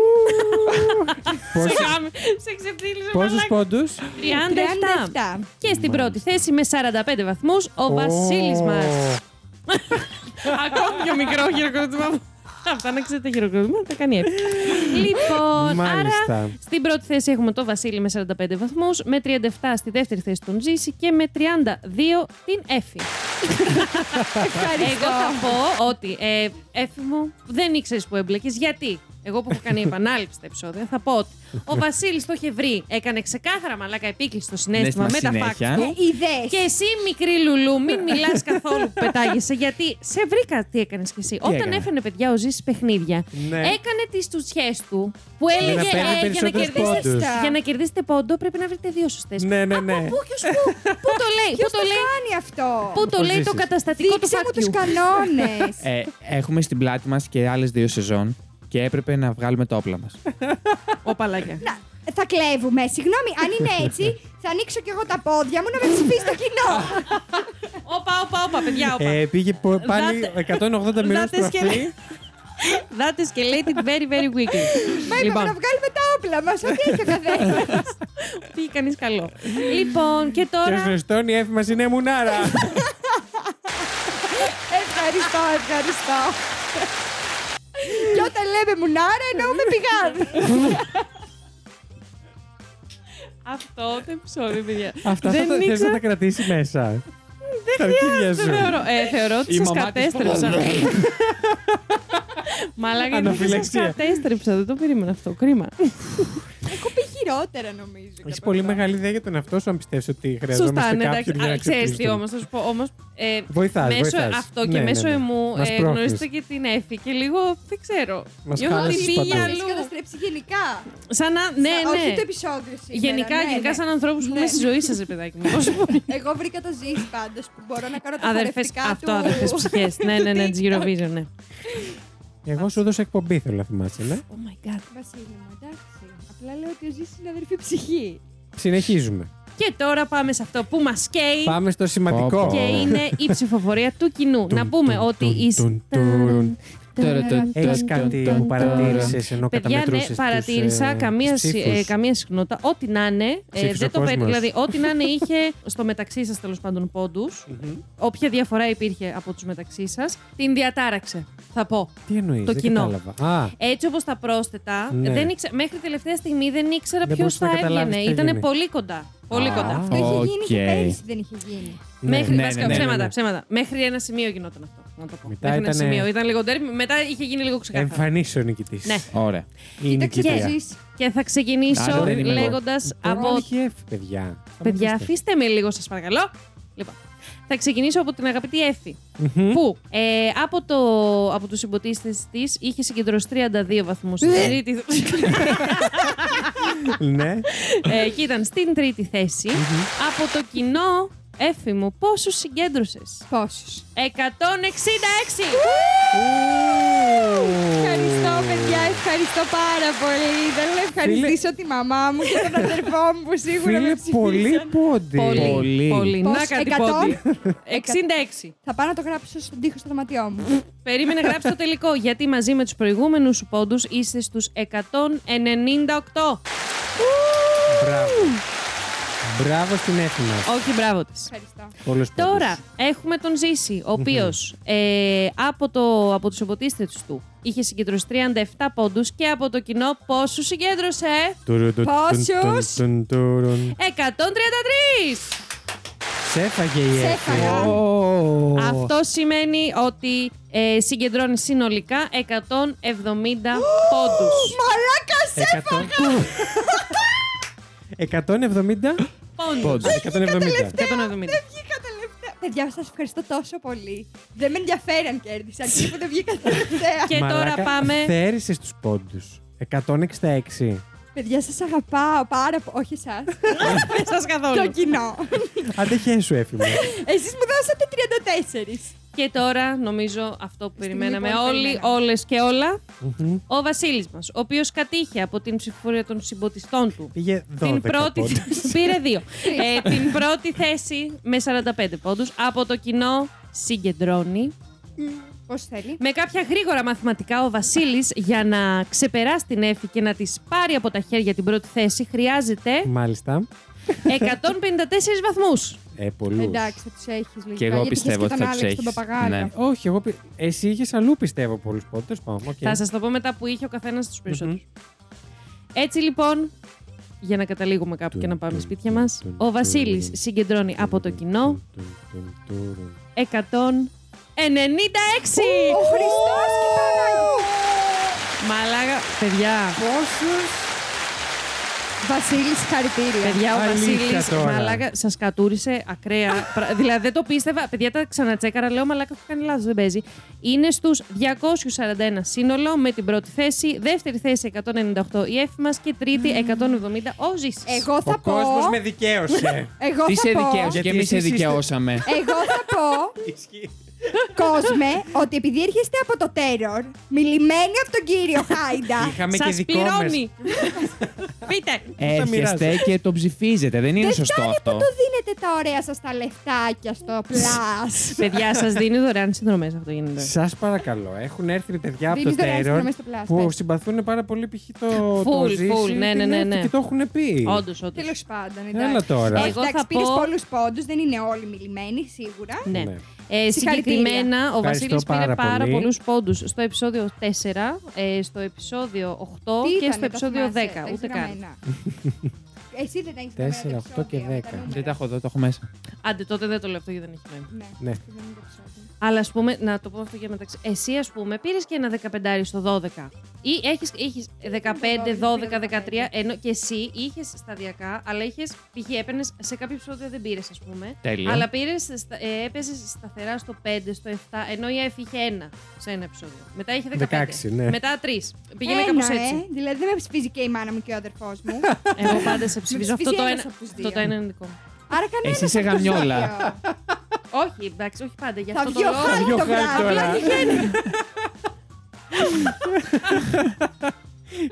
Συγγνώμη, σε ξεφτύλιζα Πόσου μαλάκα. πόντου. 37. 37. Και στην πρώτη θέση με 45 βαθμού ο Βασίλη μα. Ακόμη πιο μικρό χειροκρότημα. Αυτά να ξέρετε χειροκρότημα, τα κάνει έτσι. Λοιπόν, άρα Μάλιστα. στην πρώτη θέση έχουμε το Βασίλη με 45 βαθμούς, με 37 στη δεύτερη θέση τον Ζήση και με 32 την Εφη. Εγώ Ευχαριστώ. θα πω ότι ε, Εφη μου δεν ήξερες που έμπλεκες. Γιατί εγώ που έχω κάνει επανάληψη τα επεισόδια, θα πω ότι ο Βασίλης το είχε βρει. Έκανε ξεκάθαρα μαλάκα επίκληση στο συνέστημα με τα Συνέστημα φάξ Ναι, συνέχεια. Ε, του. Ιδέες. Και εσύ, μικρή Λουλού, μην μιλάς καθόλου που πετάγεσαι, γιατί σε βρήκα τι έκανες κι εσύ. Όταν έκανα? έφερνε παιδιά ο Ζήσης παιχνίδια, Ναι. έκανε τις τουτσιές του που Για έλεγε να «Ε, για, παίρνει να περισσότερου κερδίσετε, πόντους. στα- για να κερδίσετε πόντο πρέπει να βρείτε δύο σωστές. Ναι, ναι, ναι. Πού, ποιος, πού, πού το λέει, Ποιος πού το το λέει, κάνει αυτό. πού το Ο λέει το Ζήσης. καταστατικό του Δείξε μου φάκιου. τους κανόνες. Ε, Έχουμε στην πλάτη μας και άλλες δύο σεζόν και έπρεπε να βγάλουμε τα όπλα μας. Ο Ναι. παλάκια. Θα κλέβουμε. Συγγνώμη, αν είναι έτσι, θα ανοίξω κι εγώ τα πόδια μου να με ψηφίσει το κοινό. Όπα, όπα, όπα, παιδιά, όπα. Ε, πήγε πο- πάλι 180 μοιρών δάτες και στροφή. That is escalated very, very Λοιπόν. quickly. Μα είπαμε να βγάλουμε τα όπλα μας. Ό,τι έχει ο καθένας. πήγε κανείς καλό. Λοιπόν, και Και τώρα. ζεστόν η έφη μας είναι μουνάρα. Ευχαριστώ, ευχαριστώ. Και όταν λέμε μουνάρα, εννοούμε πηγάδι. Αυτό το επεισόδιο, παιδιά. Αυτά θα Δεν τα- θες να ήξερα- τα κρατήσει μέσα. Δεν χρειάζεται. Θεωρώ, ε, θεωρώ ότι σας κατέστρεψα. Μαλάκα, γιατί σας Αναφυλαξία. κατέστρεψα. Δεν το περίμενα αυτό. Κρίμα. Έχω πει χειρότερα, νομίζω. Έχει πολύ μεγάλη ιδέα για τον εαυτό σου, αν πιστεύεις ότι Σωστά, χρειαζόμαστε ναι, κάποιον για εντάξει. να Ξέρεις τι ξεφύγει. όμω, θα σου πω. Όμως, ε, Βοηθάς, μέσω βοηθάς. αυτό και Ναι, ναι, μέσω ναι. εμού Μας ε, πρόχνεις. γνωρίζετε και την Εφη και λίγο δεν ξέρω. Μας Νιώθω ότι χάλασες πήγε παντού. Έχει αλλού. καταστρέψει γενικά. Σαν να. Ναι, Α, Όχι ναι. το επεισόδιο σήμερα. Γενικά, ναι, ναι. γενικά σαν ανθρώπους που Ναι. είμαι στη ζωή σας, παιδάκι μου. Πώς πω. Εγώ βρήκα το ζήσει πάντως που μπορώ να κάνω τα Αδερφές, χορευτικά αυτό, του. αδερφές ψυχές. Ναι, ναι, ναι, τη Eurovision, ναι. Εγώ σου έδωσα εκπομπή, θέλω να θυμάσαι, ναι. Oh my god. Βασίλη μου, εντάξει. Απλά λέω ότι ο Ζήσης είναι αδερφή ψυχή. Συνεχίζουμε. Και τώρα πάμε σε αυτό που μας καίει. Πάμε στο σημαντικό. Πω, και πω. είναι η ψηφοφορία του κοινού. Να πούμε τουν, ότι τουν, η. τουν, τουν. Έχει τουν, κάτι τουν, που τουν. παρατήρησες ενώ Παιδιά, ναι, καταμετρούσες τους, παρατήρησα ε, καμία, συ- ψήφους. ε, καμία συχνότητα. Ό,τι να είναι. Ε, Ψήφισε δεν ο το παίρνει. κόσμος. Δηλαδή, ό,τι να είναι είχε στο μεταξύ σας τέλος πάντων πόντους. Όποια διαφορά υπήρχε από τους μεταξύ σας, την διατάραξε. Θα πω. Τι εννοείς, το δεν κοινό. κατάλαβα. Α, Έτσι όπως τα πρόσθετα, Ναι. δεν ήξε- μέχρι τελευταία στιγμή δεν ήξερα ποιο Δεν μπορούσες θα να καταλάβεις έβγαινε. τι θα Ήταν γίνει. πολύ κοντά. Πολύ Α. κοντά. Το είχε γίνει και Οκ. πέρυσι, δεν είχε γίνει. ναι. Μέχρι, Ναι, βασικά, ναι, ναι, ψέματα, ναι, ναι. ψέματα. Μέχρι ένα σημείο γινόταν αυτό. Να το πω. Μετά Μέχρι ένα ήτανε- σημείο. Ήταν λίγο ντέρμι, μετά είχε γίνει λίγο ξεκάθαρο. Εμφανίσει ο νικητής. Ναι. Ωραία. Η Κοίταξε το νικητή. Ζήση. Και θα ξεκινήσω Άρα δεν είμαι εγώ. λέγοντας από. παιδιά. Παιδιά, Σταματήστε. αφήστε με λίγο, σας παρακαλώ. Λοιπόν, θα ξεκινήσω από την αγαπητή Εφη. Που ε, από, το, από τους συμποτίστες της είχε συγκεντρώσει 32 βαθμούς. Στην τρίτη. Ναι. ε, και ήταν στην τρίτη θέση. από το κοινό, Εφη μου, πόσους συγκέντρωσες. Πόσους. 166! Ευχαριστώ, παιδιά, ευχαριστώ πάρα πολύ. Θέλω να ευχαριστήσω τη μαμά μου και τον αδερφό μου που σίγουρα με Φίλε, πολύ ψηφίσαν. πόντι. Πολύ. Πολύ. Πολύ. Πώς, Να κάτι 100? πόντι. 66. Θα πάω να το γράψω στον τοίχο στο δωματιό μου. Περίμενε, γράψτε το τελικό. Γιατί μαζί με τους προηγούμενους σου πόντους είσαι στου 198. Μπράβο. Μπράβο στην Έθινα. Όχι, μπράβο της. Ευχαριστώ. Όλος Τώρα έχουμε τον Ζήση, ο οποίος ε, από, το, από τους υποτίθετε του είχε συγκεντρώσει 37 πόντους και από το κοινό πόσους συγκέντρωσε. Πόσους? 133. 133! Σε έφαγε η Σε Έθινα. έφαγα. Ω. Αυτό σημαίνει ότι ε, συγκεντρώνει συνολικά 170 πόντους. Μαλάκα, σε Εκατό- 170. Πόντους. Πόντους. 170. 170. βγήκα τελευταία. Παιδιά, σας ευχαριστώ τόσο πολύ. Δεν με ενδιαφέρει αν κέρδισα, αρκεί που δεν βγήκα τελευταία. Και τώρα πάμε- Θέρισε τους πόντους. 166. Παιδιά, σας αγαπάω πάρα πολύ. Όχι εσάς. Δεν σας το καθόλου. κοινό. Αντέχε σου, έφηβε. Εσείς μου δώσατε 34. και τώρα, νομίζω, αυτό που περιμέναμε λοιπόν όλοι, περιμέναμε. όλες και όλα, ο Βασίλης μας, ο οποίος κατήχε από την ψηφοφορία των συμποτιστών του Πήγε 12 την πρώτη πόντους. θέση. Πήρε δύο. ε, την πρώτη θέση με 45 πόντους από το κοινό συγκεντρώνει. Πώς θέλει. Με κάποια γρήγορα μαθηματικά ο Βασίλης για να ξεπεράσει την Εύη και να της πάρει από τα χέρια την πρώτη θέση χρειάζεται Μάλιστα. 154 βαθμούς. Ε, πολλούς. Εντάξει, θα τους έχεις λογικά. εγώ γιατί είχες πιστεύω και τον ότι θα τους Άλεξ τον έχεις. παπαγάλο. Ναι. Όχι, εγώ. πι- Εσύ είχες αλλού πιστεύω πολλούς πόντους. Τέλος πάντων. οκ. Θα σας το πω μετά που είχε ο καθένας τους περισσότερους. Έτσι λοιπόν, για να καταλήγουμε κάπου και να πάμε σπίτια μας, ο Βασίλης συγκεντρώνει από το κοινό Ο 196! Χριστό και η Παναγία. Μαλάκα, παιδιά, Πόσους? Βασίλης, συγχαρητήρια. Παιδιά, ο Αλήθεια Βασίλης τώρα. μαλάκα σας κατούρισε ακραία. Πρα- δηλαδή δεν το πίστευα. Παιδιά, τα ξανατσέκαρα. Λέω μαλάκα, έχω κάνει λάθος, δεν παίζει. Είναι στους 241 σύνολο με την πρώτη θέση. Δεύτερη θέση 198 η έφη μας και τρίτη 170 ο Ζήσης. Εγώ θα Ο πω. κόσμος με δικαίωσε. Εγώ Τι θα σε δικαίωσε Γιατί και εμείς σε εσείς είστε- δικαιώσαμε. πω. Εγώ θα πω. Κόσμε, ότι επειδή έρχεστε από το τέρορ, μιλημένοι από τον κύριο Χάιντα, Είχαμε και Σας δικό μας. πληρώνει. Πείτε. Έρχεστε μοιράζεσαι. και το ψηφίζετε. Δεν είναι δεν σωστό φτάνει αυτό. που του δίνετε τα ωραία σας τα λεφτάκια στο πλάσ. Παιδιά, σας δίνει δωρεάν συνδρομές αυτό γίνεται. Σας παρακαλώ, έχουν έρθει παιδιά από το Δίνεις δωρεάν Terror συνδρομές στο Plus, που πες. συμπαθούν πάρα πολύ π.χ. το, το Full, Ζήση, full, την ναι, ναι, ναι, Εύη ναι. Και το έχουν πει. Όντως, όντω. Τέλο πάντων, εντάξει. Έλα τώρα. Όχι, Εγώ Ε, εντάξει, θα πήρες πω- πολλούς πόντους, δεν είναι όλοι μιλημένοι, σίγουρα. Ναι. Ναι. Ε, Συγχαρητήρια. συγκεκριμένα, ο Ευχαριστώ Βασίλης πήρε πάρα πάρα πολύ. πολλούς πόντους στο επεισόδιο 4, ε, στο επεισόδιο 8 Τι και ήτανε, στο τα επεισόδιο 10. θυμάσαι, τα έχεις Ούτε καν. γραμμένα. Εσύ δεν τα έχεις Τέσσερα, γραμμένα τα οκτώ και επεισόδια, δέκα. τα νούμερα. Δεν τα έχω εδώ, το έχω μέσα. Άντε, τότε δεν το λέω αυτό γιατί δεν έχει νόημα. Ναι, Ναι. δεν είναι τα επεισόδια. Αλλά ας πούμε, να το πω αυτό για μεταξύ. Εσύ, ας πούμε, πήρες και ένα 15 στο 12. Ή έχεις, έχεις Ε, 15, 12, 13, ενώ και εσύ είχες σταδιακά, αλλά είχες. π.χ. έπαιρνες σε κάποιο επεισόδιο δεν πήρες, ας πούμε. Τέλεια. Αλλά πήρες, έπαιζες σταθερά στο 5, στο 7, ενώ η ΕΦ είχε ένα σε ένα επεισόδιο. Μετά είχε 15. 16, ναι. Μετά 3. Πήγαινε κάπω Ένα, έτσι. ε, δηλαδή δεν με ψηφίζει και η μάνα μου και ο αδερφός μου. Εγώ πάντα σε ψηφίζω. ψηφίζει αυτό το ένας ένας. από τους Αυτό δύο. το ένα είναι δικό μου. Άρα κανένας. Εσύ είσαι γαμιόλα. Όχι, εντάξει, όχι πάντα. Γι' Θα αυτό το βγει ο λόγο. Χάρη βγει ο το Χάρη βράδυ. τώρα.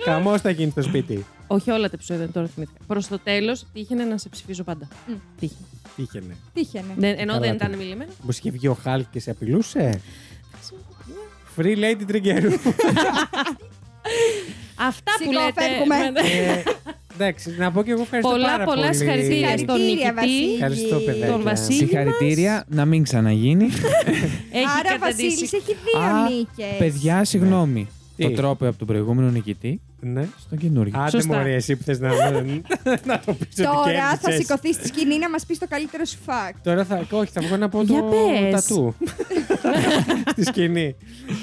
Χαμός θα γίνει στο σπίτι. Όχι όλα τα επεισόδια, τώρα θυμήθηκα. Προς το τέλος, τύχαινε να σε ψηφίζω πάντα. Μμ. Τύχαινε. Τύχαινε. Τύχαινε. Ναι, ενώ Καλά δεν πήγε. ήταν μιλημένο. Μου είχε βγει ο Χάλκ και σε απειλούσε. Free Lady Τριγκερού. Αυτά Σηκώ, που λέτε. φεύγουμε. Ε, Εντάξει, να πω και εγώ ευχαριστώ Πολλά, πάρα πολλά πολύ. συγχαρητήρια στον Συγχαρητήρια, νικητή. Βασίλη. Ευχαριστώ, παιδιά. Τον Βασίλη. Συγχαρητήρια, να μην ξαναγίνει. Ναι, Έχει Άρα Βασίλη καταντήσει. έχει δύο Α, νίκες. Ναι. Παιδιά, συγγνώμη. Τι? Το τρόπο από τον προηγούμενο νικητή Ναι. στον καινούριο. Άντε Σωστά. μου ωραία, εσύ που θες να, να το πεις ότι Τώρα θα κέρδισες. σηκωθείς στη σκηνή να μας πεις το καλύτερο σου φακ. Τώρα θα, όχι, θα βγω να πω Για το πες. τατού. Στη σκηνή.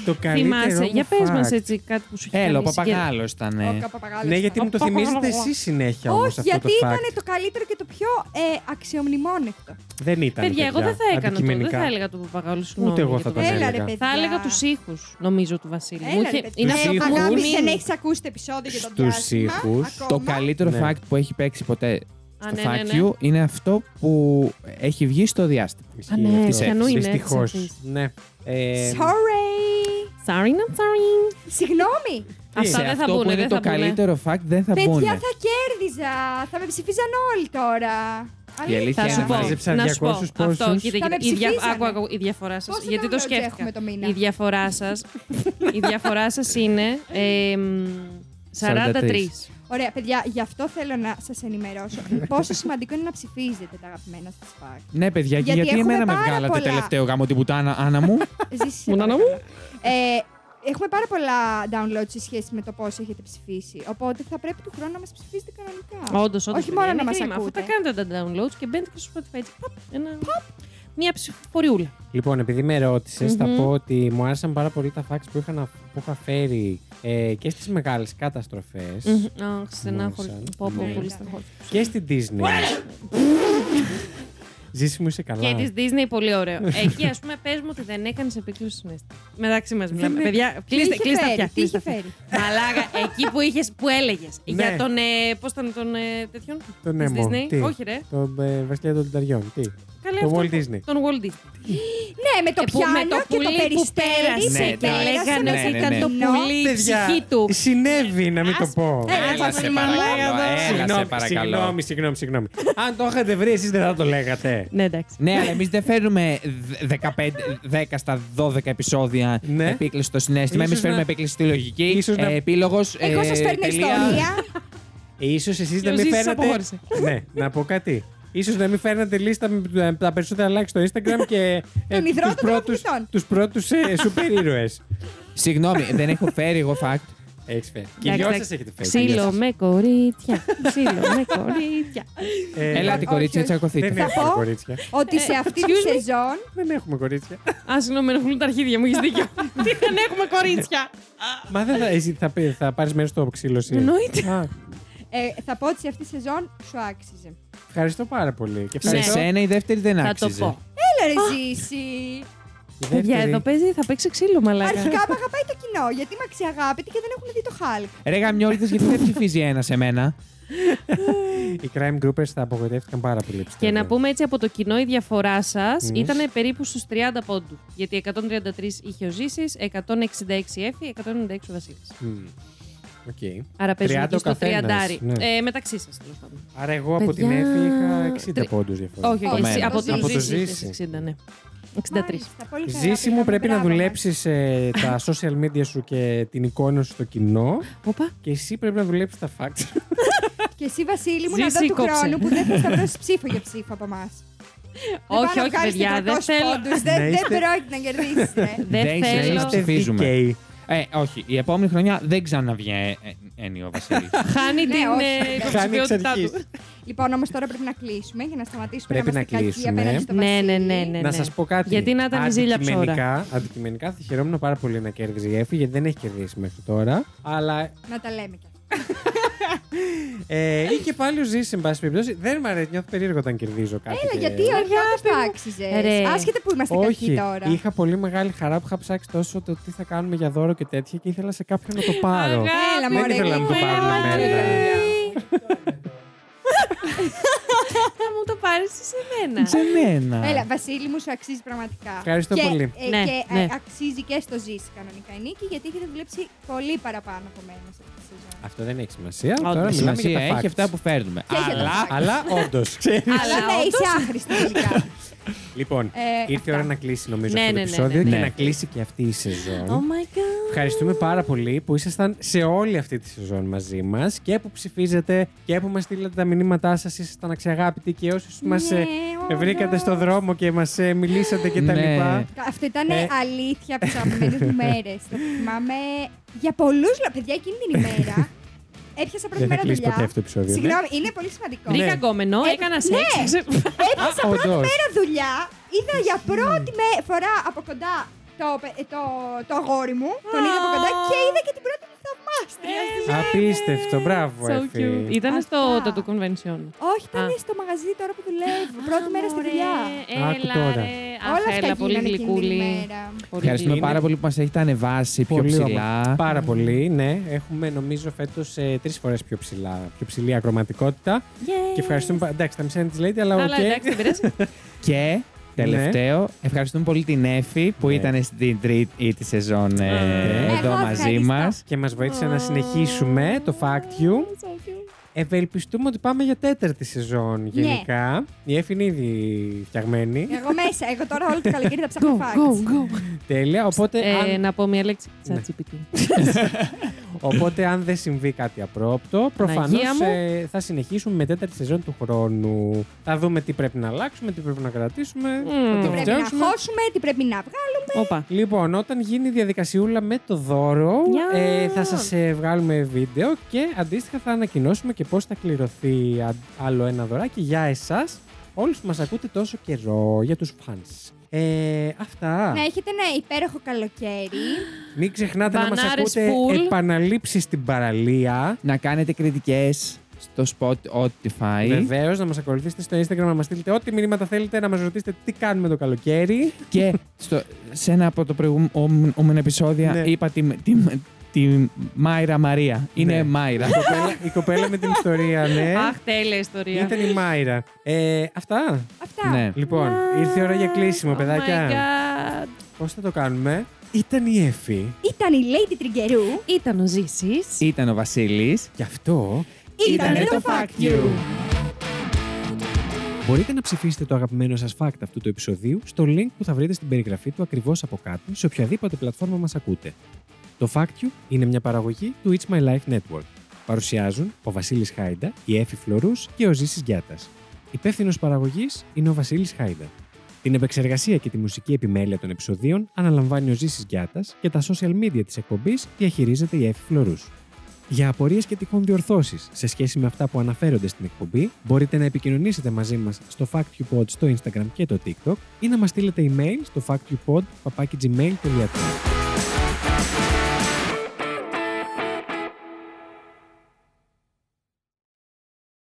Το καλύτερο Θυμάσαι, μου για πες μας fact. έτσι κάτι που σου έχει Ε, Έλα, ο κάνει συγκέντρωση. παπαγάλο ήταν. ε. Ο καπαπαγάλος. Ναι, γιατί μου το Ο θυμίζετε παπαγάλος. εσεί συνέχεια όμως Όχι, αυτό γιατί το fact. ήταν το καλύτερο και το πιο ε, αξιομνημόνευτο. Δεν ήταν. Παιδιά, εγώ δεν θα έκανα το. Δεν αντικειμενικά. θα έλεγα τον παπαγάλο. συγγνώμη Ούτε εγώ για θα τον Βασίλη. Έλα ρε έλεγα. παιδιά. Θα έλεγα τους ήχους, νομίζω, του Βασίλη. Μου Έλα είχε- ρε Είναι παιδιά. Τους αυτό που ήχους. μου Αγάπη, δεν μείνει. έχεις ακούσει το επεισόδιο για τον Στους διάστημα. ήχους. ακόμα. Το καλύτερο Ναι. fact που έχει παίξει ποτέ Α, στο ναι, ναι, Fact ναι. You είναι αυτό που έχει βγει στο διάστημα. Ισχύει Α, ναι, αυτός. πιανού είναι, Δυστυχώς. εξαφής. Ναι. Ε, Sorry. Sorry, not sorry. Συγγνώμη. Αυτά Σε δεν θα αυτό που μπουνε, είναι δεν το θα ε. μπουνε. καλύτερο fact δεν θα ναι. μπουν. Παιδιά, θα κέρδιζα. Θα με ψηφίζαν όλοι τώρα. Αλήθεια. αλήθεια Θα Και σου να πω. μάζεψα να σου πω. 200 Αυτό, πόσους. κοίτα, Θα με κοίτα. Η, δια... ψηφίζανε. άκου, άκου, η διαφορά σας. Πόσο Γιατί το downloads σκέφτηκα. έχουμε το μήνα? η διαφορά σας η διαφορά σας είναι ε, μ, 43. 43. Ωραία, παιδιά, γι' αυτό θέλω να σας ενημερώσω πόσο σημαντικό είναι να ψηφίζετε τα αγαπημένα σας φακ. Ναι, παιδιά, και Γιατί γιατί έχουμε εμένα με πάρα βγάλατε πολλά. τελευταίο γάμο την πουτάνα, Άννα μου. Ζήσει. Μουνάνα μου. Ε, έχουμε πάρα πολλά downloads σε σχέση με το πώς έχετε ψηφίσει. Οπότε θα πρέπει του χρόνου να μας ψηφίσετε κανονικά. Όντως, όντως. Όχι μόνο να μα Αφού τα ακούτε. κάνετε τα downloads και μπαίνετε και στο Spotify. Έτσι, παπ, ένα... Μια ψηφοφοριούλα. Λοιπόν, επειδή με ρώτησες, Μμμ. θα πω ότι μου άρεσαν πάρα πολύ τα facts που είχα, να- που είχα φέρει ε, και στις μεγάλες καταστροφές Μμμ. Αχ, στενάχωρη. Μόλις, Πω, πω, ναι. πολύ στενάχωρη. και στην Disney. Ζήσιμο είσαι καλά. Και της Disney, πολύ ωραίο. Εκεί, ας πούμε, πες μου ότι δεν έκανες επίκληση συνέστημα. Μεταξύ μας μιλάμε. Παιδιά, Τι κλείστε, είχε κλείστε φέρει, πια. Τι είχε φέρει. Μαλάκα, εκεί που, είχες, που έλεγες. Ναι. Για τον. Ε, Πώς ήταν τον. Ε, τέτοιον. Τον της Nemo, Disney. τι? Όχι, ρε. Τον ε, βασιλιά των λινταριών. Τι. Καλέ Τον αυτό. Walt Disney. Τον Walt Disney. Ναι, με το Ε, που- με πιάνο το και το πουλί που περιστέρι. πέρασε Ναι, που και λέγανε με ότι στο ναι, ήταν το κοινό. πουλί. Η ψυχή του. Συνέβη, να μην το Ας- Ε, πω. Έλα, Έλα σε Βασίλη, παρακαλώ. μαλάκα, Έλα σε Συγγνώμη, παρακαλώ. Συγγνώμη, συγγνώμη, συγγνώμη. Αν το είχατε βρει, εσείς δεν θα το λέγατε. Ναι, εντάξει. Ναι, αλλά εμείς δεν φέρνουμε 15, 10 στα 12 επεισόδια Ναι. επίκληση στο συνέστημα. Ίσως Εμείς φέρνουμε να- επίκληση στη λογική. Ε, Ίσως να- Επίλογος. Εγώ Ε, σα φέρνω ιστορία. σω εσεί Και ο να μην Ζήσης φέρνατε. αποχώρησε. ναι, να πω κάτι. Ίσως να μην φέρνατε λίστα με τα- τα περισσότερα like στο Instagram και ε, Των υδρότων των πρώτους, αθλητών. τους πρώτους ε, σούπερ ήρωες. Συγγνώμη, δεν έχω φέρει εγώ fact. Έχεις φέρει. Και οι Εντάξει, δυο σας εντάξει. έχετε φέρει. οι δυο Ξύλο σας. με κορίτσια. Ξύλο με κορίτσια. Ε, Ελάτε, όχι, κορίτσια, όχι. τσακωθείτε. Δεν έχουμε πω. κορίτσια. Ότι σε αυτή τη Ε, excuse me. σεζόν. Δεν έχουμε κορίτσια. Α, συγγνώμη, με ενοχλούν τα αρχίδια μου, έχεις δίκιο. Τι δεν έχουμε κορίτσια. Μα δεν θα, εσύ θα, πει- θα πάρεις μέρος στο ξύλο εσύ. Εννοείται. Α, ε, θα πω ότι σε αυτή τη σεζόν σου άξιζε. ευχαριστώ πάρα πολύ. Και Ναι. Σε ευχαριστώ. σένα η δεύτερη δεν Θα το άξιζε. πω. Έλα ρε ζήσει. Η δεύτερη- Παιδιά, εδώ παίζει, θα παίξει ξύλο, μαλάκα. Αρχικά με αγαπάει το κοινό, γιατί με αξιαγάπητε και δεν έχουν δει το Χάλκ. Ρε γαμιόλιτες, γιατί δεν ψηφίζει ένα σε μένα. Οι crime groupers θα απογοητεύτηκαν πάρα πολύ. Και πιστεύω. να πούμε έτσι από το κοινό, η διαφορά σας Μμμ. ήταν περίπου στους 30 πόντου. Γιατί 133 είχε ο Ζήσης, 166 η Εφη, 196 ο Βασίλης. Μμμ. Οκ. Άρα παίζουν 30 εκεί ο στο καθένας, 30. ναι. Ε, μεταξύ σας, τέλος πάντων. Άρα εγώ από Παιδιά, την Εφη είχα 60 τρι- πόντους διαφορά. Όχι, όχι, Το εσύ, μέλλον. από, Από τον το Ζήση. Ζήση. είχες 60, ναι. 63. Μάλιστα, πολύ καλά, Ζήση πήγαμε, μου πρέπει να ναι. μπράβο μας. δουλέψεις τα social media σου και την εικόνα σου στο κοινό. Όπα. Και εσύ πρέπει να δουλέψεις τα facts. Και εσύ, Βασίλη, μου να Ζήση, δω του κόψε. χρόνου που δεν θα σταυρώσει ψήφο για ψήφο από εμάς. Όχι, όχι, παιδιά, δεν θέλω. Να Δεν είστε- πρόκειται να κερδίσετε. Δεν Δεν θέλω. είστε- Ψηφίζουμε. Ε, όχι, η επόμενη χρονιά δεν ξαναβγαίνει ο Βασίλης. Χάνει Ναι, την όχι. ε, Χάνει εξ υποψηφιότητά αρχής. του. Λοιπόν, όμως τώρα πρέπει να κλείσουμε για να σταματήσουμε Πρέπει να να είμαστε κακοί κλείσουμε. απέναντι στο Ναι, Βασίλη. ναι, ναι, ναι. Να σας πω κάτι. Γιατί να ήταν η ζήλια ψώρα. Αντικειμενικά- Αντικειμενικά θα χαιρόμουν πάρα πολύ να κέρδιζε η Εφη, γιατί δεν έχει κερδίσει μέχρι τώρα. Αλλά Να τα λέμε κι αυτά. ε, ή και πάλι ο Ζήση, εν πάση περιπτώσει. Δεν μ' αρέσει, νιώθω περίεργο όταν κερδίζω κάτι. Έλα, και- γιατί όχι, δεν το άξιζες. Ρε. Άσχετα που είμαστε όχι, κακοί τώρα. είχα πολύ μεγάλη χαρά που είχα ψάξει τόσο το τι θα κάνουμε για δώρο και τέτοια και ήθελα σε κάποιον να το πάρω. Αγάπη Έλα, μωρέ, Δεν ήθελα να το μου, πάρω έλα, μέρα. Θα μου το πάρεις σε μένα. Σε μένα. Έλα, Βασίλη μου, σου αξίζει πραγματικά. Ευχαριστώ και, πολύ. ε, Ναι, και ε, ναι. αξίζει και στο ζήσει κανονικά η νίκη, γιατί έχετε δουλέψει πολύ παραπάνω από μένα σε αυτή τη σεζόν. Αυτό δεν έχει σημασία. Όντως, Τώρα μιλάμε σημασία για τα έχει facts. αυτά που φέρνουμε. Και για τα Αλλά facts. Αλλά όντως. Αλλά ναι, είσαι άχρηστη τελικά. λοιπόν, Ε, ήρθε η ώρα αυτά. να κλείσει νομίζω Ναι, αυτό το ναι, ναι, επεισόδιο ναι, και ναι. να κλείσει και αυτή η σεζόν. Oh my god. Ευχαριστούμε πάρα πολύ που ήσασταν σε όλη αυτή τη σεζόν μαζί μας και που ψηφίζετε και που μας στείλατε τα μηνύματά σας. Ήσασταν αξιαγάπητοι και όσου μα Ναι, βρήκατε όντως. στον δρόμο και μας μιλήσατε κτλ. Ναι. λοιπά. Αυτό ήταν Ε. αλήθεια από τις αγαπημένες μου μέρες. Το θυμάμαι για πολλούς λόγου. Παιδιά, εκείνη την ημέρα έπιασα πρώτη Δεν θα μέρα κλείσει δουλειά. ποτέ αυτό το επεισόδιο. ναι. Συγγνώμη, είναι πολύ σημαντικό. Βρήκα γκόμενο, Ε, έκανα ναι. σεξ. Έπιασα όντω. Μέρα δουλειά, είδα για πρώτη με- φορά από κοντά το, πε- το, το αγόρι μου. Τον είδα από κοντά και είδα και την πρώτη μου θαυμάστρια. Ε. στη ζωή. Απίστευτο, μπράβο, So Εφη. cute. Ήταν στο Αυτά. Tattoo Convention. Όχι, ήταν Α. στο μαγαζί τώρα που δουλεύω. Πρώτη μέρα στη δουλειά. Άκου Έλα, τώρα. ρε. Αχ, Όλα αυτά έλα, πολύ γίνανε εκείνη την γλυκούλη. ημέρα. Πολύ Ευχαριστούμε Είναι- πάρα πολύ που μας έχετε ανεβάσει πιο Πολύ ψηλά. όμορφο. Πάρα πολύ, ναι. Έχουμε νομίζω φέτος ε, τρεις φορές πιο, ψηλά- πιο ψηλή ακροματικότητα. Yes. Ε. Και ευχαριστούμε. πα- Εντάξει, τα μισά είναι της Lady, αλλά οκ. Αλλά εντάξει, δεν πειράζει. Και τελευταίο, ευχαριστούμε πολύ την Εφη που Ναι. ήταν στην τρίτη τη σεζόν ε, Ναι. εδώ Εγώ μαζί ευχαριστώ. μας. Και μας βοήθησε να συνεχίσουμε το Fact You. Ευελπιστούμε ότι πάμε για τέταρτη σεζόν γενικά. Η Εφη είναι ήδη φτιαγμένη. Εγώ μέσα. Εγώ τώρα όλο το καλοκαίρι θα Go, ψάχνω go, φάξ. go. Τέλεια. Οπότε, Ε, αν, Να πω μια λέξη. Ναι. ChatGPT. οπότε, αν δεν συμβεί κάτι απρόπτο, προφανώ Παναγία μου. θα συνεχίσουμε με τέταρτη σεζόν του χρόνου. Θα δούμε τι πρέπει να αλλάξουμε, τι πρέπει να κρατήσουμε. Μμμ. Θα το Πρέπει να φτιάξουμε. χώσουμε, τι πρέπει να βγάλουμε. Όπα. Λοιπόν, όταν γίνει η διαδικασιούλα με το δώρο, Γεια. ε, θα σας ε, βγάλουμε βίντεο και αντίστοιχα θα ανακοινώσουμε και πώς θα κληρωθεί α- άλλο ένα δωράκι για εσάς, όλους που μας ακούτε τόσο καιρό, για τους φανς. Ε, αυτά. Ναι. Να έχετε ένα υπέροχο καλοκαίρι. Μην ξεχνάτε να μας Μπανάρες ακούτε full. επαναλήψεις στην παραλία. Να κάνετε κριτικές. στο Spotify. Βεβαίως, να μας ακολουθήσετε στο Instagram, να μας στείλετε ό,τι μηνύματα θέλετε, να μας ρωτήσετε τι κάνουμε το καλοκαίρι. και στο, σε ένα από τα προηγούμενα επεισόδια Ναι. είπα τη, τη, τη Μάιρα Μαρία. Είναι Ναι. Μάιρα. Η κοπέλα- η κοπέλα με την ιστορία, ναι. Αχ, τέλεια ιστορία. Ήταν η Μάιρα. Ε, αυτά. Αυτά. ναι. Λοιπόν, Α, ήρθε η ώρα για κλείσιμο, oh παιδάκια. my God. Πώς θα το κάνουμε. Ήταν η Εφη. Ήταν η Lady Τριγκερού. Ήταν ο Ζήσης. Ήταν ο Βασίλης. Γι' αυτό Ήτανε το Fact You. Μπορείτε να ψηφίσετε το αγαπημένο σας fact αυτού του επεισοδίου στο link που θα βρείτε στην περιγραφή του ακριβώς από κάτω σε οποιαδήποτε πλατφόρμα μας ακούτε. Το Fact You είναι μια παραγωγή του It's My Life Network. Παρουσιάζουν ο Βασίλης Χάιντα, η Έφη Φλωρούς και ο Ζήσης Γιάτας. Υπεύθυνος παραγωγής είναι ο Βασίλης Χάιντα. Την επεξεργασία και τη μουσική επιμέλεια των επεισοδίων αναλαμβάνει ο Ζήσης Γιάτας και τα social media της εκπομπής διαχειρίζεται η Έφη Φλωρούς. Για απορίες και τυχόν διορθώσεις σε σχέση με αυτά που αναφέρονται στην εκπομπή, μπορείτε να επικοινωνήσετε μαζί μας στο FactUpod στο Instagram και το TikTok ή να μας στείλετε email στο factupod.gmail.com